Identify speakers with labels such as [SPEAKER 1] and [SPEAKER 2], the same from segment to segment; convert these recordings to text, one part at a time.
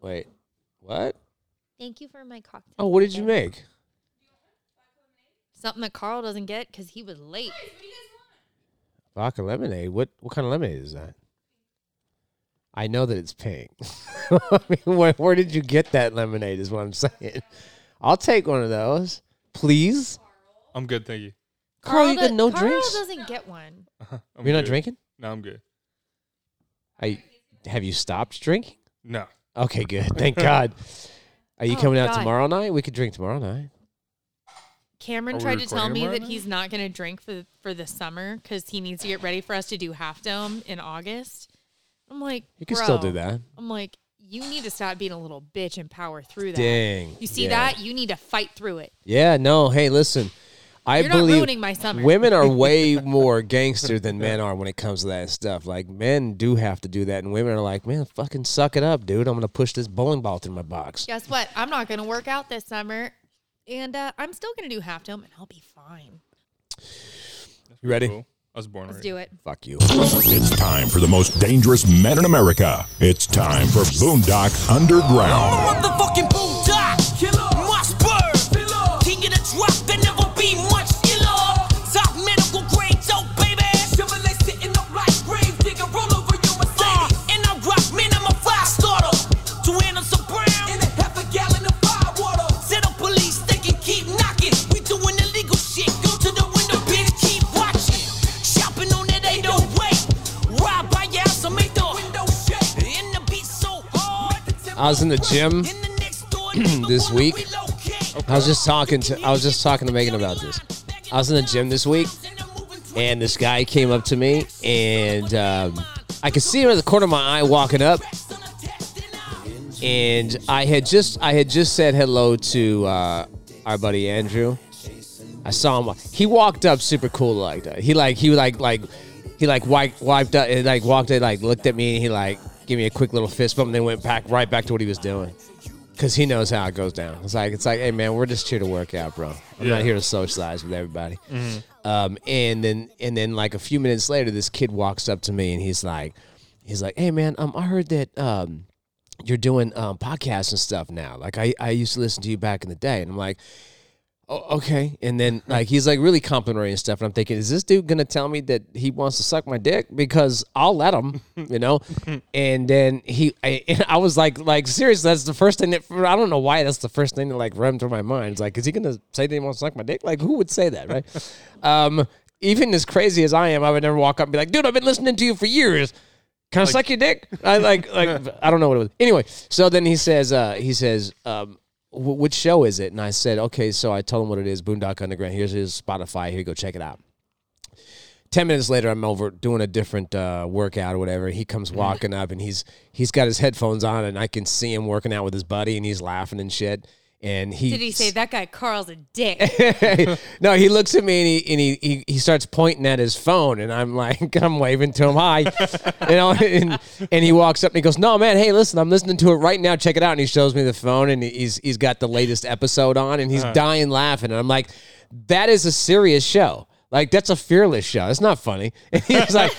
[SPEAKER 1] Wait, what?
[SPEAKER 2] Thank you for my cocktail.
[SPEAKER 1] Oh, what did you
[SPEAKER 2] today.
[SPEAKER 1] make?
[SPEAKER 2] Something that Carl doesn't get because he was late.
[SPEAKER 1] Vodka lemonade. What what kind of lemonade is that? I know that it's pink. I mean, where, where did you get that lemonade? Is what I'm saying. I'll take one of those, please.
[SPEAKER 3] I'm good, thank you.
[SPEAKER 1] Carl, you
[SPEAKER 2] do-
[SPEAKER 1] got no
[SPEAKER 2] Carl
[SPEAKER 1] drinks.
[SPEAKER 2] doesn't get one.
[SPEAKER 3] I'm
[SPEAKER 1] You're not
[SPEAKER 3] good.
[SPEAKER 1] drinking.
[SPEAKER 3] No, I'm good.
[SPEAKER 1] I have you stopped drinking?
[SPEAKER 3] No.
[SPEAKER 1] Okay, good. Thank God. Are you
[SPEAKER 2] Oh,
[SPEAKER 1] coming out
[SPEAKER 2] God.
[SPEAKER 1] tomorrow night? We could drink tomorrow night.
[SPEAKER 2] Cameron
[SPEAKER 3] Are we
[SPEAKER 2] tried to tell
[SPEAKER 3] recording
[SPEAKER 2] me
[SPEAKER 3] tomorrow
[SPEAKER 2] that
[SPEAKER 3] night?
[SPEAKER 2] he's not going to drink for for the summer because he needs to get ready for us to do half dome in August. I'm like,
[SPEAKER 1] You can still
[SPEAKER 2] "Bro,"
[SPEAKER 1] do that.
[SPEAKER 2] I'm like, you need to stop being a little bitch and power through that.
[SPEAKER 1] Dang.
[SPEAKER 2] You see
[SPEAKER 1] Yeah.
[SPEAKER 2] that? You need to fight through it.
[SPEAKER 1] Yeah. No. Hey, listen. I
[SPEAKER 2] You're not
[SPEAKER 1] believe
[SPEAKER 2] ruining my summer.
[SPEAKER 1] Women are way more gangster than men are when it comes to that stuff. Like men do have to do that, and women are like, "Man, fucking suck it up, dude. I'm gonna push this bowling ball through my box."
[SPEAKER 2] Guess what? I'm not going to work out this summer, and uh, I'm still going to do half dome, and I'll be fine.
[SPEAKER 1] You ready?
[SPEAKER 3] Cool. I was born
[SPEAKER 2] Let's
[SPEAKER 3] ready.
[SPEAKER 2] do it.
[SPEAKER 1] Fuck you.
[SPEAKER 4] It's time for the most dangerous men in America. It's time for Boondock Underground.
[SPEAKER 5] Motherfucking bulldog, killer, must burn, killer. King of the drop, there never be much killer. Top medical grade dope, baby. Chevrolet sitting up like grave digger, roll over your Mercedes. Uh, and I rock, man, I'm a five starter. Two handles of brown and a half a gallon of firewater. Set up police, they can keep knocking. We doing illegal shit. Go to the window, bitch, keep watching. Shopping on that 808. Ride by your house and make the window shake. And the beat so hard.
[SPEAKER 1] I was in the gym this week. I was just talking to I was just talking to Megan about this. I was in the gym this week, and this guy came up to me, and um, I could see him at the corner of my eye walking up, and I had just I had just said hello to uh, our buddy Andrew. I saw him. He walked up super cool like that. He like he like like he like wiped, wiped up and like walked in like looked at me and he like gave me a quick little fist bump and then went back right back to what he was doing. Cause he knows how it goes down. It's like it's like, hey man, we're just here to work out, bro. I'm not
[SPEAKER 3] Yeah.
[SPEAKER 1] here to socialize with everybody. Um, and then and then like a few minutes later, this kid walks up to me and he's like, he's like, hey man, um, I heard that um, you're doing um, podcasts and stuff now. Like I, I used to listen to you back in the day, and I'm like, oh, okay. And then like he's like really complimentary and stuff, and I'm thinking, is this dude gonna tell me that he wants to suck my dick? Because I'll let him, you know. and then he, I, and I was like, like seriously, that's the first thing that I don't know why that's the first thing that like ran through my mind. It's like, is he gonna say that he wants to suck my dick? Like who would say that, right? um, even as crazy as I am, I would never walk up and be like, dude, I've been listening to you for years. Can I suck your dick? I like, like, I don't know what it was. Anyway, so then he says, uh, he says, um, "Wh- which show is it? And I said, okay, so I told him what it is, Boondock Underground. Here's his Spotify. Here, you go check it out. Ten minutes later, I'm over doing a different uh, workout or whatever. He comes walking up, and he's he's got his headphones on, and I can see him working out with his buddy, and he's laughing and shit. And he
[SPEAKER 2] Did he say that guy Carl's a dick?
[SPEAKER 1] no, he looks at me and he and he, he he starts pointing at his phone, and I'm like, I'm waving to him, hi, you know, and, and he walks up and he goes, No, man, hey, listen, I'm listening to it right now. Check it out. And he shows me the phone, and he's he's got the latest episode on, and he's dying laughing, and I'm like, That is a serious show. Like that's a fearless show. That's not funny. And he was like,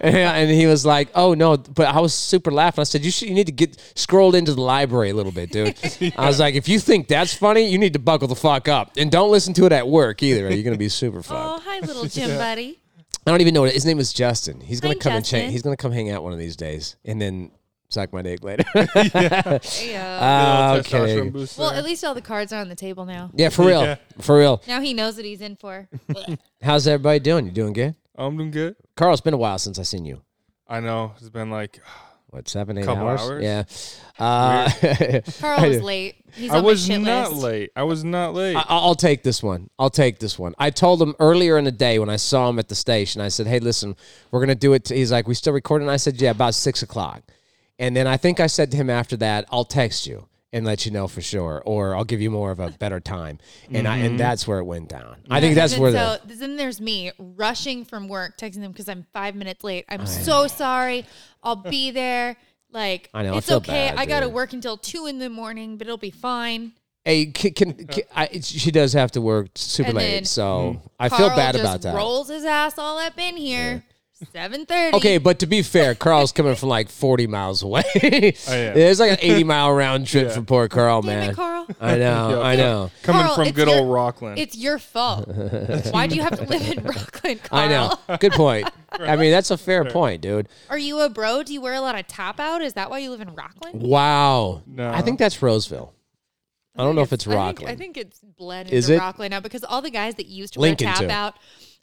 [SPEAKER 1] and he was like, oh no. But I was super laughing. I said, you should, you need to get scrolled into the library a little bit, dude. I was like, if you think that's funny, you need to buckle the fuck up and don't listen to it at work either. Or you're gonna be super fucked.
[SPEAKER 2] oh, hi, little Jim buddy.
[SPEAKER 1] I don't even know what his name is. Justin. He's gonna
[SPEAKER 2] Hi,
[SPEAKER 1] come and
[SPEAKER 2] Justin.
[SPEAKER 1] change. He's gonna come hang out one of these days, and then suck my dick later.
[SPEAKER 2] Yeah.
[SPEAKER 3] Uh,
[SPEAKER 1] Ah, okay.
[SPEAKER 3] testosterone boost
[SPEAKER 2] well,
[SPEAKER 3] there.
[SPEAKER 2] at least all the cards are on the table now.
[SPEAKER 1] Yeah, for real.
[SPEAKER 3] Yeah.
[SPEAKER 1] For real.
[SPEAKER 2] Now he knows what he's in for.
[SPEAKER 1] How's everybody doing? You doing good?
[SPEAKER 3] Oh, I'm doing good.
[SPEAKER 1] Carl, it's been a while since I seen you.
[SPEAKER 3] I know. It's been like
[SPEAKER 1] What seven, eight
[SPEAKER 3] Couple hours.
[SPEAKER 1] Yeah. Uh,
[SPEAKER 2] Carl was late. He's
[SPEAKER 3] I
[SPEAKER 2] on
[SPEAKER 3] was
[SPEAKER 2] my shit
[SPEAKER 3] not
[SPEAKER 2] list.
[SPEAKER 3] late. I was not late.
[SPEAKER 1] I, I'll take this one. I'll take this one. I told him earlier in the day when I saw him at the station. I said, "Hey, listen, we're gonna do it." t-" He's like, "We still recording?" I said, "Yeah, about six o'clock." And then I think I said to him after that, "I'll text you and let you know for sure, or I'll give you more of a better time." And I and that's where it went down. I think that's
[SPEAKER 2] And
[SPEAKER 1] where
[SPEAKER 2] Mm-hmm. so
[SPEAKER 1] the
[SPEAKER 2] then there's me rushing from work, texting them because I'm five minutes late. I'm so sorry. I'll be there. Like
[SPEAKER 1] I know, I
[SPEAKER 2] it's
[SPEAKER 1] feel
[SPEAKER 2] okay.
[SPEAKER 1] bad,
[SPEAKER 2] I gotta
[SPEAKER 1] dude.
[SPEAKER 2] work until two in the morning, but it'll be fine.
[SPEAKER 1] hey can, can, can- I, she does have to work super
[SPEAKER 2] And
[SPEAKER 1] late,
[SPEAKER 2] then Mm-hmm.
[SPEAKER 1] so I
[SPEAKER 2] Carl
[SPEAKER 1] feel bad
[SPEAKER 2] just
[SPEAKER 1] about that.
[SPEAKER 2] Rolls his ass all up in here.
[SPEAKER 6] Seven thirty.
[SPEAKER 1] Okay, but to be fair, Carl's coming from like 40 miles away.
[SPEAKER 3] yeah.
[SPEAKER 1] It's like an 80 mile round trip for poor Carl,
[SPEAKER 6] Damn it,
[SPEAKER 1] man.
[SPEAKER 6] Carl.
[SPEAKER 1] I know,
[SPEAKER 3] Yeah.
[SPEAKER 1] I know.
[SPEAKER 3] Coming
[SPEAKER 6] Carl,
[SPEAKER 3] from
[SPEAKER 6] it's
[SPEAKER 3] good
[SPEAKER 6] your-
[SPEAKER 3] old Rockland.
[SPEAKER 6] It's your fault. Why do you have to live in Rockland, Carl?
[SPEAKER 1] I know. Good point. I mean, that's a fair point, dude.
[SPEAKER 6] Are you a bro? Do you wear a lot of top out? Is that why you live in Rockland?
[SPEAKER 1] Wow.
[SPEAKER 3] No.
[SPEAKER 1] I think that's Roseville. I don't know if it's
[SPEAKER 6] I think-
[SPEAKER 1] Rockland.
[SPEAKER 6] I think, it's bled
[SPEAKER 1] Is
[SPEAKER 6] into
[SPEAKER 1] it?
[SPEAKER 6] Rockland now because all the guys that used to
[SPEAKER 1] Lincoln,
[SPEAKER 6] wear tap
[SPEAKER 1] too.
[SPEAKER 6] out,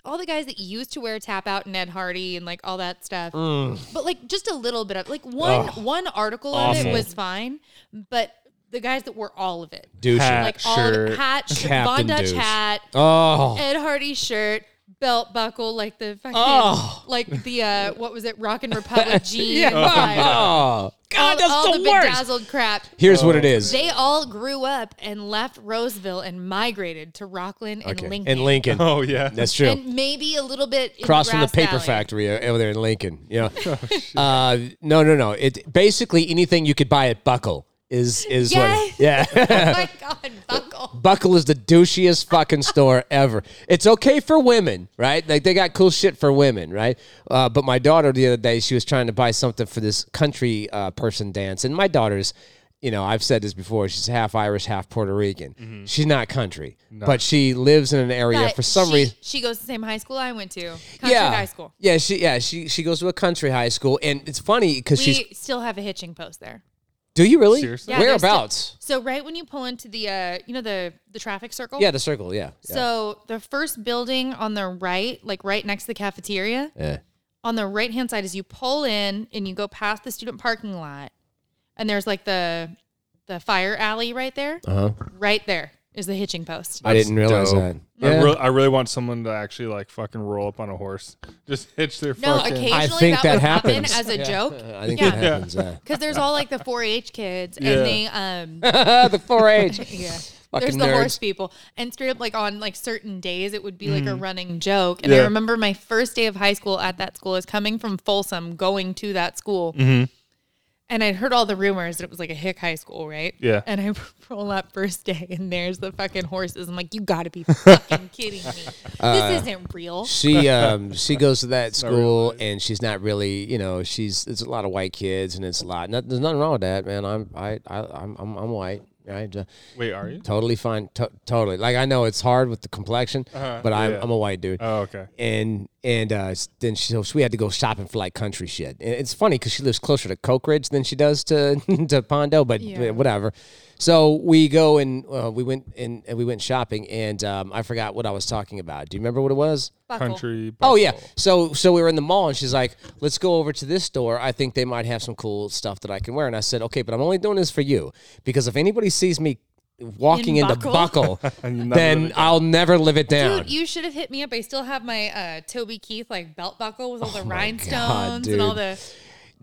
[SPEAKER 6] all the guys that used to wear tap out, Ned Hardy and like all that stuff.
[SPEAKER 1] Mm.
[SPEAKER 6] But like just a little bit of like one one article of
[SPEAKER 3] Awful.
[SPEAKER 6] it was fine, but the guys that wore all of it,
[SPEAKER 1] Douche.
[SPEAKER 3] Hat.
[SPEAKER 6] like all of it,
[SPEAKER 3] shirt,
[SPEAKER 6] hat, sh-
[SPEAKER 1] Captain
[SPEAKER 6] Von Dutch
[SPEAKER 1] Douche.
[SPEAKER 6] hat,
[SPEAKER 1] Oh.
[SPEAKER 6] Ed Hardy shirt. Belt buckle, like the fucking,
[SPEAKER 1] Oh.
[SPEAKER 6] like the uh, what was it, Rock and Republic jeans,
[SPEAKER 1] Yeah.
[SPEAKER 6] like,
[SPEAKER 1] Oh. God,
[SPEAKER 6] all,
[SPEAKER 1] that's
[SPEAKER 6] all
[SPEAKER 1] the,
[SPEAKER 6] the
[SPEAKER 1] worst.
[SPEAKER 6] bedazzled crap.
[SPEAKER 1] Here's
[SPEAKER 3] Oh.
[SPEAKER 1] what it is.
[SPEAKER 6] They all grew up and left Roseville and migrated to Rockland and
[SPEAKER 1] Okay.
[SPEAKER 6] Lincoln.
[SPEAKER 1] And Lincoln.
[SPEAKER 3] oh yeah.
[SPEAKER 1] That's true.
[SPEAKER 6] And maybe a little bit in
[SPEAKER 1] Across from the
[SPEAKER 6] Grass
[SPEAKER 1] paper
[SPEAKER 6] Valley.
[SPEAKER 1] factory o- over there in Lincoln. Yeah.
[SPEAKER 3] Oh,
[SPEAKER 1] uh, no, no, no. It basically anything you could buy at Buckle is is what. Yeah.
[SPEAKER 6] Oh my God, buckle.
[SPEAKER 1] Buckle is the douchiest fucking store ever. It's okay for women, right? Like they got cool shit for women, right? Uh, but my daughter the other day, she was trying to buy something for this country uh, person dance, and my daughter's, you know, I've said this before, she's half Irish, half Puerto Rican.
[SPEAKER 3] Mm-hmm.
[SPEAKER 1] She's not country, but she lives in an area
[SPEAKER 6] But
[SPEAKER 1] for some
[SPEAKER 6] she,
[SPEAKER 1] reason.
[SPEAKER 6] she goes to the same high school I went to, country
[SPEAKER 1] yeah,
[SPEAKER 6] high school.
[SPEAKER 1] yeah, she yeah she she goes to a country high school, and it's funny because
[SPEAKER 6] We
[SPEAKER 1] she's.
[SPEAKER 6] still have a hitching post there.
[SPEAKER 1] Do you really?
[SPEAKER 3] Seriously?
[SPEAKER 6] Yeah, there's still-
[SPEAKER 1] Whereabouts?
[SPEAKER 6] so right when you pull into the, uh, you know the the traffic circle.
[SPEAKER 1] yeah, the circle. Yeah. yeah.
[SPEAKER 6] So the first building on the right, like right next to the cafeteria,
[SPEAKER 1] Yeah.
[SPEAKER 6] on the right hand side, as you pull in and you go past the student parking lot, and there's like the the fire alley right there. Uh-huh. Right there is the hitching post.
[SPEAKER 1] I didn't realize
[SPEAKER 3] Dope.
[SPEAKER 1] that.
[SPEAKER 3] I,
[SPEAKER 1] Yeah.
[SPEAKER 3] re- I really want someone to actually like fucking roll up on a horse, just hitch their
[SPEAKER 6] No,
[SPEAKER 3] fucking.
[SPEAKER 6] occasionally
[SPEAKER 1] I think
[SPEAKER 6] that
[SPEAKER 1] that
[SPEAKER 6] would happen
[SPEAKER 1] happens.
[SPEAKER 6] as a joke
[SPEAKER 1] I think
[SPEAKER 6] Yeah.
[SPEAKER 1] that happens. Yeah.
[SPEAKER 6] because there's all like the 4-H kids
[SPEAKER 3] Yeah.
[SPEAKER 6] and they um
[SPEAKER 1] the 4-H.
[SPEAKER 6] yeah. There's
[SPEAKER 1] Fucking
[SPEAKER 6] the horse
[SPEAKER 1] nerds. Mm.
[SPEAKER 6] people, and straight up, like on like certain days, it would be like a running joke. And I
[SPEAKER 3] Yeah.
[SPEAKER 6] remember my first day of high school at that school is coming from Folsom, going to that school,
[SPEAKER 3] Mm-hmm.
[SPEAKER 6] and I'd heard all the rumors that it was like a hick high school, right?
[SPEAKER 3] Yeah.
[SPEAKER 6] And I roll up first day, and there's the fucking horses. I'm like, you got to be fucking kidding me!
[SPEAKER 1] Uh,
[SPEAKER 6] this isn't real.
[SPEAKER 1] She um she goes to that school and she's not really you know she's it's a lot of white kids and it's a lot. Not, there's nothing wrong with that, man. I'm I, I I'm I'm, I'm white. I ju-
[SPEAKER 3] Wait, are you?
[SPEAKER 1] totally fine. To- totally. Like I know it's hard with the complexion, but I'm
[SPEAKER 3] Uh-huh. yeah.
[SPEAKER 1] I'm a white dude.
[SPEAKER 3] Oh, okay.
[SPEAKER 1] and and uh, s- then she, so we had to go shopping for like country shit. And it's funny because she lives closer to Coke Ridge than she does to to Pondo, but
[SPEAKER 6] Yeah.
[SPEAKER 1] whatever. So we go and uh, we went and, and we went shopping, and um, I forgot what I was talking about. Do you remember what it was?
[SPEAKER 6] Buckle.
[SPEAKER 3] Country.
[SPEAKER 1] Oh
[SPEAKER 3] buckle.
[SPEAKER 1] yeah. So so we were in the mall and she's like, "Let's go over to this store. I think they might have some cool stuff that I can wear." And I said, "Okay, but I'm only doing this for you because if anybody sees me walking
[SPEAKER 6] In
[SPEAKER 1] into
[SPEAKER 6] buckle?
[SPEAKER 1] buckle,
[SPEAKER 3] And you never
[SPEAKER 1] then I'll never live it down."
[SPEAKER 6] Dude, you should have hit me up. I still have my uh, Toby Keith like belt buckle with all the rhinestones
[SPEAKER 1] Oh dude.
[SPEAKER 6] and all the.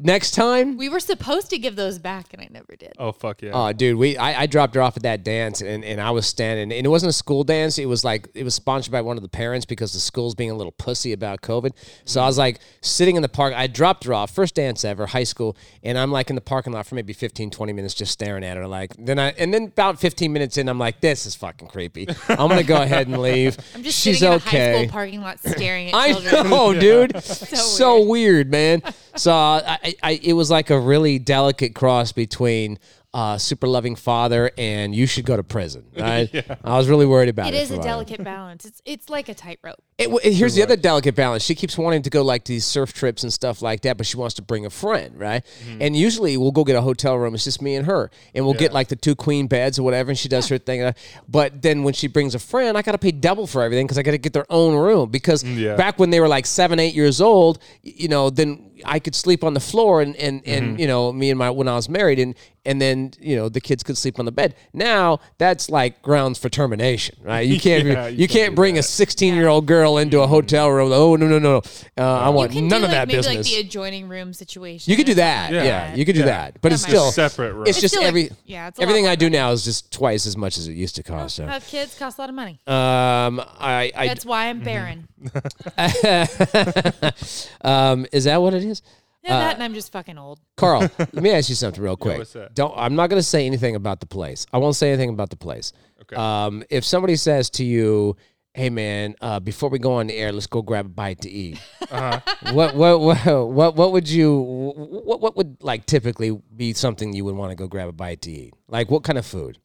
[SPEAKER 1] Next time,
[SPEAKER 6] We were supposed to give those back, and I never did.
[SPEAKER 3] Oh fuck yeah.
[SPEAKER 1] Oh, dude, we I, I dropped her off at that dance, and, and I was standing, and it wasn't a school dance. It was like it was sponsored by one of the parents because the school's being a little pussy about COVID. So I
[SPEAKER 6] Mm.
[SPEAKER 1] was like sitting in the park. I dropped her off, first dance ever, high school, and I'm like in the parking lot for maybe 15, 20 minutes, just staring at her. Like then I and then about 15 minutes in, I'm like, this is fucking creepy. I'm gonna go ahead and leave.
[SPEAKER 6] I'm just
[SPEAKER 1] She's
[SPEAKER 6] sitting in a high
[SPEAKER 1] okay.
[SPEAKER 6] school parking lot staring at
[SPEAKER 1] I
[SPEAKER 6] children.
[SPEAKER 1] know, dude. so,
[SPEAKER 6] weird.
[SPEAKER 1] weird. man. So uh, I, I, it was like a really delicate cross between uh, super loving father and you should go to prison. I, I was really worried about
[SPEAKER 6] It
[SPEAKER 1] it.
[SPEAKER 6] is
[SPEAKER 1] for
[SPEAKER 6] a
[SPEAKER 1] while.
[SPEAKER 6] delicate balance. It's it's like a tightrope.
[SPEAKER 1] It, w- and here's the other delicate balance. She keeps wanting to go like these surf trips and stuff like that, but she wants to bring a friend, right?
[SPEAKER 3] Mm-hmm.
[SPEAKER 1] And usually we'll go get a hotel room. It's just me and her, and we'll get like the two queen beds or whatever, and she does her thing. and I- But then when she brings a friend, I got to pay double for everything because I got to get their own room. Because
[SPEAKER 3] Mm, yeah.
[SPEAKER 1] back when they were like seven, eight years old, y- you know, then I could sleep on the floor, and and and
[SPEAKER 3] Mm-hmm.
[SPEAKER 1] you know, me and my when I was married, and and then you know the kids could sleep on the bed. Now that's like grounds for termination, right? You can't
[SPEAKER 3] Yeah,
[SPEAKER 1] you,
[SPEAKER 3] you
[SPEAKER 1] can't,
[SPEAKER 3] can't do
[SPEAKER 1] bring a 16 year old girl into a hotel room. Oh no no no! Uh, I want
[SPEAKER 6] You can
[SPEAKER 1] none
[SPEAKER 6] do
[SPEAKER 1] of
[SPEAKER 6] like
[SPEAKER 1] that
[SPEAKER 6] maybe
[SPEAKER 1] business.
[SPEAKER 6] like the adjoining room situation.
[SPEAKER 1] you could do that. Yeah,
[SPEAKER 3] Yeah.
[SPEAKER 1] you could do
[SPEAKER 3] Yeah.
[SPEAKER 1] that. But it's
[SPEAKER 6] That might
[SPEAKER 1] still
[SPEAKER 6] work.
[SPEAKER 3] Separate room.
[SPEAKER 1] It's just
[SPEAKER 6] still, like-
[SPEAKER 1] every
[SPEAKER 6] yeah, it's a lot Uh,
[SPEAKER 1] everything
[SPEAKER 6] more
[SPEAKER 1] I do now is just twice as much as it used to cost. So.
[SPEAKER 6] Have kids cost a lot of money.
[SPEAKER 1] Um, I, I
[SPEAKER 6] That's why I'm barren.
[SPEAKER 1] Mm-hmm. um, is that what it is?
[SPEAKER 6] Yeah,
[SPEAKER 1] Uh,
[SPEAKER 6] that and I'm just fucking old.
[SPEAKER 1] Carl, let me ask you something real quick.
[SPEAKER 3] what's that?
[SPEAKER 1] Don't I'm not gonna say anything about the place. I won't say anything about the place.
[SPEAKER 3] Okay.
[SPEAKER 1] Um, if somebody says to you, "Hey man, uh, before we go on the air, let's go grab a bite to eat."
[SPEAKER 3] Uh-huh.
[SPEAKER 1] what, what what what what would you what what would like typically be something you would want to go grab a bite to eat? Like what kind of food?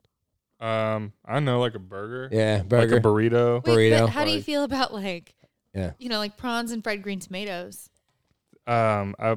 [SPEAKER 3] Um, I know, like a burger.
[SPEAKER 1] Yeah,
[SPEAKER 3] Like
[SPEAKER 1] burger.
[SPEAKER 3] a burrito.
[SPEAKER 6] Wait,
[SPEAKER 1] Burrito.
[SPEAKER 6] but how do you feel about like,
[SPEAKER 1] Yeah.
[SPEAKER 6] you know, like prawns and fried green tomatoes?
[SPEAKER 3] Um, I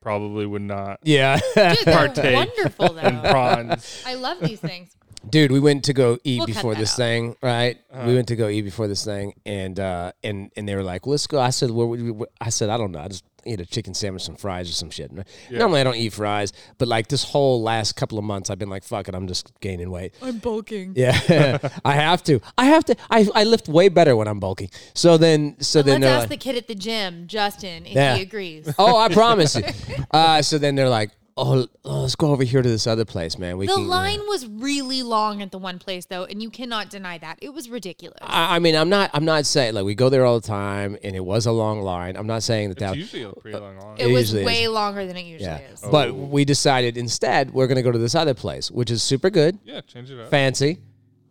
[SPEAKER 3] probably would not.
[SPEAKER 1] yeah.
[SPEAKER 6] Dude, they're
[SPEAKER 3] Partake.
[SPEAKER 6] wonderful
[SPEAKER 3] And
[SPEAKER 6] though.
[SPEAKER 3] prawns.
[SPEAKER 6] I love these things.
[SPEAKER 1] dude we went to go eat
[SPEAKER 6] We'll cut
[SPEAKER 1] before
[SPEAKER 6] that
[SPEAKER 1] this
[SPEAKER 6] out.
[SPEAKER 1] thing right we went to go eat before this thing and uh and and they were like let's go i said where would you, i said i don't know i just ate a chicken sandwich some fries or some shit And normally i don't eat fries but like this whole last couple of months i've been like fuck it i'm just gaining weight
[SPEAKER 6] I'm bulking.
[SPEAKER 1] yeah i have to i have to i, I lift way better when i'm bulky so then so then
[SPEAKER 6] Let's
[SPEAKER 1] they're
[SPEAKER 6] ask
[SPEAKER 1] like,
[SPEAKER 6] the kid at the gym, Justin, if
[SPEAKER 1] Yeah.
[SPEAKER 6] he agrees.
[SPEAKER 1] oh i promise you uh so then they're like oh, oh, let's go over here to this other place man we
[SPEAKER 6] The
[SPEAKER 1] can
[SPEAKER 6] line was really long at the one place though, and you cannot deny that. It was ridiculous.
[SPEAKER 1] I, I mean, I'm not. I'm not saying like we go there all the time, and it was a long line. I'm not saying that
[SPEAKER 3] It's
[SPEAKER 1] that.
[SPEAKER 3] usually a pretty long line.
[SPEAKER 6] it,
[SPEAKER 1] Uh, it
[SPEAKER 6] was
[SPEAKER 1] usually
[SPEAKER 6] way longer than it usually
[SPEAKER 1] yeah, Oh.
[SPEAKER 6] is.
[SPEAKER 1] but we decided instead we're gonna go to this other place, which is super good,
[SPEAKER 3] yeah, change it up.
[SPEAKER 1] fancy,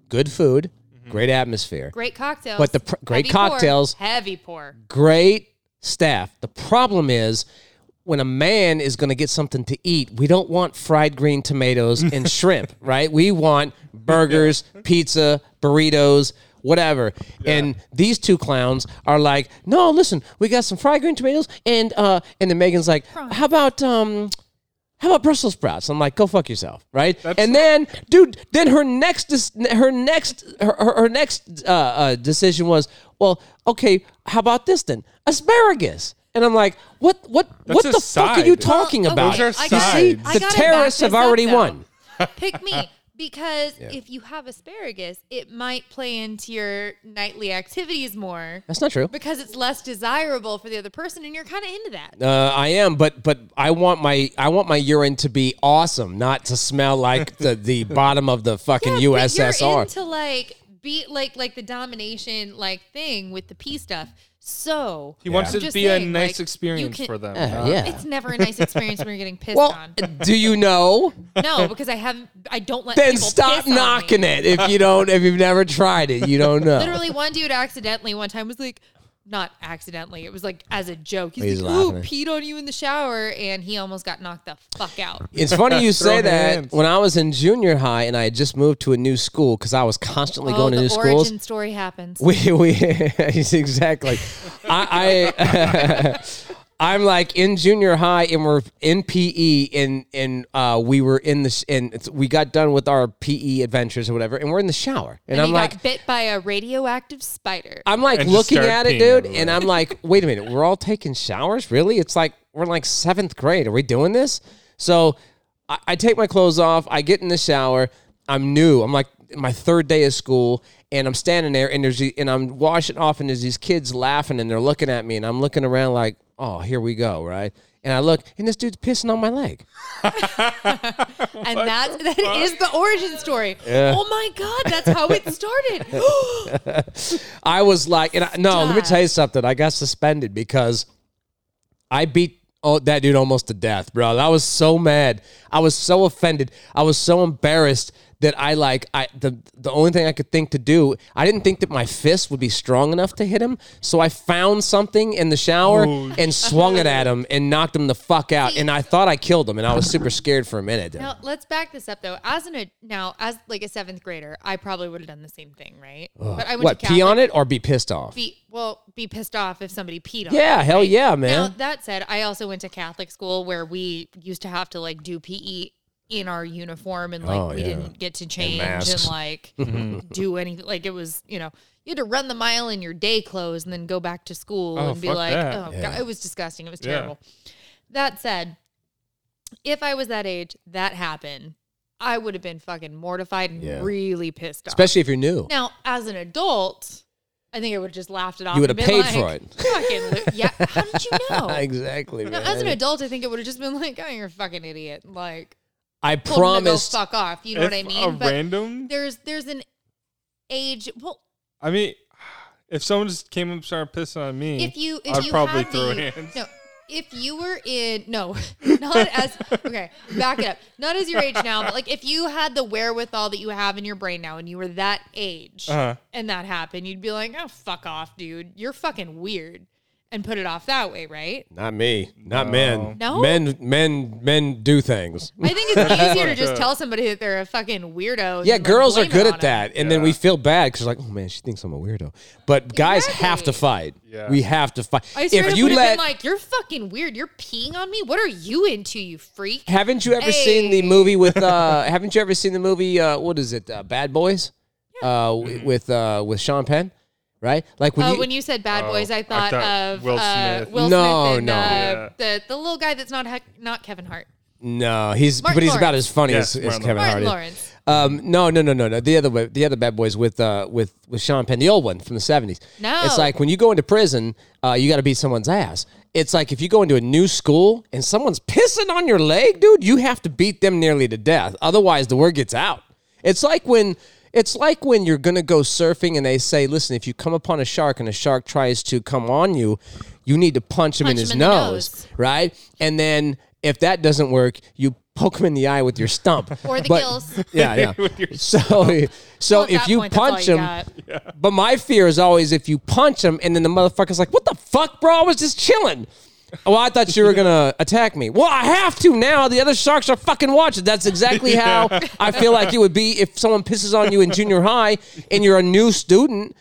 [SPEAKER 1] good food, great atmosphere,
[SPEAKER 6] Great cocktails.
[SPEAKER 1] But the pr- great
[SPEAKER 6] Heavy pour.
[SPEAKER 1] cocktails-
[SPEAKER 6] Heavy pour.
[SPEAKER 1] great staff. The problem is. When a man is going to get something to eat, we don't want fried green tomatoes and shrimp, right? We want burgers, pizza, burritos, whatever. And these two clowns are like, "No, listen, we got some fried green tomatoes," and uh, and then Megan's like, "How about um, how about Brussels sprouts? I'm like, go fuck yourself, right? and then, dude, then her next, dis- her next, her, her, her next uh, uh, decision was, well, okay, how about this then, asparagus? And I'm like, what, what, what the
[SPEAKER 3] a
[SPEAKER 1] fuck are you
[SPEAKER 3] side.
[SPEAKER 1] talking
[SPEAKER 6] Well,
[SPEAKER 1] about?
[SPEAKER 3] Those are
[SPEAKER 6] Oh, I
[SPEAKER 1] You
[SPEAKER 6] gotta-
[SPEAKER 1] see,
[SPEAKER 6] I
[SPEAKER 1] the
[SPEAKER 6] gotta
[SPEAKER 1] terrorists
[SPEAKER 6] back
[SPEAKER 1] have
[SPEAKER 6] this up,
[SPEAKER 1] already
[SPEAKER 6] though.
[SPEAKER 1] won.
[SPEAKER 6] Pick me because if you have asparagus, it might play into your nightly activities more
[SPEAKER 1] That's not true.
[SPEAKER 6] because it's less desirable for the other person, and you're kind of into that.
[SPEAKER 1] Uh, I am, but but I want my I want my urine to be awesome, not to smell like the, the bottom of the fucking
[SPEAKER 6] Yeah, but
[SPEAKER 1] USSR.
[SPEAKER 6] You're into like beat like like the domination like thing with the pee stuff. So
[SPEAKER 3] He wants
[SPEAKER 6] I'm
[SPEAKER 3] it to
[SPEAKER 6] just
[SPEAKER 3] be
[SPEAKER 6] saying,
[SPEAKER 3] a
[SPEAKER 6] like,
[SPEAKER 3] nice
[SPEAKER 6] you
[SPEAKER 3] experience
[SPEAKER 6] can-
[SPEAKER 3] for them.
[SPEAKER 1] Yeah,
[SPEAKER 3] not-
[SPEAKER 1] yeah.
[SPEAKER 6] It's never a nice experience when you're getting pissed
[SPEAKER 1] well,
[SPEAKER 6] on.
[SPEAKER 1] do you know?
[SPEAKER 6] No, because I haven't. I don't let.
[SPEAKER 1] then
[SPEAKER 6] people
[SPEAKER 1] stop
[SPEAKER 6] piss on
[SPEAKER 1] knocking
[SPEAKER 6] me.
[SPEAKER 1] it if you don't if you've never tried it you don't know
[SPEAKER 6] Literally, one dude accidentally one time was like, not accidentally. It was like as a joke. He's,
[SPEAKER 1] He's
[SPEAKER 6] like, "Ooh,
[SPEAKER 1] laughing.
[SPEAKER 6] peed on you in the shower," and he almost got knocked the fuck out.
[SPEAKER 1] it's funny you say
[SPEAKER 3] Throw
[SPEAKER 1] that
[SPEAKER 3] hands.
[SPEAKER 1] when i was in junior high and i had just moved to a new school because i was constantly
[SPEAKER 6] oh,
[SPEAKER 1] going to
[SPEAKER 6] the
[SPEAKER 1] new
[SPEAKER 6] origin
[SPEAKER 1] schools
[SPEAKER 6] story happens.
[SPEAKER 1] we we exactly i i I'm like in junior high, and we're in PE, and and uh, we were in the sh- and it's, we got done with our PE adventures or whatever, and we're in the shower, and,
[SPEAKER 6] and
[SPEAKER 1] I'm
[SPEAKER 6] he
[SPEAKER 1] like,
[SPEAKER 6] got bit by a radioactive spider.
[SPEAKER 1] I'm like
[SPEAKER 3] And just
[SPEAKER 1] looking
[SPEAKER 3] start
[SPEAKER 1] at it,
[SPEAKER 3] peeing
[SPEAKER 1] dude,
[SPEAKER 3] everywhere.
[SPEAKER 1] and I'm like, wait a minute, we're all taking showers? Really? It's like we're in like seventh grade. Are we doing this? So I, I take my clothes off, I get in the shower, I'm new. I'm like my third day of school, and I'm standing there and there's the- and I'm washing off, and there's these kids laughing and they're looking at me, and I'm looking around like, oh, here we go, right? And I look, and this dude's pissing on my leg.
[SPEAKER 6] and that that is the origin story. Oh my god, that's how it started.
[SPEAKER 1] I was like, and I, no, let me
[SPEAKER 6] Stop.
[SPEAKER 1] tell you something. I got suspended because I beat oh, that dude almost to death, bro. I was so mad. I was so offended. I was so embarrassed that I like I the the only thing I could think to do. I didn't think that my fist would be strong enough to hit him, so I found something in the shower
[SPEAKER 6] Oh,
[SPEAKER 1] and swung it at him and knocked him the fuck out. And I thought I killed him, and I was super scared for a minute.
[SPEAKER 6] now let's back this up though. As an ad- now as like a seventh grader, I probably would have done the same thing, right? But I went
[SPEAKER 1] what
[SPEAKER 6] to
[SPEAKER 1] pee on
[SPEAKER 6] Catholic-
[SPEAKER 1] it or be pissed off?
[SPEAKER 6] Be, well, be pissed off if somebody peed on.
[SPEAKER 1] yeah, hell yeah, man.
[SPEAKER 6] Now that said, I also went to Catholic school where we used to have to like do PE in our uniform and like
[SPEAKER 1] Oh,
[SPEAKER 6] we
[SPEAKER 1] yeah.
[SPEAKER 6] didn't get to change and,
[SPEAKER 1] masks.
[SPEAKER 6] like
[SPEAKER 3] Mm-hmm.
[SPEAKER 6] do anything. Like it was, you know, you had to run the mile in your day clothes and then go back to school
[SPEAKER 3] Oh,
[SPEAKER 6] and be
[SPEAKER 3] fuck
[SPEAKER 6] like,
[SPEAKER 3] that.
[SPEAKER 6] oh god, it was disgusting. It was
[SPEAKER 3] Yeah.
[SPEAKER 6] terrible. That said, if I was that age, that happened. I would have been fucking mortified and
[SPEAKER 1] Yeah.
[SPEAKER 6] really pissed off.
[SPEAKER 1] Especially if you're new.
[SPEAKER 6] Now, as an adult, I think I would have just laughed it off.
[SPEAKER 1] You would
[SPEAKER 6] and
[SPEAKER 1] have
[SPEAKER 6] been
[SPEAKER 1] paid
[SPEAKER 6] like,
[SPEAKER 1] for it.
[SPEAKER 6] Fucking, lo- yeah. How did you know?
[SPEAKER 1] exactly,
[SPEAKER 6] No,
[SPEAKER 1] man.
[SPEAKER 6] as an adult, I think it would have just been like, "Oh, you're a fucking idiot." Like,
[SPEAKER 1] I
[SPEAKER 6] told him to go
[SPEAKER 1] promised.
[SPEAKER 6] fuck off. You know
[SPEAKER 3] If
[SPEAKER 6] what I
[SPEAKER 3] A
[SPEAKER 6] mean? But
[SPEAKER 3] random.
[SPEAKER 6] there's there's an age. Well,
[SPEAKER 3] I mean, if someone just came up and started pissing on me,
[SPEAKER 1] Mm-hmm.
[SPEAKER 6] if you if
[SPEAKER 3] I'd
[SPEAKER 6] you
[SPEAKER 3] probably
[SPEAKER 6] had
[SPEAKER 3] throw
[SPEAKER 6] the,
[SPEAKER 3] hands.
[SPEAKER 6] No,
[SPEAKER 2] if you were in no, not as okay, back it up. Not as your age now, but like if you had the wherewithal that you have in your brain now and you were that age
[SPEAKER 1] Uh-huh.
[SPEAKER 2] and that happened, you'd be like, "Oh, fuck off, dude. You're fucking weird." And put it off that way, right?
[SPEAKER 1] Not me. Not men.
[SPEAKER 2] No?
[SPEAKER 1] Men men men do things.
[SPEAKER 2] I think it's easier to just tell somebody that they're a fucking weirdo.
[SPEAKER 1] Yeah,
[SPEAKER 2] than, like,
[SPEAKER 1] girls are
[SPEAKER 2] blame it
[SPEAKER 1] good
[SPEAKER 2] on
[SPEAKER 1] at
[SPEAKER 2] them.
[SPEAKER 1] that. And then we feel bad cuz like, "Oh man, she thinks I'm a weirdo." But guys have to
[SPEAKER 2] Exactly.
[SPEAKER 1] fight.
[SPEAKER 3] Yeah.
[SPEAKER 1] We have to fight.
[SPEAKER 2] I straight
[SPEAKER 1] if
[SPEAKER 2] up
[SPEAKER 1] you
[SPEAKER 2] would have
[SPEAKER 1] let
[SPEAKER 2] been like, "You're fucking weird. You're peeing on me. What are you into, you freak?"
[SPEAKER 1] Haven't you ever seen the
[SPEAKER 2] Hey.
[SPEAKER 1] movie with uh haven't you ever seen the movie uh what is it? Uh, Bad Boys? Uh w- with uh with Sean Penn, right? Like when
[SPEAKER 2] Oh,
[SPEAKER 1] you
[SPEAKER 2] when you said Bad
[SPEAKER 3] Oh,
[SPEAKER 2] Boys, I
[SPEAKER 3] I
[SPEAKER 2] thought,
[SPEAKER 3] thought
[SPEAKER 2] of
[SPEAKER 3] Will
[SPEAKER 2] uh,
[SPEAKER 3] Smith.
[SPEAKER 2] Will
[SPEAKER 1] No,
[SPEAKER 2] Smith and,
[SPEAKER 1] no.
[SPEAKER 2] uh,
[SPEAKER 3] Yeah.
[SPEAKER 2] the the little guy that's not Hec- not Kevin Hart,
[SPEAKER 1] No, he's
[SPEAKER 2] Martin
[SPEAKER 1] but he's about
[SPEAKER 2] Lawrence.
[SPEAKER 1] as funny as,
[SPEAKER 3] Yes,
[SPEAKER 1] as
[SPEAKER 3] Martin
[SPEAKER 1] Kevin
[SPEAKER 2] Martin
[SPEAKER 1] Hart. is.
[SPEAKER 2] Lawrence.
[SPEAKER 1] Um, no, no, no, no, no. The other way, the other bad boys with uh, with with Sean Penn, the old one from the seventies.
[SPEAKER 2] No.
[SPEAKER 1] it's like when you go into prison, uh, you got to beat someone's ass. It's like if you go into a new school and someone's pissing on your leg, dude, you have to beat them nearly to death. Otherwise, the word gets out. It's like when it's like when you're gonna go surfing and they say, "Listen, if you come upon a shark and a shark tries to come on you, you need to punch him in
[SPEAKER 2] Punch him
[SPEAKER 1] his
[SPEAKER 2] in the
[SPEAKER 1] nose,
[SPEAKER 2] nose.
[SPEAKER 1] right?" And then if that doesn't work, you poke him in the eye with your stump
[SPEAKER 2] Or the
[SPEAKER 1] But-
[SPEAKER 2] gills.
[SPEAKER 1] yeah, yeah. So, so
[SPEAKER 2] Well, at
[SPEAKER 1] if
[SPEAKER 2] that
[SPEAKER 1] you
[SPEAKER 2] point, that's all
[SPEAKER 1] punch
[SPEAKER 2] you
[SPEAKER 1] him,
[SPEAKER 2] got.
[SPEAKER 1] but my fear is always if you punch him and then the motherfucker's like, "What the fuck, bro? I was just chilling." Well, I thought you were gonna attack me. Well, I have to now. The other sharks are fucking watching. That's exactly how I feel like it would be if someone pisses on you in junior high and you're a new student.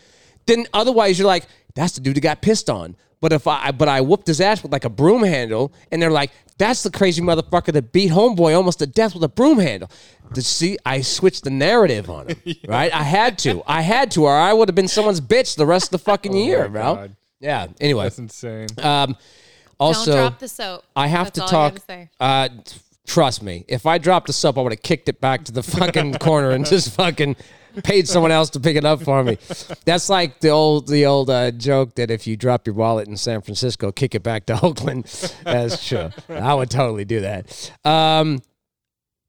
[SPEAKER 1] Then otherwise, you're like, "That's the dude that got pissed on." But if I but I whooped his ass with like a broom handle, and they're like, "That's the crazy motherfucker that beat homeboy almost to death with a broom handle." To see, I switched the narrative on him, right? I had to, I had to, or I would have been someone's bitch the rest of the fucking year, bro.
[SPEAKER 3] God.
[SPEAKER 1] Yeah. Anyway,
[SPEAKER 3] That's insane.
[SPEAKER 1] um, also,
[SPEAKER 2] Don't drop the soap.
[SPEAKER 1] I have
[SPEAKER 2] That's
[SPEAKER 1] to
[SPEAKER 2] all I
[SPEAKER 1] talk.
[SPEAKER 2] gotta say.
[SPEAKER 1] uh, t- trust me, if I dropped the soap, I would have kicked it back to the fucking corner and just fucking paid someone else to pick it up for me. That's like the old the old uh, joke that if you drop your wallet in San Francisco, kick it back to Oakland. That's true. I would totally do that. Um,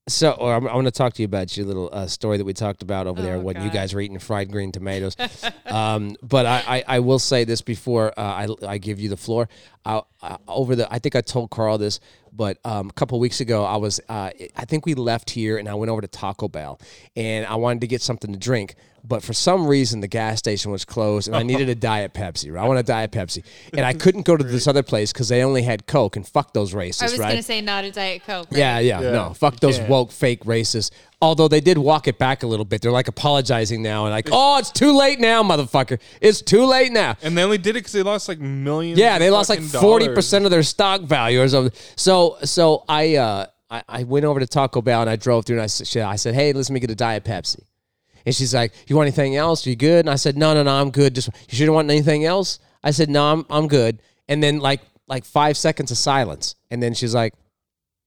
[SPEAKER 1] so, or I'm, I want to talk to you about your little uh, story that we talked about over there
[SPEAKER 2] Oh,
[SPEAKER 1] when you
[SPEAKER 2] God.
[SPEAKER 1] guys were eating fried green tomatoes. um, but I, I, I will say this before uh, I, I give you the floor. I, I, over the, I think I told Carl this, but um, a couple weeks ago, I was, uh, I think we left here and I went over to Taco Bell and I wanted to get something to drink. But for some reason, the gas station was closed, and I needed a diet Pepsi. Right, I want a diet Pepsi, and I couldn't go to this other place because they only had Coke. And fuck those racists,
[SPEAKER 2] I was
[SPEAKER 1] right?
[SPEAKER 2] gonna say not a diet coke. right?
[SPEAKER 1] Yeah, yeah, no. Fuck those woke fake racists. Although they did walk it back a little bit. They're like apologizing now and like, "Oh, it's too late now, motherfucker. It's too late now."
[SPEAKER 3] and they only did it because they lost like millions.
[SPEAKER 1] Yeah, they
[SPEAKER 3] of
[SPEAKER 1] lost like
[SPEAKER 3] fucking
[SPEAKER 1] forty
[SPEAKER 3] dollars.
[SPEAKER 1] percent of their stock value or something. So, so I, uh, I, I went over to Taco Bell and I drove through and I said, I said, "Hey, let me get a diet Pepsi." And she's like, "You want anything else? you good?" And I said, "No, no, no, I'm good. Just you shouldn't want anything else." I said, "No, I'm I'm good." And then like like five seconds of silence, and then she's like,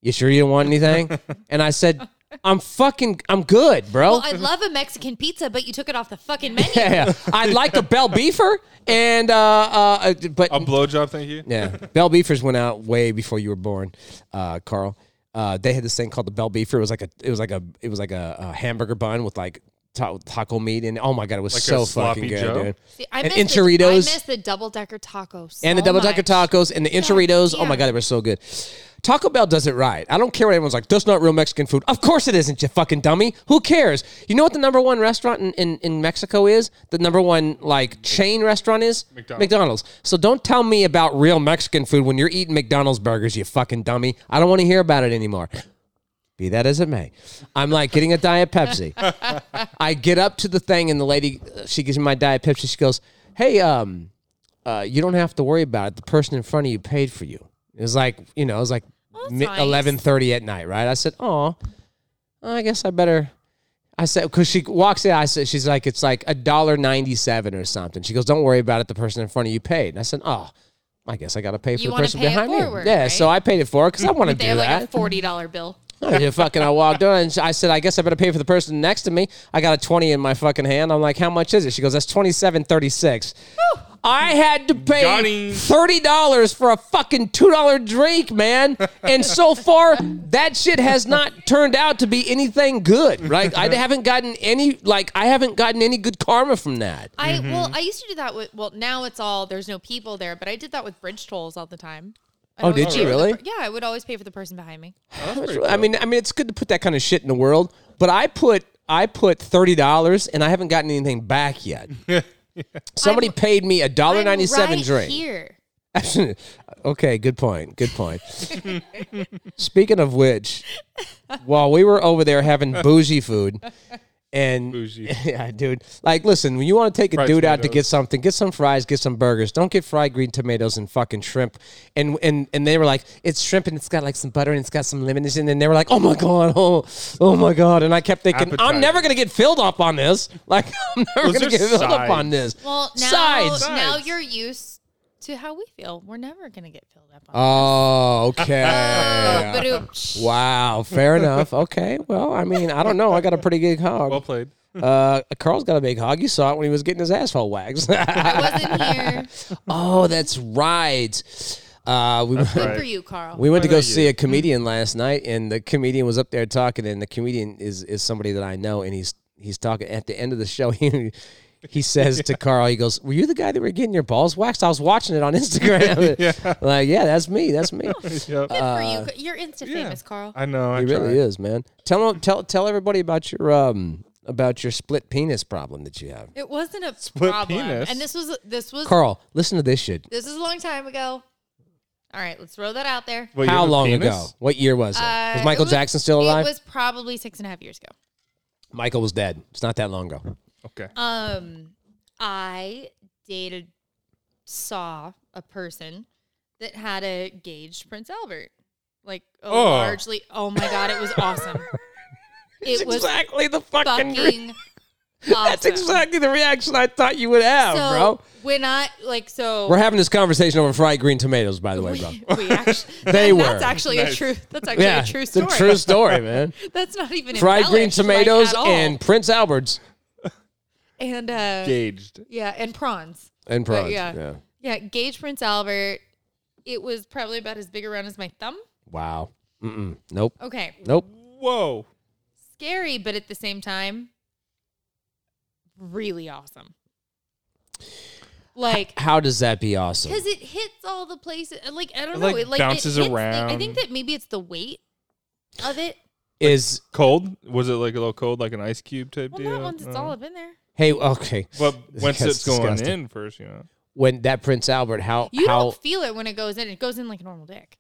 [SPEAKER 1] "You sure you don't want anything?" and I said, "I'm fucking I'm good, bro."
[SPEAKER 2] Well, I love a Mexican pizza, but you took it off the fucking menu.
[SPEAKER 1] yeah, yeah. I'd like a bell beefer and uh, uh, but
[SPEAKER 3] A blowjob, thank you.
[SPEAKER 1] yeah, Bell Beefers went out way before you were born, uh, Carl. Uh, they had this thing called the Bell Beefer. It was like a, it was like a, it was like a, a hamburger bun with like ta- taco meat in. it. Oh my god, it was
[SPEAKER 3] Like a
[SPEAKER 1] so
[SPEAKER 3] sloppy
[SPEAKER 1] fucking good,
[SPEAKER 3] Joe?
[SPEAKER 1] dude.
[SPEAKER 2] See, I
[SPEAKER 1] and
[SPEAKER 2] miss
[SPEAKER 1] in
[SPEAKER 2] the- I
[SPEAKER 1] Choritos
[SPEAKER 2] miss the double decker tacos.
[SPEAKER 1] and the double decker tacos and the enchiritos. Oh my
[SPEAKER 2] yeah.
[SPEAKER 1] god, they were so good. Taco Bell does it right. I don't care what everyone's like. That's not real Mexican food. Of course it isn't, you fucking dummy. Who cares? You know what the number one restaurant in, in, in Mexico is? The number one like chain restaurant is
[SPEAKER 3] McDonald's.
[SPEAKER 1] So don't tell me about real Mexican food when you're eating McDonald's burgers, you fucking dummy. I don't want to hear about it anymore. Be that as it may, I'm like getting a diet Pepsi. I get up to the thing and the lady, uh, she gives me my diet Pepsi. She goes, "Hey, um, uh, you don't have to worry about it. The person in front of you paid for you. It was like, you know, it was like
[SPEAKER 2] that's nice.
[SPEAKER 1] eleven thirty at night, right? I said, oh, I guess I better. I said, because she walks in, I said, she's like, it's like a dollar ninety seven or something. She goes, don't worry about it. The person in front of you paid. And I said, oh, I guess I got to pay for
[SPEAKER 2] You
[SPEAKER 1] the
[SPEAKER 2] wanna
[SPEAKER 1] person
[SPEAKER 2] pay it
[SPEAKER 1] behind
[SPEAKER 2] forward,
[SPEAKER 1] me. Yeah,
[SPEAKER 2] right?
[SPEAKER 1] so I paid it for because I want to
[SPEAKER 2] They
[SPEAKER 1] do
[SPEAKER 2] have
[SPEAKER 1] that.
[SPEAKER 2] like a forty dollar bill.
[SPEAKER 1] I mean, fucking, I walked on and I said, I guess I better pay for the person next to me. I got a 20 in my fucking hand. I'm like, how much is it? She goes, that's 27.36. I had to pay
[SPEAKER 3] Got him.
[SPEAKER 1] $30 for a fucking $2 drink, man. And so far, that shit has not turned out to be anything good, right? I haven't gotten any, like, I haven't gotten any good karma from that.
[SPEAKER 2] I well, I used to do that with. Well, now it's all there's no people there, but I did that with bridge tolls all the time.
[SPEAKER 6] I'd
[SPEAKER 1] Oh,
[SPEAKER 6] always
[SPEAKER 1] did
[SPEAKER 6] pay
[SPEAKER 1] you
[SPEAKER 6] for the
[SPEAKER 1] really?
[SPEAKER 6] per- yeah, I would always pay for the person behind me.
[SPEAKER 1] I mean, I mean, it's good to put that kind of shit in the world, but I put I put thirty dollars and I haven't gotten anything back yet. Somebody
[SPEAKER 6] I'm-
[SPEAKER 1] paid me a dollar
[SPEAKER 6] I'm
[SPEAKER 1] ninety seven
[SPEAKER 6] right
[SPEAKER 1] drink.
[SPEAKER 6] Here.
[SPEAKER 1] okay, good point. Good point. Speaking of which, while we were over there having bougie food, and
[SPEAKER 3] Bougie.
[SPEAKER 1] yeah, dude, like, listen, when you want to take a
[SPEAKER 3] Fried
[SPEAKER 1] dude out to
[SPEAKER 3] tomatoes.
[SPEAKER 1] get something, get some fries, get some burgers. Don't get fried green tomatoes and fucking shrimp. And and and they were like, it's shrimp and it's got like some butter and it's got some lemon. in it. And they were like, oh my god, oh oh my god. And I kept thinking,
[SPEAKER 3] Appetizer.
[SPEAKER 1] I'm never gonna get filled up on this. Like, I'm never
[SPEAKER 3] Was
[SPEAKER 1] gonna
[SPEAKER 3] there
[SPEAKER 1] get filled up
[SPEAKER 3] sides?
[SPEAKER 1] on this.
[SPEAKER 6] Well, now,
[SPEAKER 1] sides.
[SPEAKER 6] now
[SPEAKER 3] Sides.
[SPEAKER 6] you're used to how we feel. We're never going to get filled up on
[SPEAKER 1] Oh, okay.
[SPEAKER 6] but it,
[SPEAKER 1] Wow, fair enough. Okay, well, I mean, I don't know. I got a pretty big
[SPEAKER 3] Well
[SPEAKER 1] hog.
[SPEAKER 3] played.
[SPEAKER 1] Uh, Carl's got a big hog. You saw it when he was getting his asshole waxed.
[SPEAKER 6] I wasn't here.
[SPEAKER 1] oh, that's right. Uh, we
[SPEAKER 3] That's
[SPEAKER 6] Good
[SPEAKER 3] right.
[SPEAKER 6] for you, Carl.
[SPEAKER 1] we went to
[SPEAKER 3] Why
[SPEAKER 1] go
[SPEAKER 3] not
[SPEAKER 1] see
[SPEAKER 3] you?
[SPEAKER 1] a comedian last night, and the comedian was up there talking, and the comedian is is somebody that I know, and he's he's talking at the end of the show. He he says to Carl, he goes, "Were you the guy that were getting your balls waxed? I was watching it on Instagram. Like, yeah, that's me. That's me.
[SPEAKER 3] Yep.
[SPEAKER 6] Good for
[SPEAKER 1] uh,
[SPEAKER 6] you. You're insta famous, Carl.
[SPEAKER 3] I know. I
[SPEAKER 1] He really
[SPEAKER 3] tried.
[SPEAKER 1] is, man. Tell 'em- tell tell everybody about your um about your split penis problem that you have.
[SPEAKER 6] It wasn't a problem.
[SPEAKER 3] penis.
[SPEAKER 6] And this was this was
[SPEAKER 1] Carl, listen to this shit.
[SPEAKER 6] this is a long time ago. All right, let's throw that out there.
[SPEAKER 3] Well, you
[SPEAKER 1] How
[SPEAKER 3] have a
[SPEAKER 1] long
[SPEAKER 3] penis?
[SPEAKER 1] ago? What year was it?
[SPEAKER 6] Uh,
[SPEAKER 1] was Michael
[SPEAKER 6] it
[SPEAKER 1] Jackson still alive?
[SPEAKER 6] It was probably six and a half years ago.
[SPEAKER 1] Michael was dead. It's not that long ago.
[SPEAKER 3] Okay.
[SPEAKER 6] Um, I dated, saw a person that had a gauged Prince Albert, like a
[SPEAKER 3] Oh.
[SPEAKER 6] largely. Oh my god, it was awesome. It was
[SPEAKER 1] exactly the fucking. re-
[SPEAKER 6] fucking. Awesome.
[SPEAKER 1] that's exactly the reaction I thought you would have,
[SPEAKER 6] so
[SPEAKER 1] bro.
[SPEAKER 6] When I like so.
[SPEAKER 1] We're having this conversation over fried green tomatoes, by the way, bro.
[SPEAKER 6] we, we actually,
[SPEAKER 1] They
[SPEAKER 6] That's
[SPEAKER 1] were.
[SPEAKER 6] actually a
[SPEAKER 3] Nice.
[SPEAKER 6] true. That's actually
[SPEAKER 1] Yeah,
[SPEAKER 6] a true
[SPEAKER 1] it's a
[SPEAKER 6] story.
[SPEAKER 1] true story, man.
[SPEAKER 6] That's not even
[SPEAKER 1] Fried green
[SPEAKER 6] embellished, like,
[SPEAKER 1] tomatoes
[SPEAKER 6] at all.
[SPEAKER 1] and Prince Albert's
[SPEAKER 6] and uh,
[SPEAKER 3] Gauged.
[SPEAKER 6] yeah and prawns.
[SPEAKER 1] and
[SPEAKER 6] But
[SPEAKER 1] prawns.
[SPEAKER 6] yeah.
[SPEAKER 1] yeah.
[SPEAKER 6] Yeah, Gage Prince Albert. It was probably about as big around as my thumb.
[SPEAKER 1] Wow. Mm-mm. Nope.
[SPEAKER 6] Okay.
[SPEAKER 1] Nope.
[SPEAKER 3] Whoa.
[SPEAKER 6] Scary, but at the same time, really awesome. Like,
[SPEAKER 1] How does that be awesome?
[SPEAKER 6] because it hits all the places. Like, I don't
[SPEAKER 3] It,
[SPEAKER 6] know.
[SPEAKER 3] like,
[SPEAKER 6] it like
[SPEAKER 3] bounces
[SPEAKER 6] it hits- I
[SPEAKER 3] around.
[SPEAKER 6] think that maybe it's the weight of it.
[SPEAKER 1] Is
[SPEAKER 3] Cold? Was it like a little cold, like an ice cube type
[SPEAKER 6] Well,
[SPEAKER 3] deal? Uh,
[SPEAKER 6] not once it's all up in there.
[SPEAKER 1] hey okay
[SPEAKER 3] But once
[SPEAKER 1] That's
[SPEAKER 3] it's going
[SPEAKER 1] disgusting.
[SPEAKER 3] in first, you know.
[SPEAKER 1] when that Prince Albert how
[SPEAKER 6] You
[SPEAKER 1] how
[SPEAKER 6] don't feel it when it goes in. It goes in like a normal dick.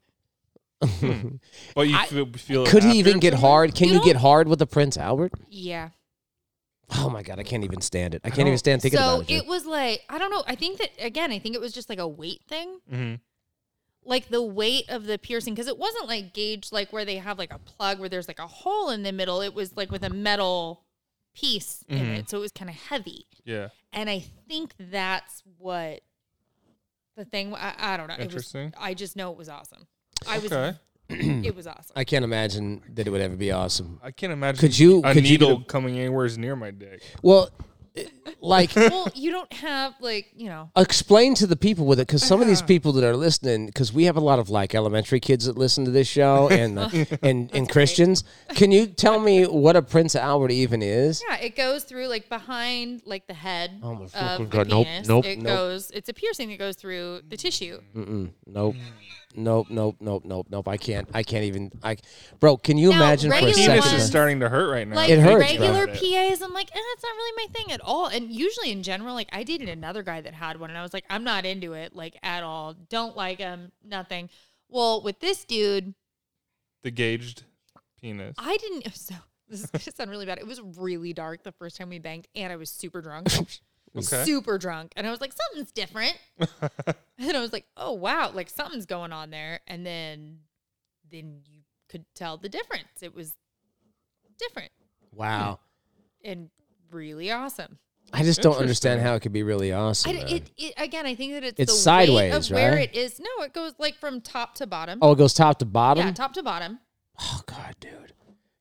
[SPEAKER 3] But you feel, feel it
[SPEAKER 1] could he
[SPEAKER 3] after
[SPEAKER 1] even
[SPEAKER 3] it's
[SPEAKER 1] get
[SPEAKER 3] in?
[SPEAKER 1] hard? Can
[SPEAKER 6] You
[SPEAKER 1] you, get
[SPEAKER 6] don't-
[SPEAKER 1] hard with a Prince Albert?
[SPEAKER 6] Yeah.
[SPEAKER 1] Oh my god, I can't even stand it. I can't even stand thinking
[SPEAKER 6] so
[SPEAKER 1] about it. dude.
[SPEAKER 6] was like I don't know. I think that again. I think it was just like a weight thing.
[SPEAKER 3] Mm-hmm.
[SPEAKER 6] Like the weight of the piercing, because it wasn't like gauge, like where they have like a plug where there's like a hole in the middle. It was like with a metal piece in
[SPEAKER 3] Mm-hmm.
[SPEAKER 6] it, so it was kind of heavy.
[SPEAKER 3] Yeah.
[SPEAKER 6] And I think that's what the thing. I, I don't know. It
[SPEAKER 3] Interesting.
[SPEAKER 6] was, I just know it was awesome. I was.
[SPEAKER 3] Okay.
[SPEAKER 6] It was awesome.
[SPEAKER 1] I can't imagine that it would ever be awesome.
[SPEAKER 3] I can't imagine
[SPEAKER 1] Could you-
[SPEAKER 3] a
[SPEAKER 1] could you
[SPEAKER 3] needle
[SPEAKER 1] do-
[SPEAKER 3] coming anywhere as near my dick.
[SPEAKER 1] Well, eh, like
[SPEAKER 6] well, you don't have like you know.
[SPEAKER 1] explain to the people with it because some of these people that are listening because we have a lot of like elementary kids that listen to this show and uh, and and Christians. Can you tell me what a Prince Albert even is?
[SPEAKER 6] Yeah, it goes through like behind like the head
[SPEAKER 1] Oh my fucking
[SPEAKER 6] of
[SPEAKER 1] God,
[SPEAKER 6] the
[SPEAKER 1] nope,
[SPEAKER 6] penis.
[SPEAKER 1] nope,
[SPEAKER 6] it
[SPEAKER 1] nope.
[SPEAKER 6] goes. It's a piercing that goes through the tissue.
[SPEAKER 1] Nope. Nope, nope, nope, nope, nope. I can't. I can't even. I, bro, can you
[SPEAKER 6] Now,
[SPEAKER 1] imagine for a
[SPEAKER 6] regular
[SPEAKER 1] second?
[SPEAKER 3] Penis
[SPEAKER 6] ones-
[SPEAKER 3] is starting to hurt right now.
[SPEAKER 6] Like
[SPEAKER 1] It hurts,
[SPEAKER 6] regular
[SPEAKER 3] bro.
[SPEAKER 6] PAs, I'm like, eh, it's not really my thing at all. And usually in general, like I dated another guy that had one, and I was like, I'm not into it, like at all. Don't like him, nothing. Well, with this dude,
[SPEAKER 3] the gauged penis.
[SPEAKER 6] I didn't. So this is gonna sound really bad. It was really dark the first time we banged, and I was super drunk.
[SPEAKER 3] Okay.
[SPEAKER 6] super drunk. And I was like, something's different. and I was like, oh wow, like something's going on there. And then then you could tell the difference. It was different
[SPEAKER 1] Wow.
[SPEAKER 6] and really awesome.
[SPEAKER 1] I just don't understand how it could be really awesome.
[SPEAKER 6] I,
[SPEAKER 1] man.
[SPEAKER 6] d- it, it again, I think that it's,
[SPEAKER 1] It's
[SPEAKER 6] the
[SPEAKER 1] sideways,
[SPEAKER 6] weight of where
[SPEAKER 1] right?
[SPEAKER 6] it is. No, it goes like from top to bottom.
[SPEAKER 1] oh, it goes top to bottom.
[SPEAKER 6] yeah, top to bottom.
[SPEAKER 1] oh God, dude,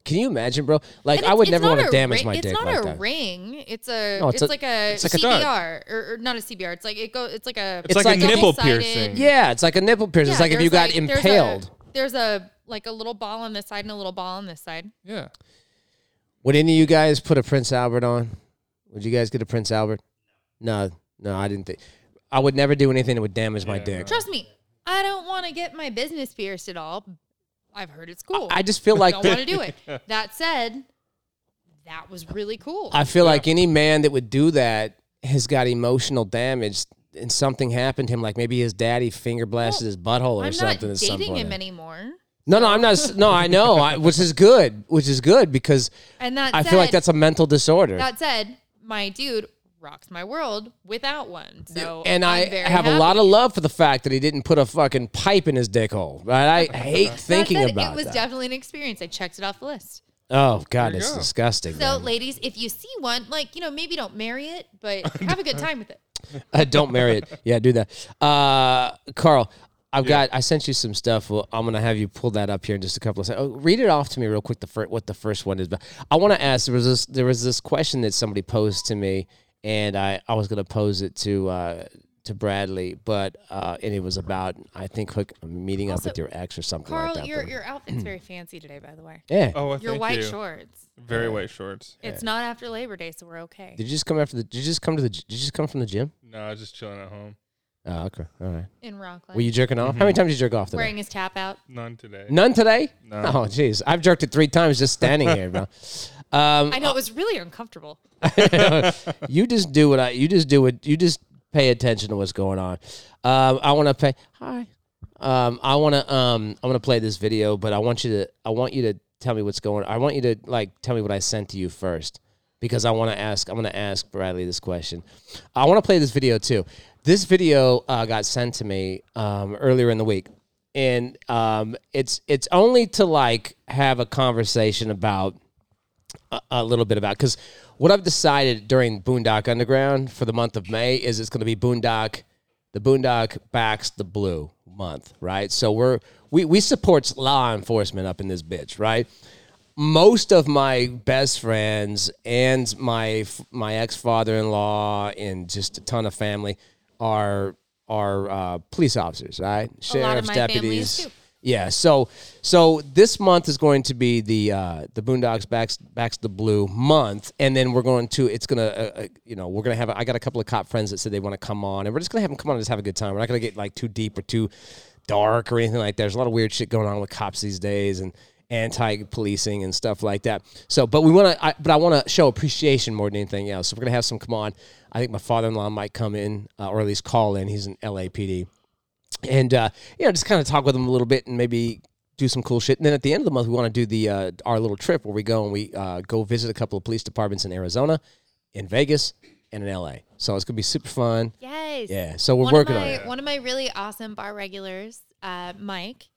[SPEAKER 1] can you imagine, bro? Like
[SPEAKER 6] And
[SPEAKER 1] I
[SPEAKER 6] it's-
[SPEAKER 1] would
[SPEAKER 6] it's
[SPEAKER 1] never
[SPEAKER 6] not
[SPEAKER 1] want to
[SPEAKER 6] a
[SPEAKER 1] damage
[SPEAKER 6] ring-
[SPEAKER 1] my dick
[SPEAKER 6] It's not
[SPEAKER 1] like
[SPEAKER 6] a
[SPEAKER 1] that.
[SPEAKER 6] ring. It's a.
[SPEAKER 1] No, it's
[SPEAKER 6] it's,
[SPEAKER 1] a-
[SPEAKER 6] like a
[SPEAKER 1] it's like a dart.
[SPEAKER 6] CBR or, or not a CBR. It's like it goes. It's like a.
[SPEAKER 3] It's like
[SPEAKER 1] like
[SPEAKER 3] a
[SPEAKER 1] a
[SPEAKER 3] nipple
[SPEAKER 6] double-sided-
[SPEAKER 3] piercing.
[SPEAKER 1] Yeah, it's like a nipple piercing. it's
[SPEAKER 6] Yeah,
[SPEAKER 1] like if you got
[SPEAKER 6] there's like- there's a-
[SPEAKER 1] impaled.
[SPEAKER 6] There's a, like a little ball on this side and a little ball on this side.
[SPEAKER 3] Yeah.
[SPEAKER 1] Would any of you guys put a Prince Albert on? Would you guys get a Prince Albert? No, no, I didn't think. I would never do anything that would damage my dick.
[SPEAKER 6] Trust me, I don't want to get my business pierced at all. I've heard it's cool.
[SPEAKER 1] I just feel like
[SPEAKER 6] don't want to do it. That said, that was really cool.
[SPEAKER 1] I feel like any man that would do that has got emotional damage and something happened to him. Like maybe his daddy finger blasted his butthole or
[SPEAKER 6] I'm not
[SPEAKER 1] something at some
[SPEAKER 6] dating
[SPEAKER 1] point.
[SPEAKER 6] him anymore.
[SPEAKER 1] no, no, I'm not. s- No, I know, I, which is good, which is good because
[SPEAKER 6] And that
[SPEAKER 1] I
[SPEAKER 6] said,
[SPEAKER 1] feel like that's a mental disorder.
[SPEAKER 6] that said, my dude rocks my world without one. So
[SPEAKER 1] and
[SPEAKER 6] I'm
[SPEAKER 1] I
[SPEAKER 6] very
[SPEAKER 1] have a
[SPEAKER 6] happy.
[SPEAKER 1] lot of love for the fact that he didn't put a fucking pipe in his dick hole. Right? I hate
[SPEAKER 6] That
[SPEAKER 1] thinking
[SPEAKER 6] said,
[SPEAKER 1] about
[SPEAKER 6] it was
[SPEAKER 1] that.
[SPEAKER 6] definitely an experience. I checked it off the list.
[SPEAKER 1] oh God,
[SPEAKER 3] There you
[SPEAKER 1] it's
[SPEAKER 3] go.
[SPEAKER 1] disgusting.
[SPEAKER 6] So,
[SPEAKER 1] man.
[SPEAKER 6] ladies, if you see one, like you know, maybe don't marry it, but have a good time with it.
[SPEAKER 1] Uh, don't marry it. Yeah, do that. Uh, Carl, I've got. I sent you some stuff. Well, I'm gonna have you pull that up here in just a couple of seconds. Oh, read it off to me real quick. The fir- what the first one is. But I want to ask. There was this. There was this question that somebody posed to me, and I I was gonna pose it to. Uh, to Bradley, but uh, and it was about I think hook, meeting up
[SPEAKER 6] Also,
[SPEAKER 1] with your ex or something
[SPEAKER 6] Carl,
[SPEAKER 1] like that.
[SPEAKER 6] your
[SPEAKER 1] but-
[SPEAKER 6] your outfit's very fancy today, by the way.
[SPEAKER 1] yeah.
[SPEAKER 3] Oh, well,
[SPEAKER 6] Your
[SPEAKER 3] thank
[SPEAKER 6] white
[SPEAKER 3] you.
[SPEAKER 6] shorts.
[SPEAKER 3] Very white shorts.
[SPEAKER 6] It's not after Labor Day, so we're okay.
[SPEAKER 1] Did you just come after the? Did you just come to the? Did you just come from the gym?
[SPEAKER 3] No, I was just chilling at home.
[SPEAKER 1] Oh, okay. All right.
[SPEAKER 6] In Rockland,
[SPEAKER 1] Were you jerking off? How many times did you jerk off today?
[SPEAKER 6] wearing his tap out.
[SPEAKER 3] None today.
[SPEAKER 1] None today?
[SPEAKER 3] No.
[SPEAKER 1] Oh, jeez. I've jerked it three times just standing here, bro. Um,
[SPEAKER 6] I know it was really uncomfortable.
[SPEAKER 1] you just do what I. You just do what. You just pay attention to what's going on. Um, I want to pay. Hi. Um, I want to. Um, I want to play this video, but I want you to. I want you to tell me what's going. I want you to like tell me what I sent to you first, because I want to ask. I'm going to ask Bradley this question. I want to play this video too. This video uh, got sent to me um, earlier in the week, and um, it's it's only to like have a conversation about a little bit about because what I've decided during Boondock Underground for the month of May is it's going to be Boondock. The Boondock backs the blue month, right? So we're we we support law enforcement up in this bitch, right? Most of my best friends and my f- my ex father in law and just a ton of family are are uh, police officers, right?
[SPEAKER 6] lot of
[SPEAKER 1] Sheriffs,
[SPEAKER 6] my family
[SPEAKER 1] deputies.
[SPEAKER 6] is too.
[SPEAKER 1] Yeah. So so this month is going to be the uh, the Boondocks backs backs the blue month, and then we're going to it's gonna uh, uh, you know we're gonna have I got a couple of cop friends that said they want to come on, and we're just gonna have them come on and just have a good time. We're not gonna get like too deep or too dark or anything like that. There's a lot of weird shit going on with cops these days, and anti-policing and stuff like that. So, but we want to, but I want to show appreciation more than anything else. So we're gonna have some come on. I think my father-in-law might come in, uh, or at least call in. He's in LAPD and uh, you know just kind of talk with them a little bit and maybe do some cool shit. And then at the end of the month, we want to do the uh, our little trip where we go and we uh, go visit a couple of police departments in Arizona, in Vegas, and in LA. So it's gonna be super fun.
[SPEAKER 6] Yes.
[SPEAKER 1] Yeah. So we're
[SPEAKER 6] one
[SPEAKER 1] working
[SPEAKER 6] of
[SPEAKER 1] on
[SPEAKER 6] my,
[SPEAKER 1] it.
[SPEAKER 6] One of my really awesome bar regulars, uh, Mike,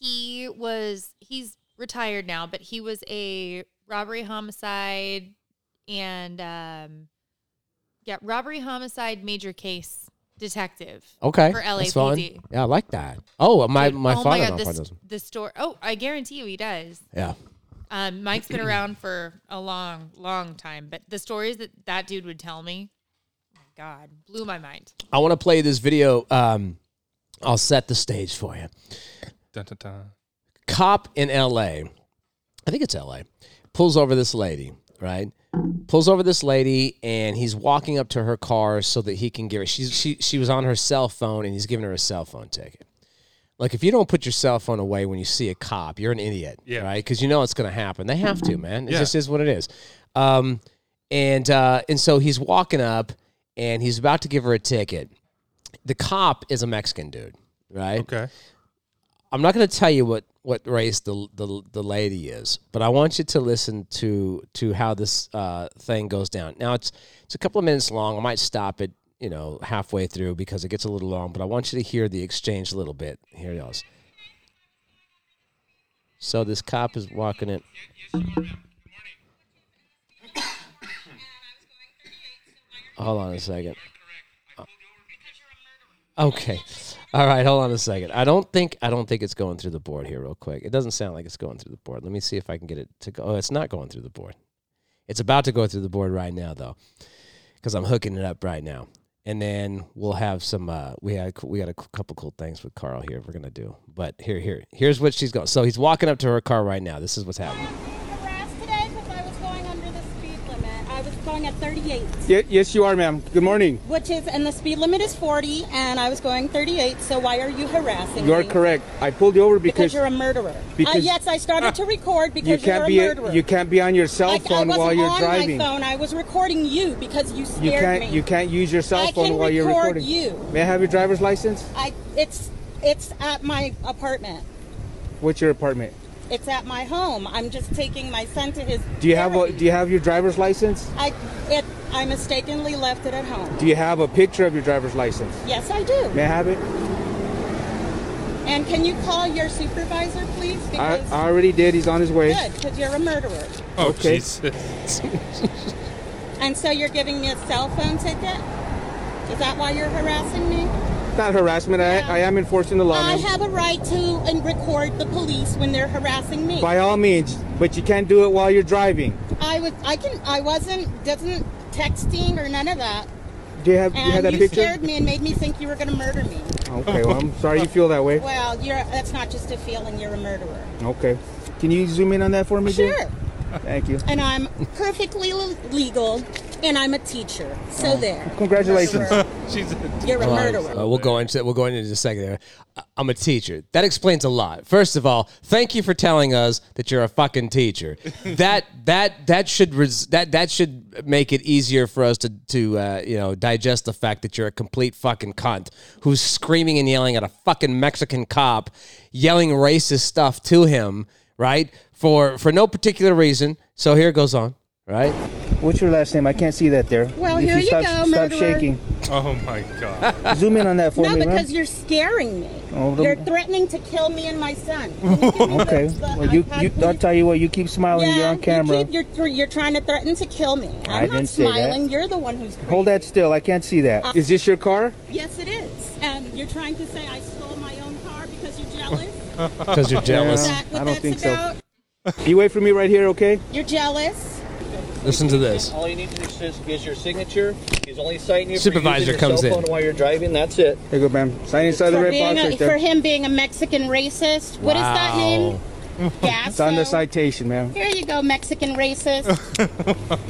[SPEAKER 6] he was he's retired now, but he was a robbery homicide and um, yeah, robbery homicide major case detective.
[SPEAKER 1] Okay.
[SPEAKER 6] for
[SPEAKER 1] That's fun.
[SPEAKER 6] LAPD.
[SPEAKER 1] Yeah, I like that. Oh, my
[SPEAKER 6] Dude,
[SPEAKER 1] my
[SPEAKER 6] oh my
[SPEAKER 1] father-in-law
[SPEAKER 6] god, this,
[SPEAKER 1] does.
[SPEAKER 6] the store. Oh, I guarantee you he does.
[SPEAKER 1] Yeah.
[SPEAKER 6] Um, Mike's been around for a long, long time, but the stories that that dude would tell me, oh my God, blew my mind.
[SPEAKER 1] I want to play this video. Um, I'll set the stage for you.
[SPEAKER 3] Dun, dun, dun.
[SPEAKER 1] cop in LA, I think it's LA, pulls over this lady, right? Pulls over this lady and he's walking up to her car so that he can give her she's she she was on her cell phone and he's giving her a cell phone ticket. Like if you don't put your cell phone away when you see a cop, you're an idiot,
[SPEAKER 3] Yeah.
[SPEAKER 1] right? Because you know it's going to happen. They have to, man. It
[SPEAKER 3] Yeah.
[SPEAKER 1] just is what it is. Um, and uh, and so he's walking up and he's about to give her a ticket. The cop is a Mexican dude, right?
[SPEAKER 3] Okay.
[SPEAKER 1] I'm not going to tell you what what race the, the the lady is, but I want you to listen to to how this uh, thing goes down. Now it's it's a couple of minutes long. I might stop it, you know, halfway through because it gets a little long. But I want you to hear the exchange a little bit. Here it goes. So this cop is walking in. Hold on a second. Okay. All right, hold on a second. I don't think I don't think it's going through the board here real quick. It doesn't sound like it's going through the board. Let me see if I can get it to go. Oh, it's not going through the board. It's about to go through the board right now though. Cuz I'm hooking it up right now. And then we'll have some uh we had we got a cou- couple cool things with Carl here we're going to do. But here here here's what she's going. So he's walking up to her car right now. This is what's happening.
[SPEAKER 7] harassed today because I was going under the speed limit. I was going at 38,
[SPEAKER 8] Ye- Yes, you are, ma'am. Good morning.
[SPEAKER 7] which is, and the speed limit is 40, and I was going 38, so why are you harassing
[SPEAKER 8] You are
[SPEAKER 7] me?
[SPEAKER 8] correct. I pulled you over
[SPEAKER 7] Because
[SPEAKER 8] because,
[SPEAKER 7] you're a murderer.
[SPEAKER 8] because-
[SPEAKER 7] uh, yes, I started to record because
[SPEAKER 8] you can't
[SPEAKER 7] are
[SPEAKER 8] be
[SPEAKER 7] a murderer.
[SPEAKER 8] you can't be on your cell
[SPEAKER 7] I, I
[SPEAKER 8] phone
[SPEAKER 7] wasn't
[SPEAKER 8] while you're
[SPEAKER 7] on
[SPEAKER 8] driving.
[SPEAKER 7] my phone. I was recording you because you scared
[SPEAKER 8] you can't
[SPEAKER 7] me.
[SPEAKER 8] you can't use your cell
[SPEAKER 7] I
[SPEAKER 8] phone
[SPEAKER 7] can
[SPEAKER 8] while you're
[SPEAKER 7] record
[SPEAKER 8] recording.
[SPEAKER 7] you.
[SPEAKER 8] May I have your driver's license?
[SPEAKER 7] I, it's, it's at my apartment.
[SPEAKER 8] What's your apartment?
[SPEAKER 7] It's at my home. I'm just taking my son to his.
[SPEAKER 8] Do you have a,
[SPEAKER 7] therapy.
[SPEAKER 8] do you have your driver's license?
[SPEAKER 7] I, it, I mistakenly left it at home.
[SPEAKER 8] Do you have a picture of your driver's license?
[SPEAKER 7] Yes, I do.
[SPEAKER 8] May I have it?
[SPEAKER 7] And can you call your supervisor, please?
[SPEAKER 8] I,
[SPEAKER 7] Because
[SPEAKER 8] I already did. He's on his way.
[SPEAKER 7] good, because you're a murderer.
[SPEAKER 3] Oh,
[SPEAKER 8] Okay.
[SPEAKER 3] Jesus.
[SPEAKER 7] And so you're giving me a cell phone ticket? Is that why you're harassing me?
[SPEAKER 8] Not harassment.
[SPEAKER 7] Yeah.
[SPEAKER 8] I, I am enforcing the law.
[SPEAKER 7] I
[SPEAKER 8] ma'am.
[SPEAKER 7] have a right to and record the police when they're harassing me.
[SPEAKER 8] By all means, but you can't do it while you're driving.
[SPEAKER 7] I was I can I wasn't doesn't texting or none of that.
[SPEAKER 8] Do you have you have
[SPEAKER 7] And
[SPEAKER 8] that
[SPEAKER 7] you,
[SPEAKER 8] picture?
[SPEAKER 7] scared me and made me think you were gonna murder me.
[SPEAKER 8] Okay. Well, I'm sorry you feel that way.
[SPEAKER 7] Well, you're that's not just a feeling, you're a murderer.
[SPEAKER 8] Okay. Can you zoom in on that for me? dear?
[SPEAKER 7] Sure.
[SPEAKER 8] Thank you.
[SPEAKER 7] And I'm perfectly le- legal and I'm a teacher. So there.
[SPEAKER 8] Oh. Congratulations.
[SPEAKER 7] Murderer.
[SPEAKER 3] She's a
[SPEAKER 7] You're a
[SPEAKER 1] Hold on.
[SPEAKER 7] murderer.
[SPEAKER 1] Uh, we'll go into we'll go into just a second there. I- I'm a teacher. That explains a lot. First of all, thank you for telling us that you're a fucking teacher. that that that should res- that that should make it easier for us to to uh, you know digest the fact that you're a complete fucking cunt who's screaming and yelling at a fucking Mexican cop, yelling racist stuff to him, right? For for no particular reason. So here it goes on, right?
[SPEAKER 8] What's your last name? I can't see that there.
[SPEAKER 7] Well, here you
[SPEAKER 8] stop,
[SPEAKER 7] go,
[SPEAKER 8] stop
[SPEAKER 7] murderer.
[SPEAKER 8] shaking.
[SPEAKER 3] Oh my god.
[SPEAKER 8] Zoom in on that for
[SPEAKER 7] No,
[SPEAKER 8] me,
[SPEAKER 7] because
[SPEAKER 8] ma'am.
[SPEAKER 7] you're scaring me.
[SPEAKER 8] Oh, the-
[SPEAKER 7] you're threatening to kill me and my son. Can you give me
[SPEAKER 8] Okay.
[SPEAKER 7] the- the
[SPEAKER 8] Well, you,
[SPEAKER 7] iPad,
[SPEAKER 8] you, I'll
[SPEAKER 7] please?
[SPEAKER 8] tell you what. You keep smiling.
[SPEAKER 7] yeah,
[SPEAKER 8] you're on camera.
[SPEAKER 7] You keep, you're, thr- you're trying to threaten to kill me. I'm not
[SPEAKER 8] I didn't say that.
[SPEAKER 7] smiling. You're the one who's. Crazy.
[SPEAKER 8] Hold that still. I can't see
[SPEAKER 7] Uh,
[SPEAKER 8] that. Is this your car?
[SPEAKER 7] Yes, it is. And you're trying to say I stole my own car because you're jealous.
[SPEAKER 1] Because you're jealous.
[SPEAKER 7] Is that what
[SPEAKER 8] I don't
[SPEAKER 7] that's
[SPEAKER 8] think so.
[SPEAKER 7] about?
[SPEAKER 8] You wait for me right here, okay?
[SPEAKER 7] You're jealous.
[SPEAKER 1] Listen to this.
[SPEAKER 9] All you need to do is- is your signature. He's only citing you for using
[SPEAKER 1] Supervisor
[SPEAKER 9] your
[SPEAKER 1] comes
[SPEAKER 9] cell
[SPEAKER 1] in.
[SPEAKER 9] phone while you're driving. That's it.
[SPEAKER 8] Here you go, ma'am. Sign inside the
[SPEAKER 7] for,
[SPEAKER 8] red
[SPEAKER 7] being
[SPEAKER 8] box
[SPEAKER 7] a-
[SPEAKER 8] right
[SPEAKER 7] for
[SPEAKER 8] there.
[SPEAKER 7] him being a Mexican racist. What is that
[SPEAKER 1] Wow.
[SPEAKER 7] name? Gasso.
[SPEAKER 8] It's on the citation, ma'am.
[SPEAKER 7] Here you go, Mexican racist.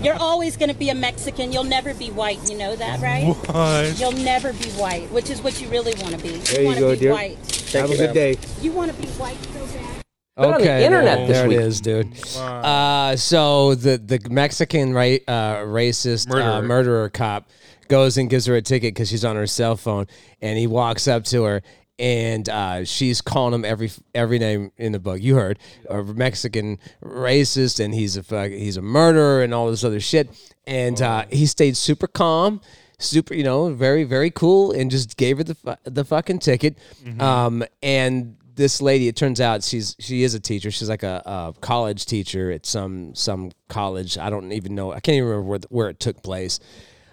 [SPEAKER 7] you're always going to be a Mexican. You'll never be white. You know that, right?
[SPEAKER 3] What?
[SPEAKER 7] You'll never be white, which is what you really want to be. You
[SPEAKER 8] you
[SPEAKER 7] want
[SPEAKER 8] go,
[SPEAKER 7] to be
[SPEAKER 8] dear.
[SPEAKER 7] white.
[SPEAKER 8] Have
[SPEAKER 9] you,
[SPEAKER 8] a good
[SPEAKER 9] ma'am.
[SPEAKER 8] day.
[SPEAKER 7] You want to be white so bad.
[SPEAKER 1] Okay,
[SPEAKER 10] on the internet this
[SPEAKER 1] there
[SPEAKER 10] week.
[SPEAKER 1] it is, dude. Uh, so the the Mexican ra- uh, racist Uh,
[SPEAKER 3] Murderer.
[SPEAKER 1] murderer cop goes and gives her a ticket because she's on her cell phone, and he walks up to her. And uh, she's calling him every every name in the book. You heard a Mexican racist, and he's a fuck, he's a murderer, and all this other shit. And uh, he stayed super calm, super, you know, very very cool, and just gave her the fu- the fucking ticket. Um, and this lady, it turns out she's she is a teacher. She's like a, a college teacher at some some college. I don't even know. I can't even remember where, where it took place.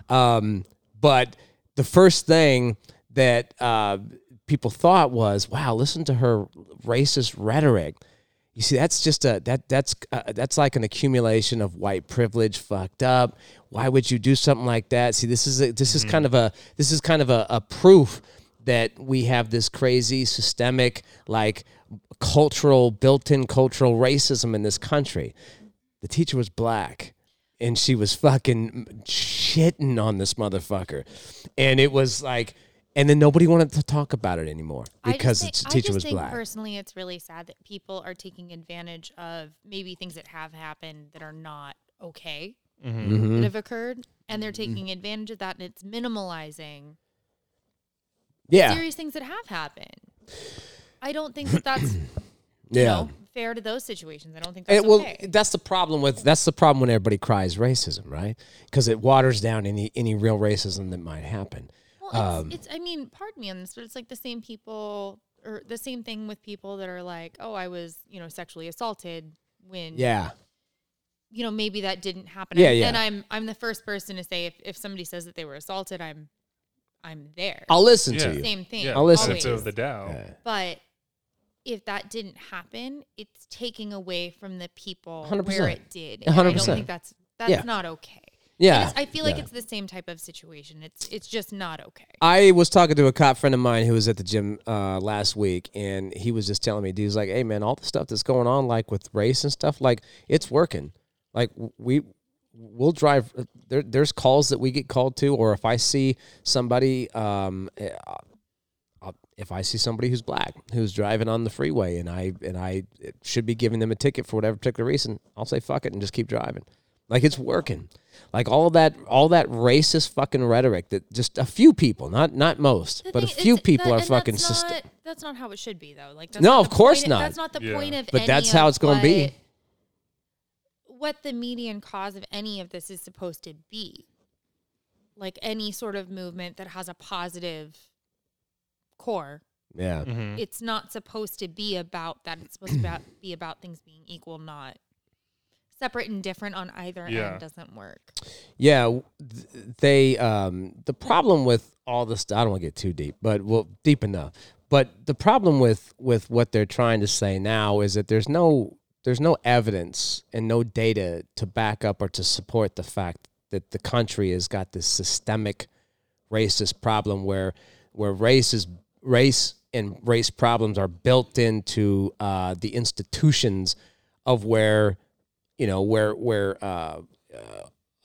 [SPEAKER 1] Um, but the first thing that uh, people thought was, "Wow, listen to her racist rhetoric." You see, that's just a that that's uh, that's like an accumulation of white privilege, fucked up. Why would you do something like that? See, this is a, this is
[SPEAKER 6] Mm-hmm.
[SPEAKER 1] kind of a this is kind of a, a proof that we have this crazy systemic like cultural built-in cultural racism in this country the teacher was black and she was fucking shitting on this motherfucker and it was like and then nobody wanted to talk about it anymore
[SPEAKER 6] I just
[SPEAKER 1] because
[SPEAKER 6] think-
[SPEAKER 1] the
[SPEAKER 6] I
[SPEAKER 1] teacher
[SPEAKER 6] just
[SPEAKER 1] was
[SPEAKER 6] think
[SPEAKER 1] black
[SPEAKER 6] Personally, it's really sad that people are taking advantage of maybe things that have happened that are not okay
[SPEAKER 1] Mm-hmm.
[SPEAKER 6] that have occurred, and they're taking advantage of that, and it's minimalizing
[SPEAKER 1] yeah
[SPEAKER 6] serious things that have happened. I don't think that that's you
[SPEAKER 1] yeah
[SPEAKER 6] know, fair to those situations. I don't think that's
[SPEAKER 1] It, well,
[SPEAKER 6] okay.
[SPEAKER 1] that's the problem with that's the problem when everybody cries racism, right? Because it waters down any any real racism that might happen.
[SPEAKER 6] Well,
[SPEAKER 1] um,
[SPEAKER 6] it's, it's, I mean, pardon me on this, but it's like the same people or the same thing with people that are like, oh, I was, you know, sexually assaulted when
[SPEAKER 1] Yeah,
[SPEAKER 6] you know maybe that didn't happen
[SPEAKER 1] Yeah,
[SPEAKER 6] and,
[SPEAKER 1] yeah.
[SPEAKER 6] and i'm i'm the first person to say if, if somebody says that they were assaulted i'm i'm there
[SPEAKER 1] I'll listen
[SPEAKER 3] Yeah.
[SPEAKER 1] to you.
[SPEAKER 6] same thing
[SPEAKER 3] Yeah,
[SPEAKER 1] I'll listen
[SPEAKER 6] always.
[SPEAKER 3] benefit of the doubt.
[SPEAKER 6] but if that didn't happen it's taking away from the people where
[SPEAKER 1] 100%.
[SPEAKER 6] it did
[SPEAKER 1] A
[SPEAKER 6] and
[SPEAKER 1] hundred
[SPEAKER 6] i don't
[SPEAKER 1] percent.
[SPEAKER 6] think that's that's
[SPEAKER 1] Yeah.
[SPEAKER 6] not okay
[SPEAKER 1] Yeah,
[SPEAKER 6] It's- i feel like
[SPEAKER 1] yeah.
[SPEAKER 6] it's the same type of situation it's it's just not okay
[SPEAKER 1] I was talking to a cop friend of mine who was at the gym uh, last week, and he was just telling me, dude, he's like, hey, man, all the stuff that's going on, like with race and stuff, like it's working. Like w- we we'll drive. uh, There, there's calls that we get called to, or if I see somebody, um, eh, uh, if I see somebody who's black who's driving on the freeway, and I and I should be giving them a ticket for whatever particular reason, I'll say fuck it and just keep driving. Like it's working. Like all that, all that racist fucking rhetoric that just a few people, not not most,
[SPEAKER 6] The
[SPEAKER 1] but a
[SPEAKER 6] thing-
[SPEAKER 1] few
[SPEAKER 6] it's-
[SPEAKER 1] people
[SPEAKER 6] that-
[SPEAKER 1] are
[SPEAKER 6] and
[SPEAKER 1] fucking.
[SPEAKER 6] That's,
[SPEAKER 1] Syst-
[SPEAKER 6] not, that's not how it should be, though. Like, that's
[SPEAKER 1] No,
[SPEAKER 6] not
[SPEAKER 1] of
[SPEAKER 6] the
[SPEAKER 1] course
[SPEAKER 6] point-
[SPEAKER 1] not.
[SPEAKER 6] That's not the
[SPEAKER 3] Yeah.
[SPEAKER 6] point of.
[SPEAKER 1] But that's
[SPEAKER 6] any
[SPEAKER 1] how
[SPEAKER 6] of
[SPEAKER 1] it's gonna be.
[SPEAKER 6] what- What the median cause of any of this is supposed to be, like any sort of movement that has a positive core,
[SPEAKER 1] yeah,
[SPEAKER 6] it's not supposed to be about that. It's supposed to about, be about things being equal, not separate and different on either
[SPEAKER 3] Yeah.
[SPEAKER 6] end. Doesn't work.
[SPEAKER 1] Yeah, w- th- they um the problem with all this I don't want to get too deep, but well deep enough. But the problem with with what they're trying to say now is that there's no there's no evidence and no data to back up or to support the fact that the country has got this systemic racist problem where where race is race and race problems are built into uh, the institutions of where you know where where uh, uh,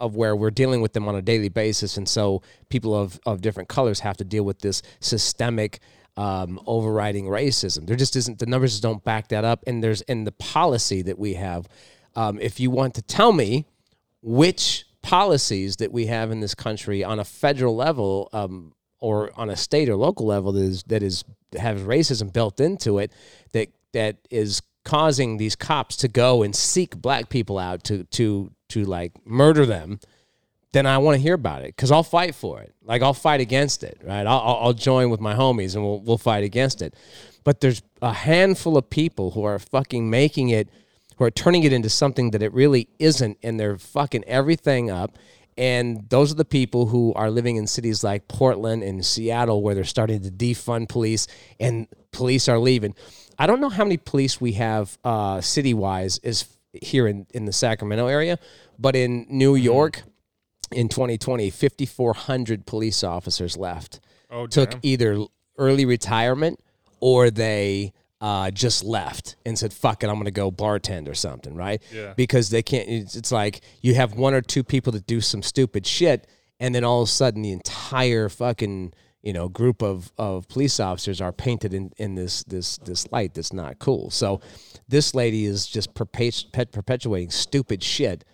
[SPEAKER 1] of where we're dealing with them on a daily basis, and so people of of different colors have to deal with this systemic. Um, overriding racism. There just isn't the numbers just don't back that up, and there's in the policy that we have. Um, if you want to tell me which policies that we have in this country on a federal level um, or on a state or local level that is that is that has racism built into it that that is causing these cops to go and seek black people out to to to like murder them then I want to hear about it because I'll fight for it. Like I'll fight against it, right? I'll, I'll, I'll join with my homies and we'll, we'll fight against it. But there's a handful of people who are fucking making it, who are turning it into something that it really isn't, and they're fucking everything up. And those are the people who are living in cities like Portland and Seattle where they're starting to defund police and police are leaving. I don't know how many police we have uh, city wise is here in, in the Sacramento area, but in New York, in 2020, 5,400 police officers left.
[SPEAKER 3] Oh,
[SPEAKER 1] took
[SPEAKER 3] damn.
[SPEAKER 1] either early retirement or they uh, just left and said, "Fuck it, I'm gonna go bartend or something," right?
[SPEAKER 3] Yeah.
[SPEAKER 1] Because they can't. It's, it's like you have one or two people that do some stupid shit, and then all of a sudden, the entire fucking you know group of, of police officers are painted in, in this this this light that's not cool. So this lady is just perpetu- pet- perpetuating stupid shit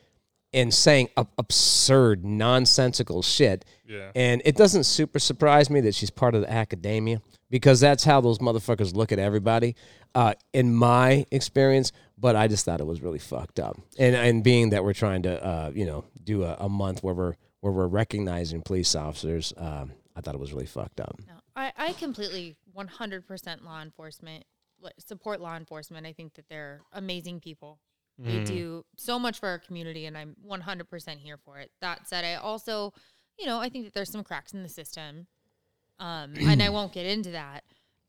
[SPEAKER 1] and saying ab- absurd, nonsensical shit.
[SPEAKER 3] Yeah.
[SPEAKER 1] And it doesn't super surprise me that she's part of the academia because that's how those motherfuckers look at everybody, uh, in my experience. But I just thought it was really fucked up. And and being that we're trying to, uh, you know, do a, a month where we're where we're recognizing police officers, um, I thought it was really fucked up.
[SPEAKER 6] No, I, I completely 100% law enforcement like, support law enforcement. I think that they're amazing people.
[SPEAKER 1] Mm-hmm.
[SPEAKER 6] They do so much for our community, and I'm 100% here for it. That said, I also, you know, I think that there's some cracks in the system, um, and I won't get into that.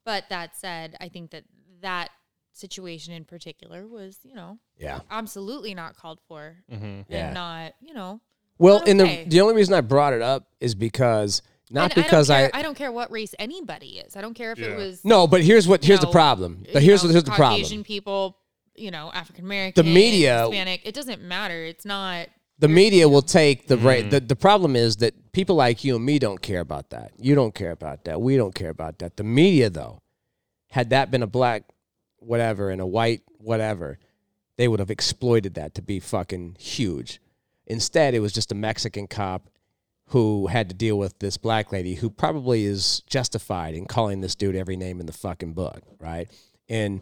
[SPEAKER 6] But that said, I think that that situation in particular was, you know,
[SPEAKER 1] Yeah.
[SPEAKER 6] absolutely not called for,
[SPEAKER 1] Mm-hmm.
[SPEAKER 6] and
[SPEAKER 1] Yeah.
[SPEAKER 6] not, you know,
[SPEAKER 1] Well,
[SPEAKER 6] Not
[SPEAKER 1] and
[SPEAKER 6] okay.
[SPEAKER 1] the the only reason I brought it up is because not
[SPEAKER 6] And
[SPEAKER 1] because
[SPEAKER 6] I
[SPEAKER 1] I,
[SPEAKER 6] don't, care, I don't care what race anybody is. I don't care if
[SPEAKER 3] Yeah.
[SPEAKER 6] it was
[SPEAKER 1] no, but here's what here's the
[SPEAKER 6] know,
[SPEAKER 1] problem.
[SPEAKER 6] you
[SPEAKER 1] But here's
[SPEAKER 6] know,
[SPEAKER 1] what here's the problem.
[SPEAKER 6] Oh, Caucasian people, you know, African American,
[SPEAKER 1] The media-
[SPEAKER 6] Hispanic. It doesn't matter. It's not.
[SPEAKER 1] the media will take the right. The, the problem is that people like you and me don't care about that. You don't care about that. We don't care about that. The media, though, had that been a black whatever and a white whatever, they would have exploited that to be fucking huge. Instead, it was just a Mexican cop who had to deal with this black lady who probably is justified in calling this dude every name in the fucking book, right? And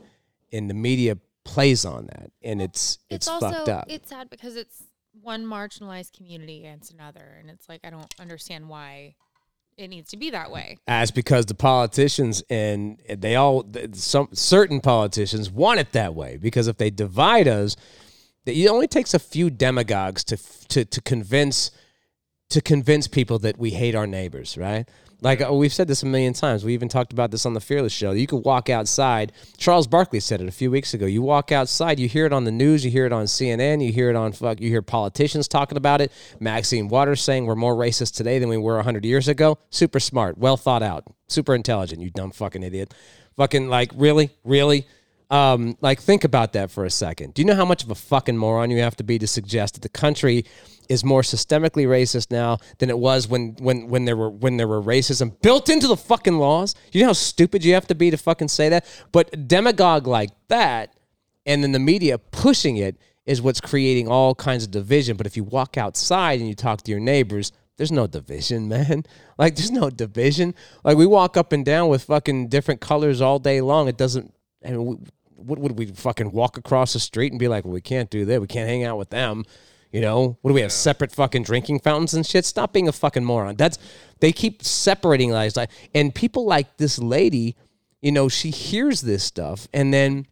[SPEAKER 1] and the media plays on that, and it's it's,
[SPEAKER 6] also
[SPEAKER 1] fucked up.
[SPEAKER 6] it's sad because it's one marginalized community against another, and it's like I don't understand why it needs to be that way.
[SPEAKER 1] That's because the politicians and they all th- some certain politicians want it that way because if they divide us, that it only takes a few demagogues to f- to to convince to convince people that we hate our neighbors, right? Like uh, we've said this a million times. We even talked about this on the Fearless show. You could walk outside. Charles Barkley said it a few weeks ago. You walk outside, you hear it on the news, you hear it on CNN, you hear it on fuck, you hear politicians talking about it. Maxine Waters saying we're more racist today than we were 100 years ago. Super smart, well thought out, super intelligent, you dumb fucking idiot. Fucking like really, really um, like think about that for a second. Do you know how much of a fucking moron you have to be to suggest that the country is more systemically racist now than it was when when when there were when there were racism built into the fucking laws. You know how stupid you have to be to fucking say that. But demagogue like that, and then the media pushing it is what's creating all kinds of division. But if you walk outside and you talk to your neighbors, there's no division, man. Like there's no division. Like we walk up and down with fucking different colors all day long. It doesn't. I mean, we, what would we fucking walk across the street and be like? Well, we can't do that. We can't hang out with them. You know, what do we have? Separate fucking drinking fountains and shit. Stop being a fucking moron. That's they keep separating lives. Like, and people like this lady, you know, she hears this stuff and then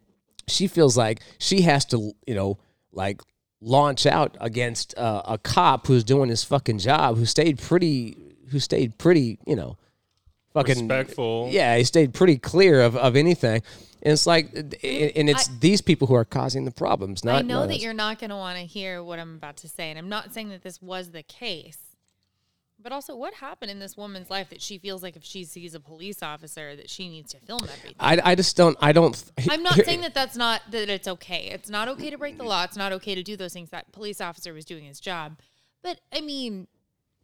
[SPEAKER 1] she feels like she has to, you know, like launch out against uh, a cop who's doing his fucking job, who stayed pretty, who stayed pretty, you know, fucking
[SPEAKER 3] Respectful.
[SPEAKER 1] Yeah, he stayed pretty clear of, of anything. And it's like, and it's these people who are causing the problems. Not
[SPEAKER 6] I know
[SPEAKER 1] not
[SPEAKER 6] that
[SPEAKER 1] us.
[SPEAKER 6] you're not going to want to hear what I'm about to say, and I'm not saying that this was the case. But also, what happened in this woman's life that she feels like if she sees a police officer that she needs to film everything?
[SPEAKER 1] I, I just don't. I don't.
[SPEAKER 6] I'm not saying that that's not that it's okay. It's not okay to break the law. It's not okay to do those things. That police officer was doing his job. But I mean,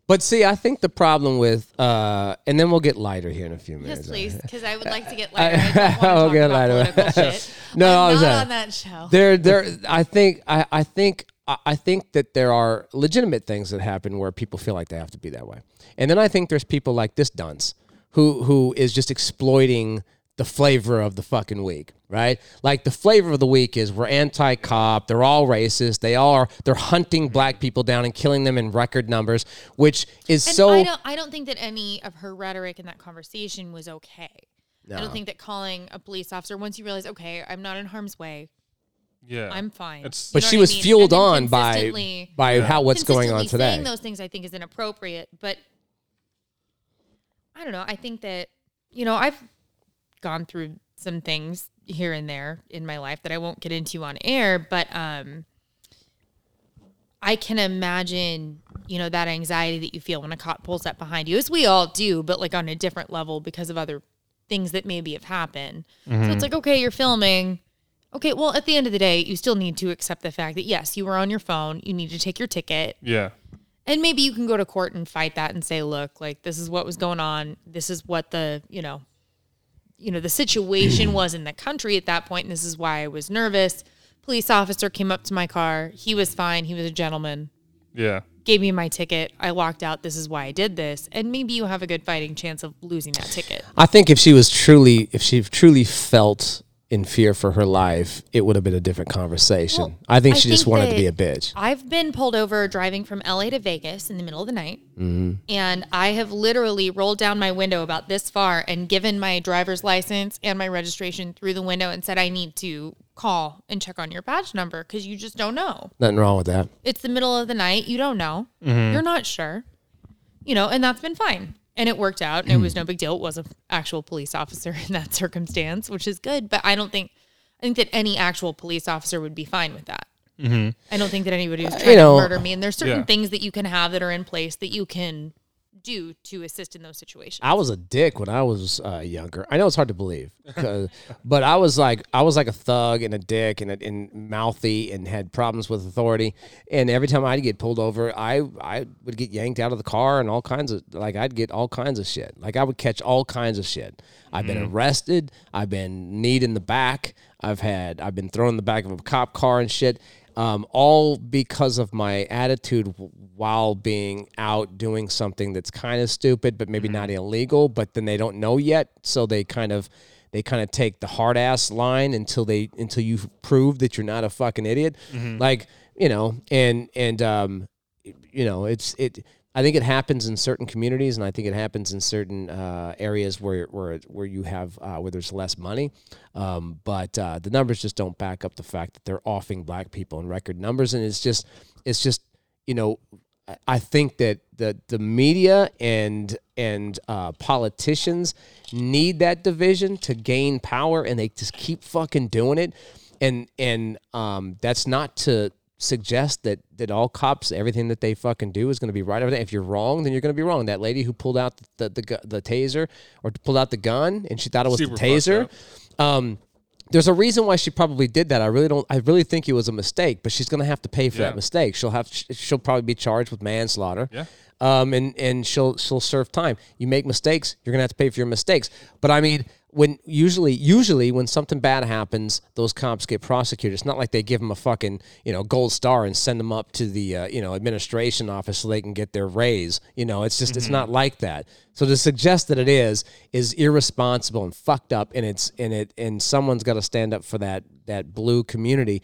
[SPEAKER 1] But see, I think the problem with, uh, and then we'll get lighter here in a few minutes.
[SPEAKER 6] yes, please, because I would like to get lighter. I don't want to
[SPEAKER 1] Okay,
[SPEAKER 6] talk about
[SPEAKER 1] lighter.
[SPEAKER 6] political shit.
[SPEAKER 1] No, uh,
[SPEAKER 6] I'm
[SPEAKER 1] I'm
[SPEAKER 6] not
[SPEAKER 1] sorry.
[SPEAKER 6] on that show.
[SPEAKER 1] There, there. I think. I, I think. I I think that there are legitimate things that happen where people feel like they have to be that way, and then I think there's people like this dunce who who is just exploiting the flavor of the fucking week, right? Like the flavor of the week is we're anti-cop, they're all racist, they all are they're hunting black people down and killing them in record numbers, which is
[SPEAKER 6] And
[SPEAKER 1] so
[SPEAKER 6] I don't I don't think that any of her rhetoric in that conversation was okay. I
[SPEAKER 1] No.
[SPEAKER 6] don't think that calling a police officer once you realize, okay, I'm not in harm's way,
[SPEAKER 3] Yeah.
[SPEAKER 6] I'm fine.
[SPEAKER 3] It's-
[SPEAKER 6] You
[SPEAKER 1] but
[SPEAKER 6] know
[SPEAKER 1] she
[SPEAKER 6] what I
[SPEAKER 1] was
[SPEAKER 6] mean?
[SPEAKER 1] fueled
[SPEAKER 6] And then
[SPEAKER 1] on by
[SPEAKER 6] consistently-
[SPEAKER 1] by how what's going on
[SPEAKER 6] consistently
[SPEAKER 1] today.
[SPEAKER 6] Saying those things I think is inappropriate, but I don't know. I think that you know I've gone through some things here and there in my life that I won't get into on air, but um, I can imagine you know that anxiety that you feel when a cop pulls up behind you, as we all do, but like on a different level because of other things that maybe have happened. So
[SPEAKER 1] Mm-hmm.
[SPEAKER 6] it's like okay, you're filming. Okay, well, at the end of the day, you still need to accept the fact that yes, you were on your phone. You need to take your ticket,
[SPEAKER 3] yeah.
[SPEAKER 6] and maybe you can go to court and fight that and say, look, like this is what was going on. This is what the you know, you know, the situation was in the country at that point, and this is why I was nervous. Police officer came up to my car. He was fine. He was a gentleman.
[SPEAKER 3] Yeah.
[SPEAKER 6] Gave me my ticket. I walked out. This is why I did this. And maybe you have a good fighting chance of losing that ticket.
[SPEAKER 1] I think if she was truly, if she truly felt in fear for her life, it would have been a different conversation.
[SPEAKER 6] Well,
[SPEAKER 1] I think
[SPEAKER 6] I
[SPEAKER 1] she just
[SPEAKER 6] think
[SPEAKER 1] wanted to
[SPEAKER 6] that-
[SPEAKER 1] be a bitch.
[SPEAKER 6] I've been pulled over driving from LA to Vegas in the middle of the night.
[SPEAKER 1] Mm-hmm.
[SPEAKER 6] And I have literally rolled down my window about this far and given my driver's license and my registration through the window and said, I need to call and check on your badge number because you just don't know.
[SPEAKER 1] Nothing wrong with that.
[SPEAKER 6] It's the middle of the night. You don't know. You're not sure. You know, and that's been fine. And it worked out and it was no big deal. It was an actual police officer in that circumstance, which is good. But I don't think, I think that any actual police officer would be fine with that. I don't think that anybody was trying
[SPEAKER 1] know,
[SPEAKER 6] to murder me. And there's certain
[SPEAKER 3] yeah.
[SPEAKER 6] things that you can have that are in place that you can do to assist in those situations.
[SPEAKER 1] I was a dick when I was uh, younger. I know it's hard to believe, 'cause- but I was like I was like a thug and a dick and, a, and mouthy and had problems with authority. And every time I'd get pulled over, I I would get yanked out of the car and all kinds of like I'd get all kinds of shit. Like I would catch all kinds of shit. I've been arrested. I've been kneed in the back. I've had I've been thrown in the back of a cop car and shit. Um, all because of my attitude w- while being out doing something that's kind of stupid, but maybe not illegal. But then they don't know yet, so they kind of they kind of take the hard ass line until they until you prove that you're not a fucking idiot. Like you know, and and um, you know, it's it. I think it happens in certain communities, and I think it happens in certain uh, areas where where where you have uh, where there's less money. Um, but uh, the numbers just don't back up the fact that they're offing black people in record numbers, and it's just it's just you know I- I think that the the media and and uh, politicians need that division to gain power, and they just keep fucking doing it. And and um, that's not to suggest that that all cops everything that they fucking do is going to be right. Everything. If you're wrong, then you're going to be wrong. That lady who pulled out the the, gu- the taser or pulled out the gun and she thought it was
[SPEAKER 3] Super
[SPEAKER 1] the
[SPEAKER 3] fucked
[SPEAKER 1] taser.
[SPEAKER 3] up.
[SPEAKER 1] Um, there's a reason why she probably did that. I really don't. I really think it was a mistake, but she's gonna have to pay for
[SPEAKER 3] Yeah.
[SPEAKER 1] that mistake. She'll have. sh- She'll probably be charged with manslaughter.
[SPEAKER 3] Yeah.
[SPEAKER 1] Um. And and she'll she'll serve time. You make mistakes, you're gonna have to pay for your mistakes. But I mean, when usually usually when something bad happens, those cops get prosecuted. It's not like they give them a fucking you know gold star and send them up to the uh, you know administration office so they can get their raise. You know, it's just it's not like that. So to suggest that it is is irresponsible and fucked up, and it's and it and someone's got to stand up for that that blue community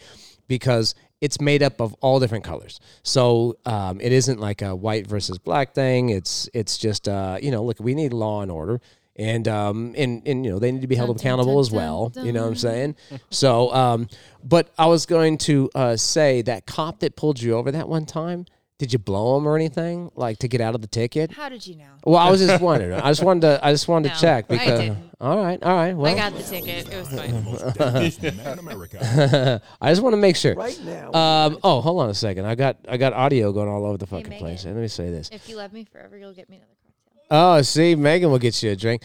[SPEAKER 1] because it's made up of all different colors. So um, it isn't like a white versus black thing. It's it's just uh, you know look we need law and order. And um and, and you know they need to be held accountable as well. You know what I'm saying? So um, but I was going to uh, say that cop that pulled you over that one time, did you blow him or anything like to get out of the ticket?
[SPEAKER 6] How did you know?
[SPEAKER 1] Well, I was just wondering. I just wanted to. I just wanted
[SPEAKER 6] No,
[SPEAKER 1] to check
[SPEAKER 6] I
[SPEAKER 1] because.
[SPEAKER 6] didn't.
[SPEAKER 1] All right, all right. Well,
[SPEAKER 6] I got the ticket. It was fine.
[SPEAKER 4] Most dangerous man in America.
[SPEAKER 1] I just want to make sure. Right now. Um. Oh, hold on a second. I got. I got audio going all over the fucking
[SPEAKER 6] Megan.
[SPEAKER 1] place. Let me say this.
[SPEAKER 6] If you love me forever, you'll get me another cocktail.
[SPEAKER 1] Oh, see, Megan will get you a drink.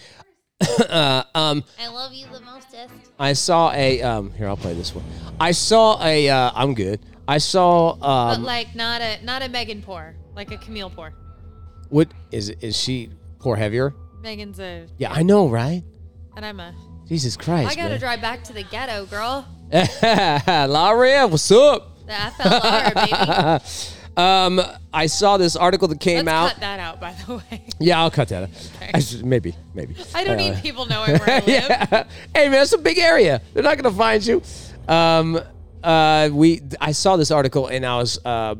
[SPEAKER 6] I love you the mostest.
[SPEAKER 1] I saw a. Um. Here, I'll play this one. I saw a. Uh, I'm good. I saw.
[SPEAKER 6] But
[SPEAKER 1] Um.
[SPEAKER 6] like not a not a Megan pour, like a Camille pour.
[SPEAKER 1] what is? Is she poor heavier?
[SPEAKER 6] Megan's a
[SPEAKER 1] Yeah, I know, right?
[SPEAKER 6] and I'm a.
[SPEAKER 1] Jesus Christ.
[SPEAKER 6] I gotta
[SPEAKER 1] man.
[SPEAKER 6] drive back to the ghetto, girl.
[SPEAKER 1] Laria, what's up?
[SPEAKER 6] The FLR, baby.
[SPEAKER 1] Um. I saw this article that came
[SPEAKER 6] Let's
[SPEAKER 1] out.
[SPEAKER 6] cut that out, by the way.
[SPEAKER 1] Yeah, I'll cut that. out. I should- maybe. Maybe.
[SPEAKER 6] I don't need people knowing where I live.
[SPEAKER 1] hey man, that's a big area. They're not gonna find you. Um, uh, we I saw this article and I was uh,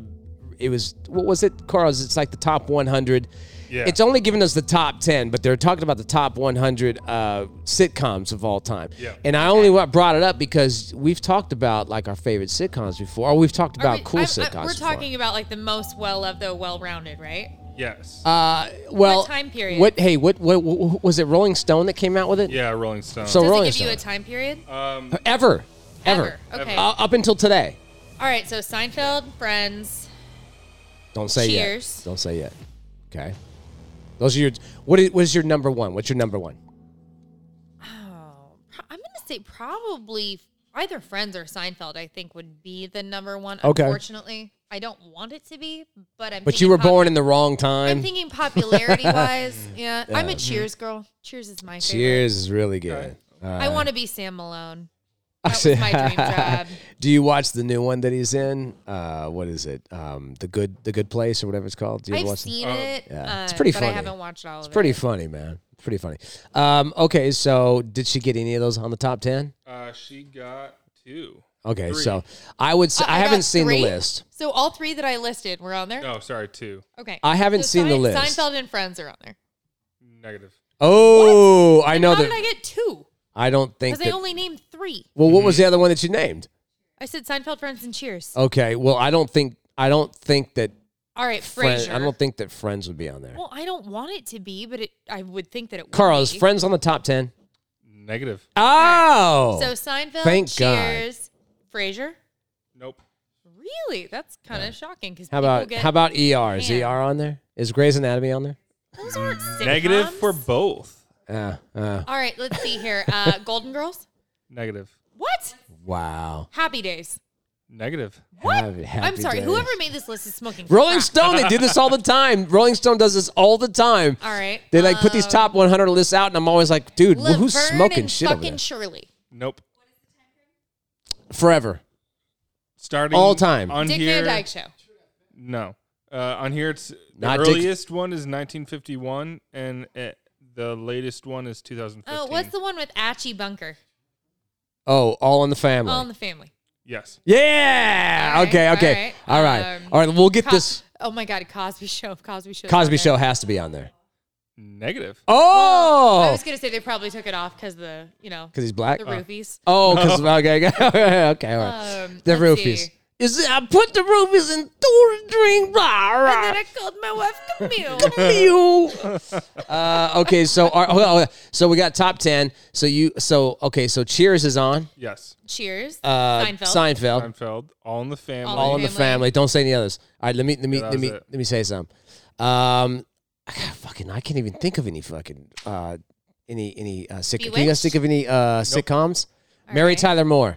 [SPEAKER 1] it was what was it, Carl's? It's like the top 100.
[SPEAKER 3] Yeah.
[SPEAKER 1] It's only giving us the top 10, but they're talking about the top 100 uh, sitcoms of all time.
[SPEAKER 3] Yeah.
[SPEAKER 1] And I only wa- brought it up because we've talked about like our favorite sitcoms before, or we've talked
[SPEAKER 6] Are
[SPEAKER 1] about
[SPEAKER 6] we-
[SPEAKER 1] cool
[SPEAKER 6] I'm-
[SPEAKER 1] sitcoms.
[SPEAKER 6] I'm- We're
[SPEAKER 1] before.
[SPEAKER 6] talking about like the most well of the well rounded, right?
[SPEAKER 1] Oh,
[SPEAKER 3] Yes.
[SPEAKER 1] Uh, well,
[SPEAKER 6] time period?
[SPEAKER 1] What? Hey, what, what, what? Was it Rolling Stone that came out with it?
[SPEAKER 3] yeah, Rolling Stone.
[SPEAKER 1] So
[SPEAKER 6] Does
[SPEAKER 1] Rolling
[SPEAKER 6] it give
[SPEAKER 1] Stone.
[SPEAKER 6] you a time period?
[SPEAKER 1] ever, ever,
[SPEAKER 6] Ever. Okay.
[SPEAKER 1] Uh, up until today.
[SPEAKER 6] All right. So Seinfeld, Friends.
[SPEAKER 1] Don't say
[SPEAKER 6] Cheers.
[SPEAKER 1] yet. Don't say yet. Okay. Those are your. What is, what is your number one? What's your number one?
[SPEAKER 6] Oh, pro- I'm gonna say probably either Friends or Seinfeld. I think would be the number one.
[SPEAKER 1] Okay.
[SPEAKER 6] Unfortunately, I don't want it to be, but I'm.
[SPEAKER 1] But you
[SPEAKER 6] thinking
[SPEAKER 1] were
[SPEAKER 6] pop-
[SPEAKER 1] born in the wrong
[SPEAKER 6] I'm
[SPEAKER 1] time.
[SPEAKER 6] thinking popularity wise. Yeah, I'm a Cheers girl. Cheers is my favorite.
[SPEAKER 1] Mm-hmm. Cheers is really good.
[SPEAKER 6] I
[SPEAKER 1] Uh,
[SPEAKER 6] want to be Sam Malone. That was my dream job.
[SPEAKER 1] Do you watch the new one that he's in? Uh, what is it? Um, the good, the good place, or whatever it's called. Do you ever
[SPEAKER 6] I've
[SPEAKER 1] watch it?
[SPEAKER 6] seen
[SPEAKER 3] Oh,
[SPEAKER 6] it.
[SPEAKER 1] Yeah. It's
[SPEAKER 6] uh,
[SPEAKER 1] pretty
[SPEAKER 6] but I
[SPEAKER 1] funny.
[SPEAKER 6] haven't watched all of
[SPEAKER 1] It's
[SPEAKER 6] it.
[SPEAKER 1] pretty funny, man. It's pretty funny. Um, okay, so did she get any of those on the top ten?
[SPEAKER 3] uh, she got two.
[SPEAKER 1] Okay,
[SPEAKER 3] Three.
[SPEAKER 1] so I would. Say,
[SPEAKER 6] Uh,
[SPEAKER 1] I,
[SPEAKER 6] got
[SPEAKER 1] haven't seen
[SPEAKER 6] three.
[SPEAKER 1] the list.
[SPEAKER 6] So all three that I listed were on there.
[SPEAKER 3] No, sorry, two.
[SPEAKER 6] Okay.
[SPEAKER 1] I haven't
[SPEAKER 6] So
[SPEAKER 1] seen the
[SPEAKER 6] Sein-
[SPEAKER 1] list.
[SPEAKER 6] Seinfeld and Friends are on there.
[SPEAKER 3] Negative.
[SPEAKER 1] Oh, I
[SPEAKER 6] And
[SPEAKER 1] know
[SPEAKER 6] How
[SPEAKER 1] that.
[SPEAKER 6] did I get two?
[SPEAKER 1] I don't think
[SPEAKER 6] Because I
[SPEAKER 1] that.
[SPEAKER 6] only named three.
[SPEAKER 1] well, what was the other one that you named?
[SPEAKER 6] I said Seinfeld, Friends, and Cheers.
[SPEAKER 1] Okay. Well, I don't think I don't think that
[SPEAKER 6] All right,
[SPEAKER 1] friends.
[SPEAKER 6] Frasier.
[SPEAKER 1] I don't think that Friends would be on there.
[SPEAKER 6] Well, I don't want it to be, but it, I would think that it. would
[SPEAKER 1] Carl is
[SPEAKER 6] be.
[SPEAKER 1] Friends on the top ten.
[SPEAKER 3] Negative.
[SPEAKER 1] Oh,
[SPEAKER 6] So Seinfeld,
[SPEAKER 1] Thank God.
[SPEAKER 6] Cheers, Frasier.
[SPEAKER 3] Nope.
[SPEAKER 6] Really, that's kind of shocking because
[SPEAKER 1] how about
[SPEAKER 6] get,
[SPEAKER 1] how about ER? Is
[SPEAKER 6] Man.
[SPEAKER 1] ER on there? Is Grey's Anatomy on there?
[SPEAKER 6] those aren't sitcoms.
[SPEAKER 3] Negative for both.
[SPEAKER 1] Uh, uh,
[SPEAKER 6] All right, let's see here. Uh, Golden Girls.
[SPEAKER 3] Negative.
[SPEAKER 6] What?
[SPEAKER 1] wow.
[SPEAKER 6] Happy Days.
[SPEAKER 3] Negative.
[SPEAKER 6] What?
[SPEAKER 1] Happy-
[SPEAKER 6] I'm
[SPEAKER 1] happy
[SPEAKER 6] sorry.
[SPEAKER 1] days.
[SPEAKER 6] Whoever made this list is smoking.
[SPEAKER 1] Rolling
[SPEAKER 6] crack.
[SPEAKER 1] Stone, they do this all the time. Rolling Stone does this all the time.
[SPEAKER 6] All right.
[SPEAKER 1] They like put these
[SPEAKER 6] um,
[SPEAKER 1] top 100 lists out, and I'm always like, dude, wh- who's
[SPEAKER 6] Laverne
[SPEAKER 1] smoking
[SPEAKER 6] and
[SPEAKER 1] shit over
[SPEAKER 6] Fucking
[SPEAKER 1] there?
[SPEAKER 6] Shirley.
[SPEAKER 3] Nope.
[SPEAKER 1] Forever.
[SPEAKER 3] Starting
[SPEAKER 1] All time.
[SPEAKER 3] on
[SPEAKER 6] Dick
[SPEAKER 3] here.
[SPEAKER 6] Van Dyke Show.
[SPEAKER 3] No. Uh, on here, it's the
[SPEAKER 1] Not Dick-
[SPEAKER 3] earliest one is 1951, and uh the latest one is 2015.
[SPEAKER 6] Oh, what's the one with Archie Bunker?
[SPEAKER 1] Oh, all in the family.
[SPEAKER 6] All in the Family.
[SPEAKER 3] Yes.
[SPEAKER 1] yeah.
[SPEAKER 6] All right,
[SPEAKER 1] okay.
[SPEAKER 6] all
[SPEAKER 1] Okay.
[SPEAKER 6] right,
[SPEAKER 1] All right.
[SPEAKER 6] um,
[SPEAKER 1] all right. We'll get
[SPEAKER 6] Co-
[SPEAKER 1] this.
[SPEAKER 6] Oh my God, Cosby Show. Cosby Show.
[SPEAKER 1] Cosby Show has to be on there.
[SPEAKER 3] Negative.
[SPEAKER 1] Oh,
[SPEAKER 6] I was gonna say they probably took it off because the you know
[SPEAKER 1] because he's black.
[SPEAKER 6] the roofies.
[SPEAKER 1] Oh, because okay, okay, okay, all right.
[SPEAKER 6] Um,
[SPEAKER 1] the
[SPEAKER 6] let's
[SPEAKER 1] roofies.
[SPEAKER 6] see.
[SPEAKER 1] Is it, I put the roofies in two drink rah,
[SPEAKER 6] And then
[SPEAKER 1] rah,
[SPEAKER 6] I called my wife Camille.
[SPEAKER 1] mew. uh, okay, so our, hold on, hold on. so we got top ten. So you, so okay, so Cheers is on.
[SPEAKER 3] Yes.
[SPEAKER 6] Cheers.
[SPEAKER 1] Uh,
[SPEAKER 6] Seinfeld.
[SPEAKER 1] Seinfeld,
[SPEAKER 3] Seinfeld. All in the family.
[SPEAKER 1] All in the
[SPEAKER 6] Family.
[SPEAKER 1] Family. Don't say any others. All right, let me let me
[SPEAKER 3] Yeah, that
[SPEAKER 1] let me
[SPEAKER 3] was it.
[SPEAKER 1] let me say something. Um, I can't fucking, I can't even think of any fucking uh, any any uh, sitcom. Can you guys
[SPEAKER 6] Bewitched?
[SPEAKER 1] think of any uh, sitcoms? Mary Tyler Moore.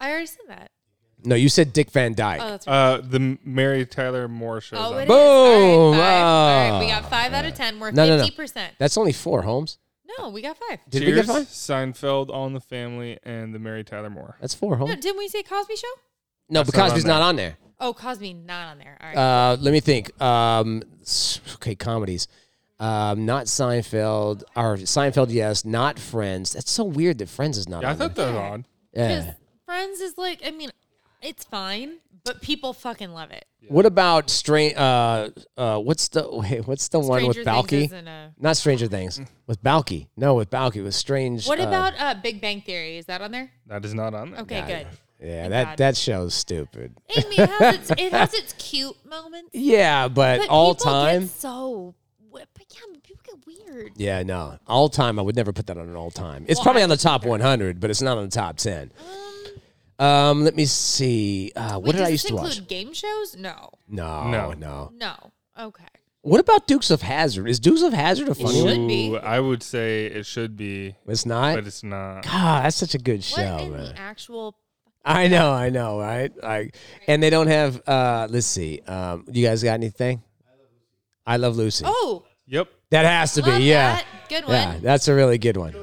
[SPEAKER 6] I already said that.
[SPEAKER 1] No, you said Dick Van Dyke.
[SPEAKER 6] Oh, that's right.
[SPEAKER 3] Uh, the Mary Tyler Moore shows.
[SPEAKER 6] oh,
[SPEAKER 3] up.
[SPEAKER 6] it is. All
[SPEAKER 1] Boom.
[SPEAKER 6] right, five. All right, we
[SPEAKER 1] Ah.
[SPEAKER 6] got five out of ten. We're
[SPEAKER 1] No, no, no.
[SPEAKER 6] fifty percent.
[SPEAKER 1] That's only four, Holmes.
[SPEAKER 6] No, we got five.
[SPEAKER 1] Did we get
[SPEAKER 3] Cheers,
[SPEAKER 1] five?
[SPEAKER 3] Seinfeld, All in the Family, and the Mary Tyler Moore.
[SPEAKER 1] That's four,
[SPEAKER 6] No,
[SPEAKER 1] Holmes.
[SPEAKER 6] didn't we say Cosby Show?
[SPEAKER 1] No,
[SPEAKER 3] That's not
[SPEAKER 1] because he's
[SPEAKER 3] on
[SPEAKER 1] not on there.
[SPEAKER 6] Oh, Cosby not on there. All right.
[SPEAKER 1] Uh, let me think. Um, s- okay, comedies. Um, not Seinfeld or Seinfeld. Yes, not Friends. That's so weird that Friends is not.
[SPEAKER 3] Yeah, I
[SPEAKER 1] on
[SPEAKER 3] thought that was odd.
[SPEAKER 1] there.
[SPEAKER 6] Because Friends is like, I mean, it's fine, but people fucking love it.
[SPEAKER 1] What about strange? Uh, uh, what's the wait, what's the one with
[SPEAKER 6] Stranger Things
[SPEAKER 1] Balky?
[SPEAKER 6] isn't a-
[SPEAKER 1] Not Stranger Things with Balky. No, with Balky with Strange.
[SPEAKER 6] What
[SPEAKER 1] uh,
[SPEAKER 6] about uh, Big Bang Theory? Is that on there?
[SPEAKER 3] That is not on there.
[SPEAKER 6] Okay, good.
[SPEAKER 1] Yeah, that
[SPEAKER 6] God.
[SPEAKER 1] that show's stupid.
[SPEAKER 6] I mean, it has its, it has its cute moments.
[SPEAKER 1] Yeah, but,
[SPEAKER 6] But
[SPEAKER 1] all
[SPEAKER 6] people get
[SPEAKER 1] time.
[SPEAKER 6] so. But yeah, but people get weird.
[SPEAKER 1] Yeah, no, all time. I would never put that on an all time. It's probably on the top 100, but it's not on the top 10. Um, let me see. Uh, what
[SPEAKER 6] Wait,
[SPEAKER 1] did
[SPEAKER 6] does
[SPEAKER 1] I
[SPEAKER 6] this
[SPEAKER 1] used to
[SPEAKER 6] include
[SPEAKER 1] watch?
[SPEAKER 6] Game shows? No,
[SPEAKER 1] No, no,
[SPEAKER 3] No.
[SPEAKER 1] no.
[SPEAKER 6] no. Okay,
[SPEAKER 1] What about Dukes of Hazard? Is Dukes of Hazard a funny one?
[SPEAKER 6] should be.
[SPEAKER 3] Ooh, I would say it should be,
[SPEAKER 1] It's not.
[SPEAKER 3] but it's not.
[SPEAKER 1] God, that's such a good show,
[SPEAKER 6] what in
[SPEAKER 1] man.
[SPEAKER 6] the actual?
[SPEAKER 1] I know, I know, right? Like, and they don't have. uh Let's see. Um, you guys got anything? I love Lucy.
[SPEAKER 6] Oh,
[SPEAKER 3] Yep.
[SPEAKER 1] that has to be.
[SPEAKER 6] love
[SPEAKER 1] Yeah,
[SPEAKER 6] that. Good one.
[SPEAKER 1] yeah, that's a really good one.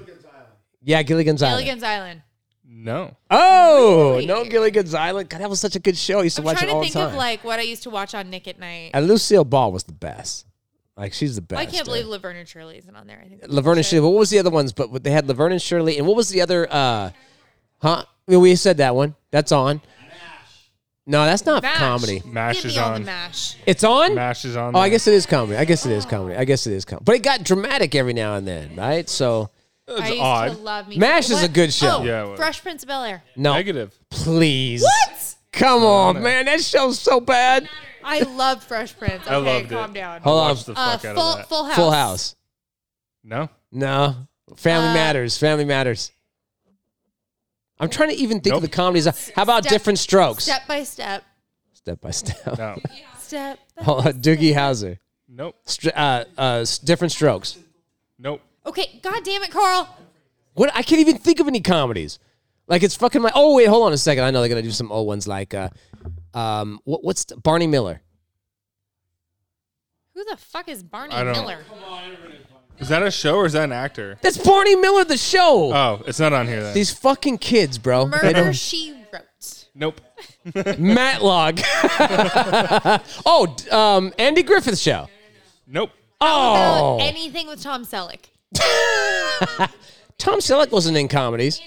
[SPEAKER 1] Yeah, Gilligan's Island.
[SPEAKER 6] Gilligan's Island.
[SPEAKER 3] No.
[SPEAKER 1] Oh,
[SPEAKER 6] Really?
[SPEAKER 1] no, Gilligan's Island. God, that was such a good show. I used to
[SPEAKER 6] I'm
[SPEAKER 1] watch it
[SPEAKER 6] trying
[SPEAKER 1] all
[SPEAKER 6] to think
[SPEAKER 1] the time.
[SPEAKER 6] of like what I used to watch on Nick at Night.
[SPEAKER 1] and Lucille Ball was the best. Like she's the best.
[SPEAKER 6] I can't believe
[SPEAKER 1] uh,
[SPEAKER 6] Laverne and Shirley isn't on there. I think that's
[SPEAKER 1] Laverne and
[SPEAKER 6] bullshit.
[SPEAKER 1] Shirley. What was the other ones? But but they had Laverne and Shirley, and what was the other? uh Huh? We- We said that one. That's on. No, that's not
[SPEAKER 6] Mash.
[SPEAKER 1] comedy.
[SPEAKER 3] Mash
[SPEAKER 6] Give
[SPEAKER 3] is
[SPEAKER 6] me all
[SPEAKER 3] on.
[SPEAKER 6] The mash.
[SPEAKER 1] It's on.
[SPEAKER 3] Mash is on.
[SPEAKER 1] Oh, I
[SPEAKER 3] there.
[SPEAKER 1] guess it is comedy. I guess it is comedy. I guess it is comedy. But it got dramatic every now and then, right? So
[SPEAKER 3] That's
[SPEAKER 6] I used
[SPEAKER 3] odd.
[SPEAKER 6] to love me.
[SPEAKER 1] Mash is a good show.
[SPEAKER 6] Oh,
[SPEAKER 3] Yeah, it was.
[SPEAKER 6] Fresh Prince of Bel Air.
[SPEAKER 1] no,
[SPEAKER 3] Negative.
[SPEAKER 1] please. What? Come on, man. That show's so bad.
[SPEAKER 6] I love Fresh Prince. Okay,
[SPEAKER 3] I loved
[SPEAKER 6] calm
[SPEAKER 3] it.
[SPEAKER 6] down.
[SPEAKER 1] Hold on.
[SPEAKER 3] Watch the
[SPEAKER 6] Uh,
[SPEAKER 3] fuck out
[SPEAKER 6] full,
[SPEAKER 3] of that.
[SPEAKER 6] full House.
[SPEAKER 1] Full House.
[SPEAKER 3] No.
[SPEAKER 1] No. Family
[SPEAKER 6] Uh,
[SPEAKER 1] Matters. Family Matters. I'm trying to even think of the
[SPEAKER 3] Nope.
[SPEAKER 1] comedies. How about
[SPEAKER 6] Step-
[SPEAKER 1] Different Strokes?
[SPEAKER 6] Step by step.
[SPEAKER 1] Step by step.
[SPEAKER 3] No.
[SPEAKER 6] Step. by-
[SPEAKER 1] Hold on, Doogie Howser.
[SPEAKER 3] nope.
[SPEAKER 1] Str- uh, uh, s- different Strokes.
[SPEAKER 3] Nope.
[SPEAKER 6] Okay, God damn it, Carl.
[SPEAKER 1] What? I can't even think of any comedies. Like it's fucking my. Oh wait, hold on a second. I know they're gonna do some old ones like, uh, um, what, what's the- Barney Miller?
[SPEAKER 6] Who the fuck is Barney
[SPEAKER 3] I don't-
[SPEAKER 6] Miller?
[SPEAKER 3] Is that a show or is that an actor?
[SPEAKER 1] That's Barney Miller, the show.
[SPEAKER 3] Oh, it's not on here then.
[SPEAKER 1] These fucking kids, bro. They
[SPEAKER 6] Murder
[SPEAKER 1] don't-
[SPEAKER 6] She Wrote.
[SPEAKER 3] nope.
[SPEAKER 1] Matlock. oh, d- um, Andy Griffith show.
[SPEAKER 3] Nope.
[SPEAKER 1] Oh,
[SPEAKER 6] Uh, anything with Tom Selleck.
[SPEAKER 1] Tom Selleck wasn't in comedies.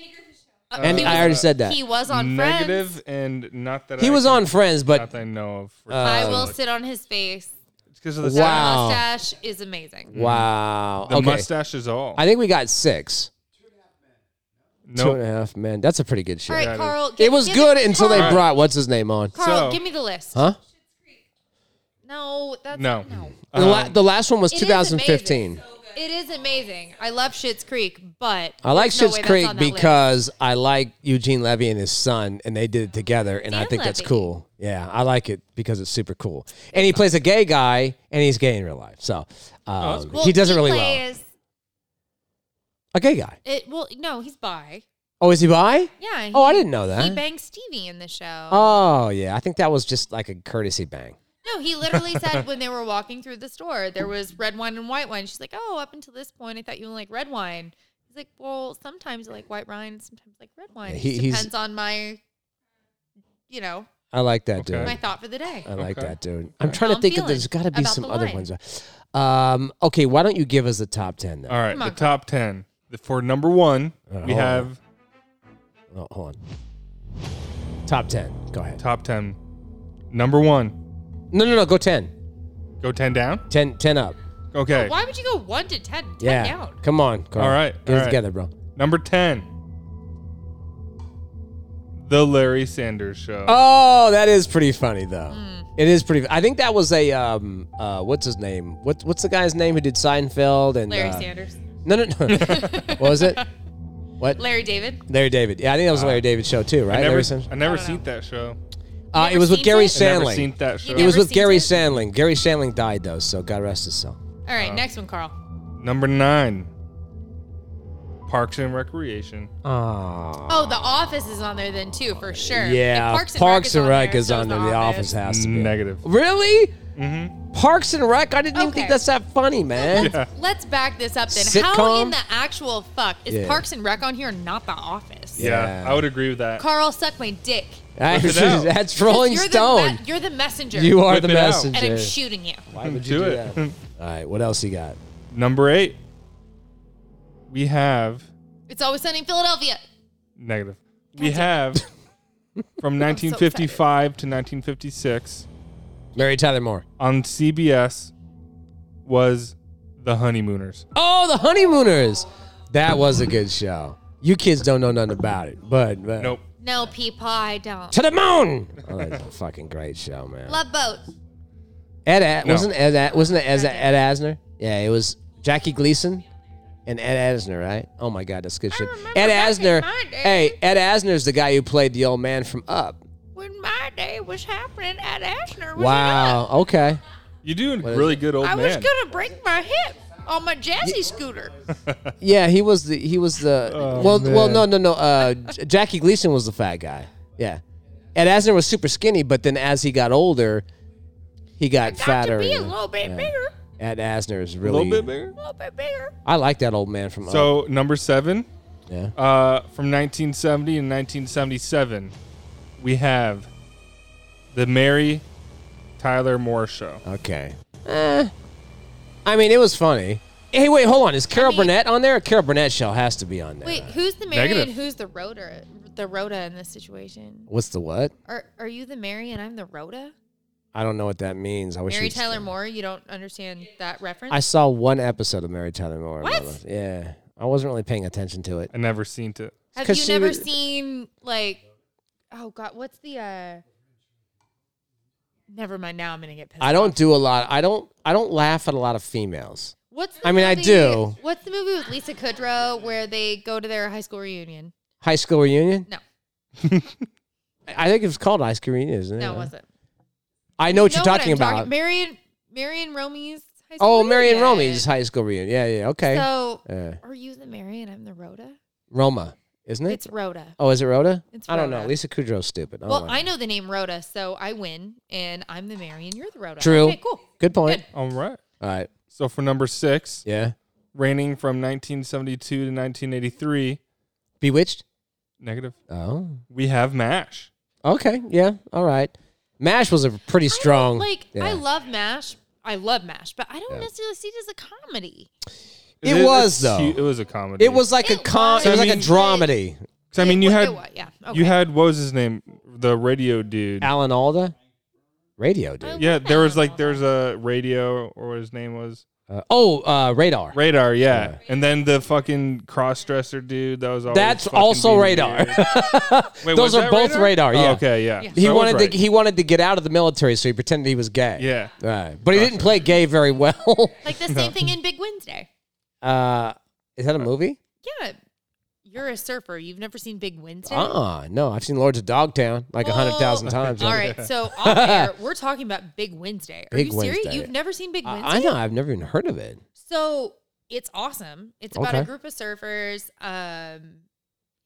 [SPEAKER 1] And
[SPEAKER 6] Uh, he
[SPEAKER 1] I
[SPEAKER 6] was-
[SPEAKER 1] already said that.
[SPEAKER 6] He was on
[SPEAKER 3] Negative
[SPEAKER 6] Friends.
[SPEAKER 3] and not that
[SPEAKER 1] He
[SPEAKER 3] I
[SPEAKER 1] was
[SPEAKER 3] can-
[SPEAKER 1] on Friends,
[SPEAKER 3] Not
[SPEAKER 1] but
[SPEAKER 3] that I know of. for-
[SPEAKER 6] I will sit on his face.
[SPEAKER 3] It's because of the
[SPEAKER 6] That
[SPEAKER 1] Wow.
[SPEAKER 6] mustache is amazing.
[SPEAKER 1] wow.
[SPEAKER 3] The
[SPEAKER 1] okay.
[SPEAKER 3] mustache is all.
[SPEAKER 1] I think we got six. Two and a
[SPEAKER 3] nope.
[SPEAKER 1] half men. That's a pretty good show.
[SPEAKER 6] All
[SPEAKER 3] Yeah,
[SPEAKER 6] right,
[SPEAKER 3] it
[SPEAKER 6] Carl.
[SPEAKER 1] It
[SPEAKER 6] give-
[SPEAKER 1] was
[SPEAKER 6] give
[SPEAKER 1] good
[SPEAKER 6] it-
[SPEAKER 1] until they
[SPEAKER 6] Carl,
[SPEAKER 1] brought what's his name on.
[SPEAKER 6] Carl,
[SPEAKER 3] So-
[SPEAKER 6] give me the list.
[SPEAKER 1] Huh?
[SPEAKER 6] No, that's
[SPEAKER 3] No. Uh,
[SPEAKER 6] no.
[SPEAKER 1] The, la- the last one was
[SPEAKER 6] Um, It is
[SPEAKER 1] 2015.
[SPEAKER 6] amazing. It is amazing. I love Shit's Creek, but
[SPEAKER 1] I like
[SPEAKER 6] there's no
[SPEAKER 1] Schitt's
[SPEAKER 6] way that's
[SPEAKER 1] Creek
[SPEAKER 6] on that list.
[SPEAKER 1] because I like Eugene Levy and his son, and they did it together, and I
[SPEAKER 6] Dan
[SPEAKER 1] think that's
[SPEAKER 6] Levy.
[SPEAKER 1] cool. Yeah, I like it because it's super cool. And he plays a gay guy, and he's gay in real life, so um,
[SPEAKER 6] Well,
[SPEAKER 1] he does it really well.
[SPEAKER 6] plays-
[SPEAKER 1] A gay guy.
[SPEAKER 6] It well, no, he's bi.
[SPEAKER 1] Oh, is he bi?
[SPEAKER 6] Yeah.
[SPEAKER 1] Oh, I
[SPEAKER 6] he-
[SPEAKER 1] didn't know
[SPEAKER 6] He
[SPEAKER 1] that.
[SPEAKER 6] banged Stevie in the show.
[SPEAKER 1] Oh yeah, I think that was just like a courtesy bang.
[SPEAKER 6] no, he literally said when they were walking through the store, there was red wine and white wine. She's like, "Oh, up until this point, I thought you only like red wine." He's like, "Well, sometimes I like white wine, sometimes I like red wine.
[SPEAKER 1] Yeah, he-
[SPEAKER 6] it
[SPEAKER 1] he's-
[SPEAKER 6] depends on my, you know,
[SPEAKER 1] I like that
[SPEAKER 3] Okay.
[SPEAKER 1] dude.
[SPEAKER 6] my thought for the day."
[SPEAKER 1] I like
[SPEAKER 3] Okay.
[SPEAKER 1] that dude. I'm trying
[SPEAKER 6] How
[SPEAKER 1] to
[SPEAKER 6] I'm
[SPEAKER 1] think of
[SPEAKER 6] feeling
[SPEAKER 1] there's got to be
[SPEAKER 6] about
[SPEAKER 1] some
[SPEAKER 6] the
[SPEAKER 1] other
[SPEAKER 6] wine.
[SPEAKER 1] ones. Um, okay, why don't you give us the top ten then?
[SPEAKER 3] All right,
[SPEAKER 6] on,
[SPEAKER 3] the top ten. The- For number one, we
[SPEAKER 1] Uh, hold on.
[SPEAKER 3] have
[SPEAKER 1] Oh, hold on. Top ten. Go ahead.
[SPEAKER 3] top ten. Number one,
[SPEAKER 1] No, no, no. Go 10.
[SPEAKER 3] go ten down.
[SPEAKER 1] 10, 10 up.
[SPEAKER 3] Okay.
[SPEAKER 6] Why would you go one to ten? Ten
[SPEAKER 1] Yeah.
[SPEAKER 6] down.
[SPEAKER 1] Come on, Carl.
[SPEAKER 3] All right,
[SPEAKER 1] Get
[SPEAKER 3] all
[SPEAKER 1] it
[SPEAKER 3] right.
[SPEAKER 1] together, bro.
[SPEAKER 3] Number ten, the Larry Sanders Show.
[SPEAKER 1] Oh, that is pretty funny though. It is pretty. I think that was a um. Uh, what's his name? What What's the guy's name who did Seinfeld and
[SPEAKER 6] Larry
[SPEAKER 1] uh,
[SPEAKER 6] Sanders,
[SPEAKER 1] No, no, no. what was it? What?
[SPEAKER 6] Larry David.
[SPEAKER 1] Larry David. Yeah, I think that was a Larry David show too, right?
[SPEAKER 3] Uh, I never,
[SPEAKER 1] Larry Sanders?
[SPEAKER 3] I never seen that show.
[SPEAKER 1] Uh, it
[SPEAKER 6] Never
[SPEAKER 1] was with
[SPEAKER 6] seen
[SPEAKER 1] Gary
[SPEAKER 6] it?
[SPEAKER 3] I never seen
[SPEAKER 1] Sandling.
[SPEAKER 3] that show.
[SPEAKER 1] It was
[SPEAKER 6] Never
[SPEAKER 1] with
[SPEAKER 6] seen
[SPEAKER 1] Gary
[SPEAKER 6] it?
[SPEAKER 1] Sandling. Gary Sandling died though, so God rest his soul.
[SPEAKER 6] All right, next one, Carl.
[SPEAKER 3] Number nine, Parks and Recreation.
[SPEAKER 6] Oh, The Office is on there then too, for sure.
[SPEAKER 1] Yeah,
[SPEAKER 6] If
[SPEAKER 1] Parks and, Rec is
[SPEAKER 6] so
[SPEAKER 1] on there. The Office has to be
[SPEAKER 3] Negative.
[SPEAKER 1] Really? Mm-hmm. Parks and Rec? I didn't even think
[SPEAKER 6] Okay.
[SPEAKER 1] that's that funny, man.
[SPEAKER 6] Let's back this up then.
[SPEAKER 1] Sitcom?
[SPEAKER 6] How in the actual fuck is
[SPEAKER 1] Yeah.
[SPEAKER 6] Parks and Rec on here, and not The Office?
[SPEAKER 3] Yeah,
[SPEAKER 1] Yeah.
[SPEAKER 3] I would agree with that.
[SPEAKER 6] Carl, suck my dick.
[SPEAKER 1] That's-
[SPEAKER 3] Whip it out.
[SPEAKER 1] that's Rolling
[SPEAKER 6] you're The
[SPEAKER 1] Stone.
[SPEAKER 6] me- you're the messenger.
[SPEAKER 1] you are
[SPEAKER 3] Whip
[SPEAKER 1] the
[SPEAKER 3] it out.
[SPEAKER 1] messenger.
[SPEAKER 6] And I'm shooting you.
[SPEAKER 1] Why would
[SPEAKER 3] Do it.
[SPEAKER 1] All right, what else you got?
[SPEAKER 3] Number eight. We have
[SPEAKER 6] It's always sunny in Philadelphia.
[SPEAKER 3] negative. We have from 1955 to 1956
[SPEAKER 1] Mary Tyler Moore.
[SPEAKER 3] on CBS was The Honeymooners.
[SPEAKER 1] Oh, the Honeymooners. That was a good show. You kids don't know nothing about it, but, but-
[SPEAKER 3] Nope.
[SPEAKER 6] No, people, I don't.
[SPEAKER 1] To the moon. Oh, that's a fucking great show, man.
[SPEAKER 6] Love boats.
[SPEAKER 1] Ed, Ad,
[SPEAKER 3] No.
[SPEAKER 1] wasn't Ed, Ad, wasn't it Ed, Ed Asner? Yeah, it was Jackie Gleason and Ed Asner, right? Oh my God, that's good shit. Ed Asner, hey, Ed Asner's the guy who played the old man from Up.
[SPEAKER 6] When my day was happening at Ashner, was
[SPEAKER 1] Wow. Okay.
[SPEAKER 3] You do a really good old
[SPEAKER 6] I
[SPEAKER 3] man.
[SPEAKER 6] was gonna break my hip on my jazzy scooter.
[SPEAKER 1] Yeah, he was the he was the
[SPEAKER 3] Oh,
[SPEAKER 1] well well no no no uh J- Jackie Gleason was the fat guy. Yeah. Ed Asner was super skinny, but then as he got older, he got,
[SPEAKER 6] Got
[SPEAKER 1] fatter.
[SPEAKER 6] to be a
[SPEAKER 1] and-
[SPEAKER 6] little bit
[SPEAKER 1] yeah.
[SPEAKER 6] bigger,
[SPEAKER 1] Ed Asner is
[SPEAKER 3] a
[SPEAKER 1] really
[SPEAKER 3] little bit bigger.
[SPEAKER 6] a little bit bigger.
[SPEAKER 1] I like that old man from Up.
[SPEAKER 3] So number seven,
[SPEAKER 1] Yeah.
[SPEAKER 3] uh, from 1970 and 1977, we have the Mary Tyler Moore Show.
[SPEAKER 1] Okay. Eh. I mean, it was funny. Hey, wait, hold on. Is Carol
[SPEAKER 6] mean-
[SPEAKER 1] Burnett on there? Carol Burnett show has to be on there.
[SPEAKER 6] Wait, who's the Mary
[SPEAKER 3] Negative.
[SPEAKER 6] and who's the Rhoda? The Rhoda in this situation.
[SPEAKER 1] What's the what?
[SPEAKER 6] Are are you the Mary and I'm the Rhoda?
[SPEAKER 1] I don't know what that means. I wish
[SPEAKER 6] Mary
[SPEAKER 1] you'd-
[SPEAKER 6] Tyler Moore. You don't understand that reference.
[SPEAKER 1] I saw one episode of Mary Tyler Moore.
[SPEAKER 6] What?
[SPEAKER 1] Mama. Yeah. I wasn't really paying attention to it.
[SPEAKER 3] I never seen it.
[SPEAKER 6] Have
[SPEAKER 1] 'cause
[SPEAKER 6] you
[SPEAKER 1] she
[SPEAKER 6] never
[SPEAKER 1] was-
[SPEAKER 6] seen like? Oh God, what's the? uh Never mind. Now I'm gonna get pissed.
[SPEAKER 1] I don't do a lot. I don't I don't laugh at a lot of females.
[SPEAKER 6] What's the
[SPEAKER 1] I mean, I
[SPEAKER 6] movie-
[SPEAKER 1] do.
[SPEAKER 6] What's the movie with Lisa Kudrow where they go to their high school reunion?
[SPEAKER 1] High school reunion?
[SPEAKER 6] No,
[SPEAKER 1] I I think it was called High School Reunion, isn't it?
[SPEAKER 6] no, it wasn't.
[SPEAKER 1] I know what you're
[SPEAKER 6] Know
[SPEAKER 1] talking
[SPEAKER 6] I'm
[SPEAKER 1] about.
[SPEAKER 6] Marion, Marion Romy's. High school
[SPEAKER 1] oh, Mary and
[SPEAKER 6] reunion.
[SPEAKER 1] Romy's high school reunion. Yeah, yeah, okay.
[SPEAKER 6] So,
[SPEAKER 1] Yeah.
[SPEAKER 6] are you the Mary and I'm the Rhoda?
[SPEAKER 1] Roma, isn't it?
[SPEAKER 6] It's Rhoda.
[SPEAKER 1] oh, is it Rhoda?
[SPEAKER 6] It's
[SPEAKER 1] I don't know.
[SPEAKER 6] Rhoda.
[SPEAKER 1] Lisa Kudrow's stupid. I don't
[SPEAKER 6] Well,
[SPEAKER 1] like
[SPEAKER 6] I know the name Rhoda, so I win, and I'm the Mary, and you're the Rhoda.
[SPEAKER 1] True.
[SPEAKER 6] Okay, cool.
[SPEAKER 1] Good point.
[SPEAKER 3] All right.
[SPEAKER 1] All right.
[SPEAKER 3] So for number six,
[SPEAKER 1] Yeah.
[SPEAKER 3] reigning from 1972 to 1983,
[SPEAKER 1] Bewitched.
[SPEAKER 3] negative,
[SPEAKER 1] Oh.
[SPEAKER 3] we have MASH.
[SPEAKER 1] Okay. Yeah. All right. Mash was a pretty
[SPEAKER 6] I don't-
[SPEAKER 1] strong.
[SPEAKER 6] Like
[SPEAKER 1] yeah.
[SPEAKER 6] I love Mash. I love Mash, but I don't
[SPEAKER 1] Yeah.
[SPEAKER 6] necessarily see it as a comedy.
[SPEAKER 1] It
[SPEAKER 3] is-
[SPEAKER 1] was,
[SPEAKER 3] it's
[SPEAKER 1] though.
[SPEAKER 3] cute. It was a comedy.
[SPEAKER 1] It was like a
[SPEAKER 6] It
[SPEAKER 1] com.
[SPEAKER 6] was.
[SPEAKER 1] It was
[SPEAKER 3] I
[SPEAKER 1] like a
[SPEAKER 3] mean-
[SPEAKER 1] dramedy.
[SPEAKER 3] 'Cause, I mean,
[SPEAKER 6] It
[SPEAKER 3] you
[SPEAKER 6] wa-
[SPEAKER 3] had
[SPEAKER 6] it wa- yeah.
[SPEAKER 3] you
[SPEAKER 6] okay.
[SPEAKER 3] had what was his name? The radio dude.
[SPEAKER 1] Alan Alda, radio dude.
[SPEAKER 3] yeah, there was like there's a radio or what his name was
[SPEAKER 1] Uh, oh, uh, radar.
[SPEAKER 3] radar. Yeah, and then the fucking cross dresser dude that was always
[SPEAKER 1] That's
[SPEAKER 3] fucking
[SPEAKER 1] also
[SPEAKER 3] being
[SPEAKER 1] radar.
[SPEAKER 3] weird. Wait,
[SPEAKER 1] Those
[SPEAKER 3] was
[SPEAKER 1] are
[SPEAKER 3] that
[SPEAKER 1] both radar,
[SPEAKER 3] Oh,
[SPEAKER 1] yeah.
[SPEAKER 3] okay, yeah.
[SPEAKER 1] he
[SPEAKER 3] So I was
[SPEAKER 1] wanted
[SPEAKER 3] right.
[SPEAKER 1] to. He wanted to get out of the military, so he pretended he was gay.
[SPEAKER 3] Yeah.
[SPEAKER 1] Right. But he didn't play gay very well.
[SPEAKER 6] like the same thing in Big Wednesday.
[SPEAKER 1] uh, is that a movie?
[SPEAKER 6] Yeah, you're a surfer. You've never seen Big Wednesday.
[SPEAKER 1] Ah, no. I've seen Lords of Dogtown like a hundred thousand
[SPEAKER 6] Well,
[SPEAKER 1] times.
[SPEAKER 6] Oh, All right, so off air, we're talking about Big Wednesday. Are
[SPEAKER 1] Big
[SPEAKER 6] you serious?
[SPEAKER 1] Wednesday.
[SPEAKER 6] You've never seen Big Wednesday?
[SPEAKER 1] I, I know. I've never even heard of it.
[SPEAKER 6] So it's awesome. It's about a
[SPEAKER 1] Okay.
[SPEAKER 6] group of surfers um,